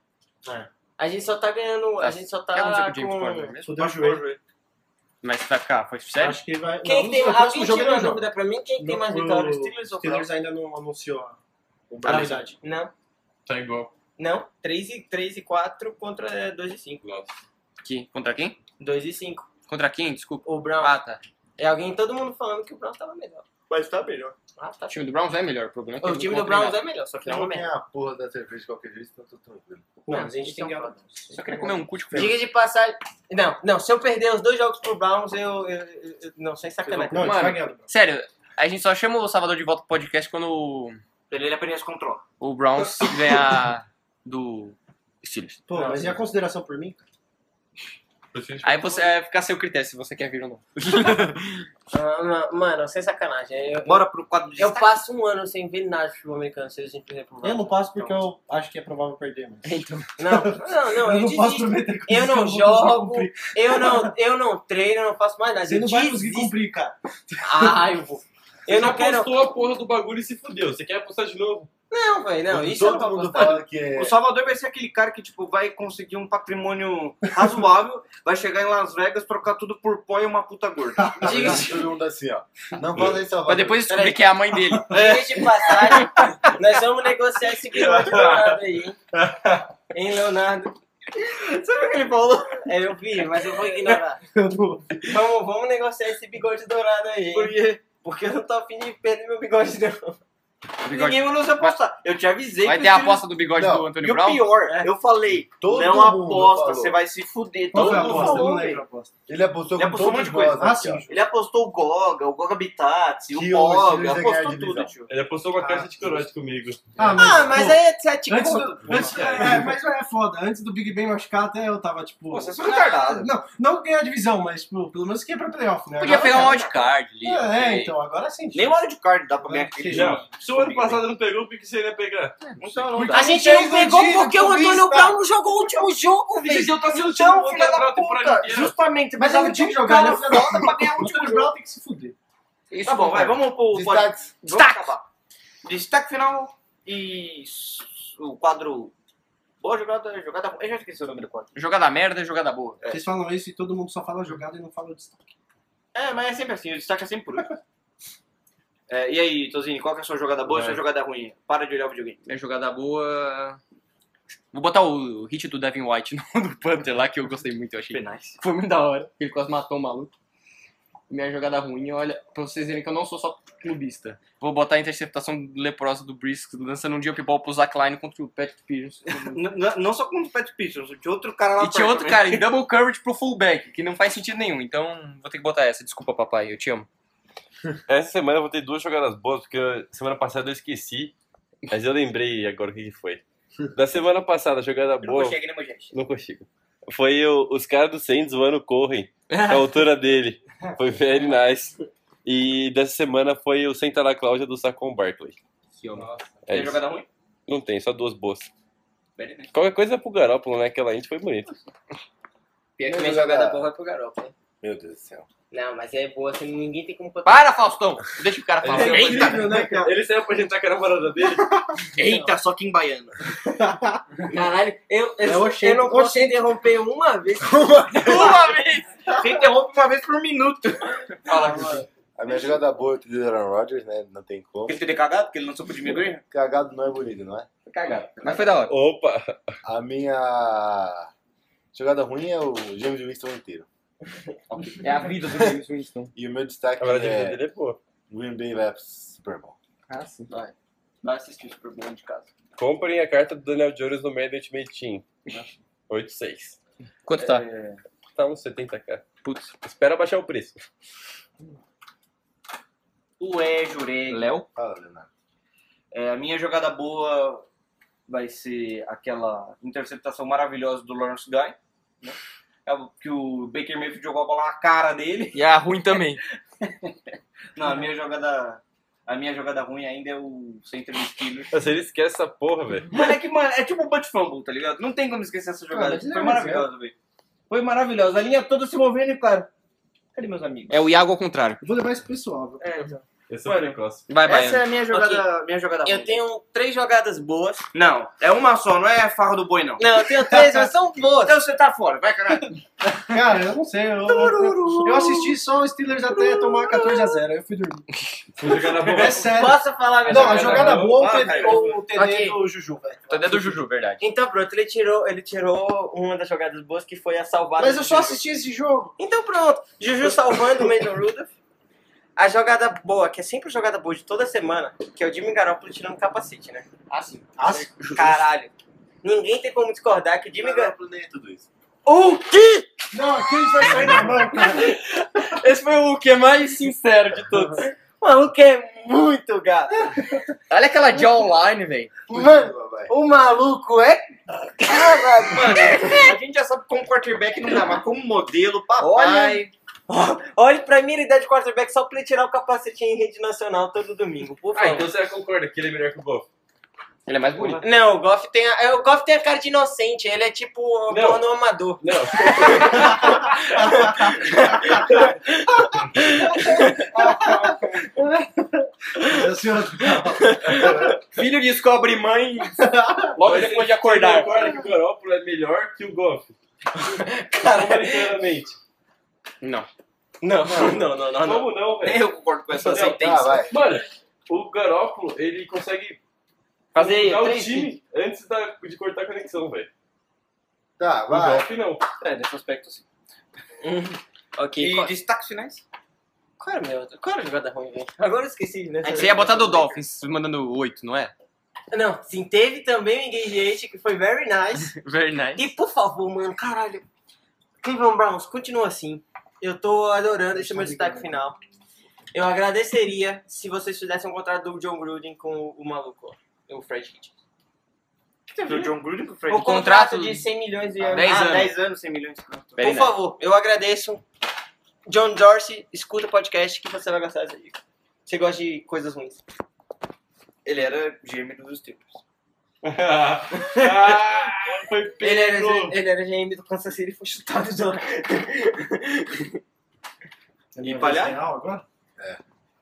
S3: a gente só tá ganhando. A gente só
S2: O que aconteceu com
S3: tá
S2: o James Conner
S3: com.
S2: mesmo?
S9: Fudeu o joelho.
S2: Mas vai ficar, foi sério?
S9: Acho que ele vai.
S3: Quem
S9: não,
S3: tem.
S9: o
S3: Alguém
S9: próximo jogo
S3: tirou
S9: é
S3: uma
S9: no jogo.
S3: dúvida pra mim? Quem tem mais
S9: No-
S3: vitórias? Tipo, Steelers ou
S9: Steelers
S3: Browns?
S9: ainda não anunciou a
S2: Ah,
S9: a
S2: mas-
S9: verdade.
S3: Não.
S6: Tá igual.
S3: Não. 3 e, 3 e 4 contra 2 e 5.
S2: Que- Contra quem?
S3: 2 e 5.
S2: Contra quem? Desculpa.
S3: O Browns.
S2: Ah, tá.
S3: É alguém, todo mundo falando que o Browns tava melhor.
S5: Mas tá melhor.
S3: Ah, tá.
S2: O time do Browns é melhor. O problema é que
S3: O
S2: eles
S3: time
S2: não
S3: do Browns
S2: treinam.
S3: é melhor, só que
S4: Eu
S3: não é
S4: vou
S3: uma merda.
S4: ganhar a porra da cerveja de qualquer jeito, então tô tranquilo.
S9: Não,
S3: Não,
S9: a gente
S2: é
S9: tem que ganhar.
S3: é
S2: Só queria comer um cu de frango.
S3: Diga de passagem. Não, não, se eu perder os dois jogos pro Browns, eu. eu- eu- eu- não, sem sacanagem.
S9: Não, a gente
S2: Mano.
S9: vai ganhar.
S2: Sério, a gente só chama o Salvador de volta pro podcast quando o-
S5: Ele, ele apenas controla.
S2: o Browns ganhar do Steelers.
S9: Pô, mas e a consideração por mim?
S2: Aí você é, fica a seu critério se você quer vir ou não.
S3: Ah, ma- mano, sem sacanagem. Eu,
S17: Bora pro quadro de
S11: É
S3: Eu
S17: destaque.
S3: passo um ano sem ver nada de futebol americano, se eles me reprovarem.
S9: Eu não passo porque eu acho que é provável perder, mas.
S2: Então.
S3: Não, não, não, eu,
S9: Eu não posso
S3: desisto.
S9: prometer coisas
S3: Eu
S9: que eu
S3: não
S9: não consigo
S3: jogo,
S9: cumprir.
S3: eu não, eu não treino, eu não faço mais nada.
S9: Você
S3: eu
S9: não vai conseguir
S3: desisto.
S9: cumprir, cara.
S3: Ah, eu vou. Eu não quero.
S6: apostou a porra do bagulho e se fudeu. Você quer apostar de novo?
S3: Não, velho, não. Isso eu
S4: Todo
S3: não vou
S4: mundo fala que é.
S11: O Salvador vai ser aquele cara que, tipo, vai conseguir um patrimônio razoável, vai chegar em Las Vegas, trocar tudo por pó e uma puta gorda.
S4: Todo mundo assim, ó. Não volta em Salvador.
S2: Mas depois descobri que é a mãe dele.
S3: Dias de passagem, nós vamos negociar esse bigode dourado aí, hein? Hein, Leonardo?
S11: Sabe o que ele falou?
S3: É, eu vi, mas eu vou ignorar. Vamos, vamos negociar esse bigode dourado aí,
S11: Por
S3: hein?
S11: quê?
S3: Porque eu não tô afim de perder meu bigode, não.
S2: Bigode.
S11: Ninguém mandou você apostar. Eu te avisei
S2: Vai
S11: que
S2: ter a
S11: você-
S2: aposta do bigode
S4: Não,
S2: do
S11: E
S2: Antônio
S11: o
S2: Brown?
S11: pior, eu falei,
S4: Todo
S11: não
S4: mundo
S11: aposta,
S4: falou.
S11: você vai se fuder.
S9: Qual
S11: Todo
S9: foi a
S11: mundo
S9: aposta? Eu
S11: falou,
S9: não lembro a
S11: velho.
S9: aposta.
S4: Ele apostou
S11: Ele
S4: com
S11: apostou um
S4: todos
S11: monte de coisa.
S4: nós
S9: Ah,
S4: aqui, ó.
S9: sim.
S11: Ele apostou o Goga, o Goga Bitazzi, o
S4: Que o Steelers
S11: Boga,
S4: ia ganhar a
S11: apostou
S4: divisão.
S11: tudo, tipo, tio.
S6: Ele apostou uma caixa de corote comigo.
S9: Ah,
S3: Ah, mas
S9: pô,
S3: aí é sete
S9: Antes
S3: conto.
S9: do, antes, é, mas é foda. Antes do Big Bang machucar, até eu tava tipo.
S11: Pô, é vocês são retardados.
S9: Não, não ganhar a divisão, mas tipo, pelo menos que é pra playoff, né?
S2: Podia
S9: Agora-
S2: pegar um wildcard ali.
S9: É, é,
S2: ok.
S9: então, agora sim.
S11: Nem o wildcard dá pra ganhar
S9: Não,
S11: aquele
S9: que-
S11: jogo.
S6: Se o ano passado não pegou, o que que você ia pegar?
S11: Então não dá.
S3: A gente não pegou porque o Antônio Brown não jogou o último jogo,
S6: Ele
S3: velho.
S6: já tá sendo
S11: Então,
S6: chamado
S11: filha
S6: pra
S11: da
S6: temporada
S11: puta,
S6: inteira.
S11: justamente,
S3: é
S9: Mas
S11: precisava
S9: ele
S11: de
S9: tinha
S11: um
S9: que jogar,
S11: cara
S9: né? Filha da
S11: foda pra ganhar o
S9: O
S11: último
S9: Antônio
S11: jogo.
S9: Brown tem que se fuder.
S2: Isso
S11: Tá bom, vai,
S2: concordo.
S11: vamos pro quadro.
S4: Destaques.
S5: Tá
S2: Destaque.
S11: Vamos acabar. Destaque final e s- o quadro. Boa jogada, jogada. Eu já esqueci o nome do quadro.
S2: Jogada merda e jogada boa.
S9: Vocês falam isso e todo mundo só fala jogada e não fala o destaque.
S11: É, mas é sempre assim, o destaque é sempre por último. É, e aí, Tozinho, qual que é a sua jogada boa e a sua jogada ruim? Para de olhar o videogame.
S2: Minha É jogada boa. Vou botar o hit do Devin White, não do Panther lá, que eu gostei muito, eu achei.
S11: Penais.
S2: Foi muito da hora. Ele quase matou o maluco. Minha jogada ruim, olha, pra vocês verem que eu não sou só clubista. Vou botar a interceptação leprosa do Brisk lançando um dia pipol pro Zach Line contra o Patrick Pierce.
S11: N- n- Não só com o Pet Pistols, tinha outro cara lá
S2: E tinha
S11: perto
S2: outro
S11: também.
S2: cara em double coverage pro fullback, que não faz sentido nenhum. Então vou ter que botar essa. Desculpa, papai, eu te amo.
S6: Essa semana eu vou ter duas jogadas boas, porque semana passada eu esqueci, mas eu lembrei agora o que que foi. Da semana passada, a jogada
S11: Eu não
S6: boa.
S11: consegue, né, meu gente?
S6: Não consigo. Foi o- os caras do Saints zoando o Corren, a altura dele. Foi very nice. E dessa semana foi o Senta na Cláudia do Sacon Barkley.
S2: Que homem.
S6: É
S11: Tem
S6: isso.
S11: jogada ruim?
S6: Não tem, só duas boas.
S11: Very nice.
S6: Qualquer coisa pro Garópolo, né? Aquela índia foi bonita.
S3: Pior que
S4: Minha
S3: minha jogada
S4: jogada-
S3: boa é pro garoto, hein?
S4: Meu Deus do céu.
S3: Não, mas é boa, assim, ninguém tem como botar.
S2: Para, Faustão! Deixa o cara falar.
S11: Ele-
S2: Eita!
S9: né, cara?
S6: Ele saiu pra jantar com a namorada dele.
S11: Eita, só que em baiano.
S3: Caralho, eu, eu,
S9: É o
S3: eu
S9: Oxente.
S3: não posso interromper uma vez.
S2: Uma vez!
S11: Você interrompe uma vez por minuto.
S4: A minha jogada boa é o do Aaron Rodgers, né? Não tem como.
S11: Ele teria cagado, porque ele não soube de migrar.
S4: Cagado não é bonito, não é?
S11: Cagado.
S2: Mas foi da hora.
S6: Opa!
S4: A minha jogada ruim é o James Winston inteiro.
S2: É a vida do James Winston.
S4: E o meu destaque
S6: A verdade é que
S4: é
S6: dele é boa.
S4: Green Bay vai pro Super Bowl.
S2: Ah, sim.
S11: Vai assistir o Super Bowl de casa.
S6: Comprem a carta do Daniel Jones no meio do Ultimate Team. 8,6.
S2: Quanto tá?
S6: Tá uns 70k.
S2: Putz.
S6: Espera baixar o preço.
S11: Ué, jurei.
S2: Léo?
S4: Fala, Leonardo.
S11: É, a minha jogada boa vai ser aquela interceptação maravilhosa do Lawrence Guy. né? É o que o Baker Mayfield jogou a bola na cara dele.
S2: E a ruim também.
S11: Não, a minha jogada. A minha jogada ruim ainda é o center do Steelers.
S6: Mas ele esquece essa porra, velho.
S11: Mano, é que, mano, é tipo o Butt Fumble, tá ligado? Não tem como esquecer essa jogada.
S9: mas ele
S11: Foi
S9: é
S11: maravilhosa, velho. Foi maravilhosa. A linha toda se movendo e, cara. Cadê meus amigos?
S2: É o Iago ao contrário.
S9: Eu vou levar isso pro pessoal. velho.
S11: É,
S6: Eu sou
S11: Mano.
S6: precoce.
S2: Vai, vai.
S11: essa é a minha jogada, minha jogada ruim.
S3: Eu tenho três jogadas boas.
S11: Não, é uma só, não é farra do boi, não.
S3: Não, eu tenho três, mas são boas.
S11: Então você tá fora, vai, caralho.
S9: Cara, eu não sei. Eu, eu, eu assisti só o Steelers até tomar 14 a 0 Aí eu fui dormir.
S6: Vou jogar na boa.
S9: É sério.
S3: Posso falar minha
S9: Não, a
S3: jogada?
S9: jogada boa
S11: Ah,
S9: é o TD
S11: cara,
S9: ou o TD
S3: ok.
S9: do Juju, velho.
S2: Tô dentro do Juju, verdade.
S3: Então pronto, ele tirou, ele tirou uma das jogadas boas que foi a salvada.
S9: Mas eu
S3: do
S9: só
S3: Juju.
S9: assisti esse jogo.
S3: Então pronto, Juju salvando o Mason Rudolph. A jogada boa, que é sempre a jogada boa de toda semana, que é o Jimmy Garoppolo tirando o capacete, né? Assim.
S9: Assim.
S3: Caralho. Ninguém tem como discordar que o Jimmy Garoppolo...
S4: Garoppolo nem é tudo isso.
S3: O quê?
S9: Não, aqui a gente vai sair na mão, cara.
S2: Esse foi o que é mais sincero de todos.
S3: O maluco é muito gato.
S2: Olha aquela de online, velho.
S3: Mano, o maluco é. Caralho,
S5: Mano, a gente já sabe como quarterback não dá, mas como modelo, papai.
S3: Olha pra minha ideia de quarterback só pra ele tirar o capacete em rede nacional todo domingo, por
S6: Ah,
S3: favor.
S6: então você concorda que ele é melhor que o Goff?
S2: Ele é mais bonito.
S3: Não, o Goff, tem a, é, o Goff tem a cara de inocente, ele é tipo o
S6: Não.
S3: porno amador.
S6: Não.
S2: Filho descobre mãe logo
S6: Mas
S2: depois
S6: ele-
S2: de acordar.
S6: ele concorda que o Garoppolo é melhor que o Goff. Comparativamente.
S2: Não.
S3: Não, não, não, não.
S6: Como não, velho?
S5: Eu concordo com essa
S6: Não,
S5: sentença.
S6: tá, vai. Mano, o Garoppolo, ele consegue
S2: Fazer
S6: mudar o
S2: três
S6: time antes da- de cortar a conexão, velho.
S4: Tá,
S6: O
S4: vai.
S6: Goff não.
S11: É, nesse aspecto assim.
S3: Ok,
S11: E
S3: qual,
S11: destaques finais?
S3: qual era, meu, qual era a jogada ruim, velho? Agora eu esqueci, né?
S2: Você ia botar do Dolphins mandando oito, não é?
S3: Não, sim, teve também o engagement que foi very nice.
S2: Very nice.
S3: E por favor, mano, caralho. Cleveland Browns, continua assim. Eu tô adorando esse é meu destaque final. Eu agradeceria se vocês fizessem um contrato do John Gruden com o, o maluco, ó, o Fred Hitchens.
S11: Do John Gruden com o Fred.
S3: O contrato de 100 milhões de euros.
S2: dez
S11: ah,
S2: anos.
S11: 10 anos, 100 milhões de contrato.
S3: Por favor, eu agradeço. John Dorsey, escuta o podcast que você vai gostar dessa dica. Você gosta de coisas ruins.
S11: Ele era gêmeo dos Steelers.
S6: Ah, foi
S3: Ele era,
S6: pego.
S3: ele era GM do Kansas City e foi chutado de lá.
S9: E
S11: palhaço?
S9: agora?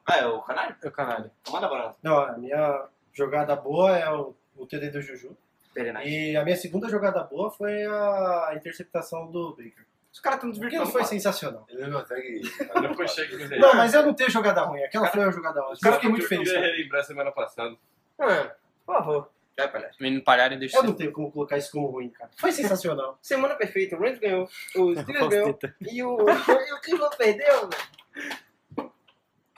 S11: Ah, é o Canário?
S18: Meu canalha.
S11: Manda barato.
S9: Não, a minha jogada boa é o, o TD do Juju. E a minha segunda jogada boa foi a interceptação do Baker.
S11: Os caras estão
S9: Porque não
S11: desvirtuando.
S9: foi sensacional.
S4: Ele não consegue.
S6: Não foi cheque, mas é.
S9: Não, mas eu não tenho jogada ruim. Aquela foi uma jogada ótima. Eu fiquei muito feliz.
S6: Eu
S9: cara.
S6: queria relembrar semana passada.
S3: Mano, por favor.
S11: Vai, palhaço.
S2: Menino palhaço e deixa
S9: Eu não tenho como colocar isso como ruim, cara. Foi sensacional.
S3: Semana perfeita. O Rams ganhou. O Steelers ganhou. E o, e o Cleveland perdeu, velho.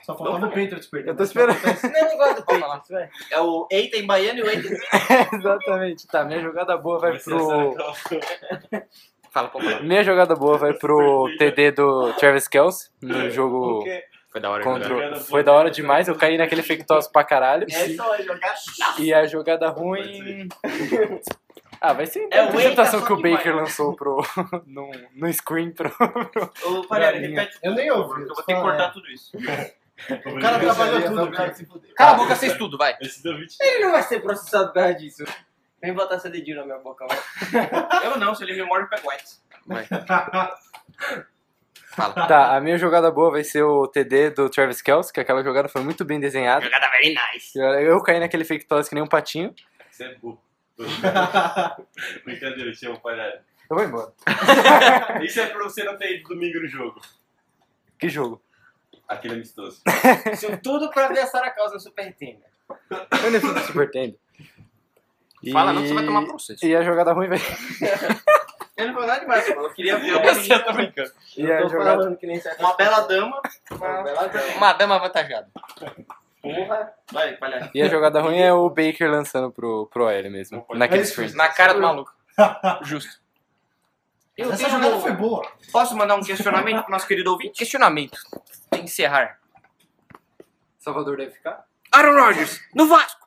S9: Só faltava o Patriots perder.
S5: Eu tô esperando.
S3: Não, eu não gosto do Patriots, velho.
S11: É o Eita em Baiano e o Eita em
S5: Exatamente. Tá, minha jogada boa vai
S6: Vai ser
S5: pro.
S6: essa-
S2: Fala pra
S5: Minha jogada boa vai pro TD do Travis Kelce no jogo
S2: Foi da hora. Contra...
S5: contra. Foi da hora demais, eu caí naquele fake toss pra caralho.
S3: Essa é uma jogada.
S5: E a jogada ruim. Ah, vai ser
S3: É
S5: a
S3: o
S11: tá
S5: interceptação
S3: Eita,
S5: que o
S3: só que
S5: Baker lançou pro. num, no screen pro.
S11: Ô, Palhaço, repete.
S9: Eu nem ouvi.
S11: Eu vou ter que cortar tudo isso.
S9: O cara tá- trabalhou tudo, cara.
S2: Cala a boca, vocês tudo, vai.
S6: Esse do Vit-
S3: Ele não vai ser processado por causa disso. Vem botar seu dedinho na minha boca, vai.
S11: Eu não, se ele me morde, eu pego White.
S2: Fala.
S5: Tá, a minha jogada boa vai ser o TD do Travis Kelce, que aquela jogada foi muito bem desenhada.
S2: Jogada very nice.
S5: Eu, eu caí naquele fake toss que nem um patinho.
S6: Você é burro. Brincadeira, eu te amo, palhaço.
S5: Eu vou embora.
S6: Isso é pra você não ter ido domingo no jogo.
S5: Que jogo?
S6: Aquele amistoso.
S3: Isso tudo pra avançar a causa do Super Team.
S5: Eu nem tudo super tendo. E-
S2: Fala não, que você vai tomar processo.
S5: E a jogada ruim vai.
S11: Ele não falou nada demais, mano. Eu queria ver
S2: Você tá brincando.
S5: E
S4: Então,
S5: a jogada.
S3: que nem certo.
S11: uma bela dama.
S2: Uma dama avantajada.
S11: Vai, palhaço.
S5: E a jogada ruim é o Baker lançando pro, pro L mesmo.
S11: É
S5: Naquele screen.
S2: Na cara do maluco. Justo.
S11: Eu
S9: Essa
S11: tenho- um
S9: jogada foi boa.
S11: Posso mandar um questionamento pro nosso querido ouvinte?
S2: Questionamento. Tem que encerrar.
S19: Salvador deve ficar?
S2: Aaron Rodgers, no Vasco.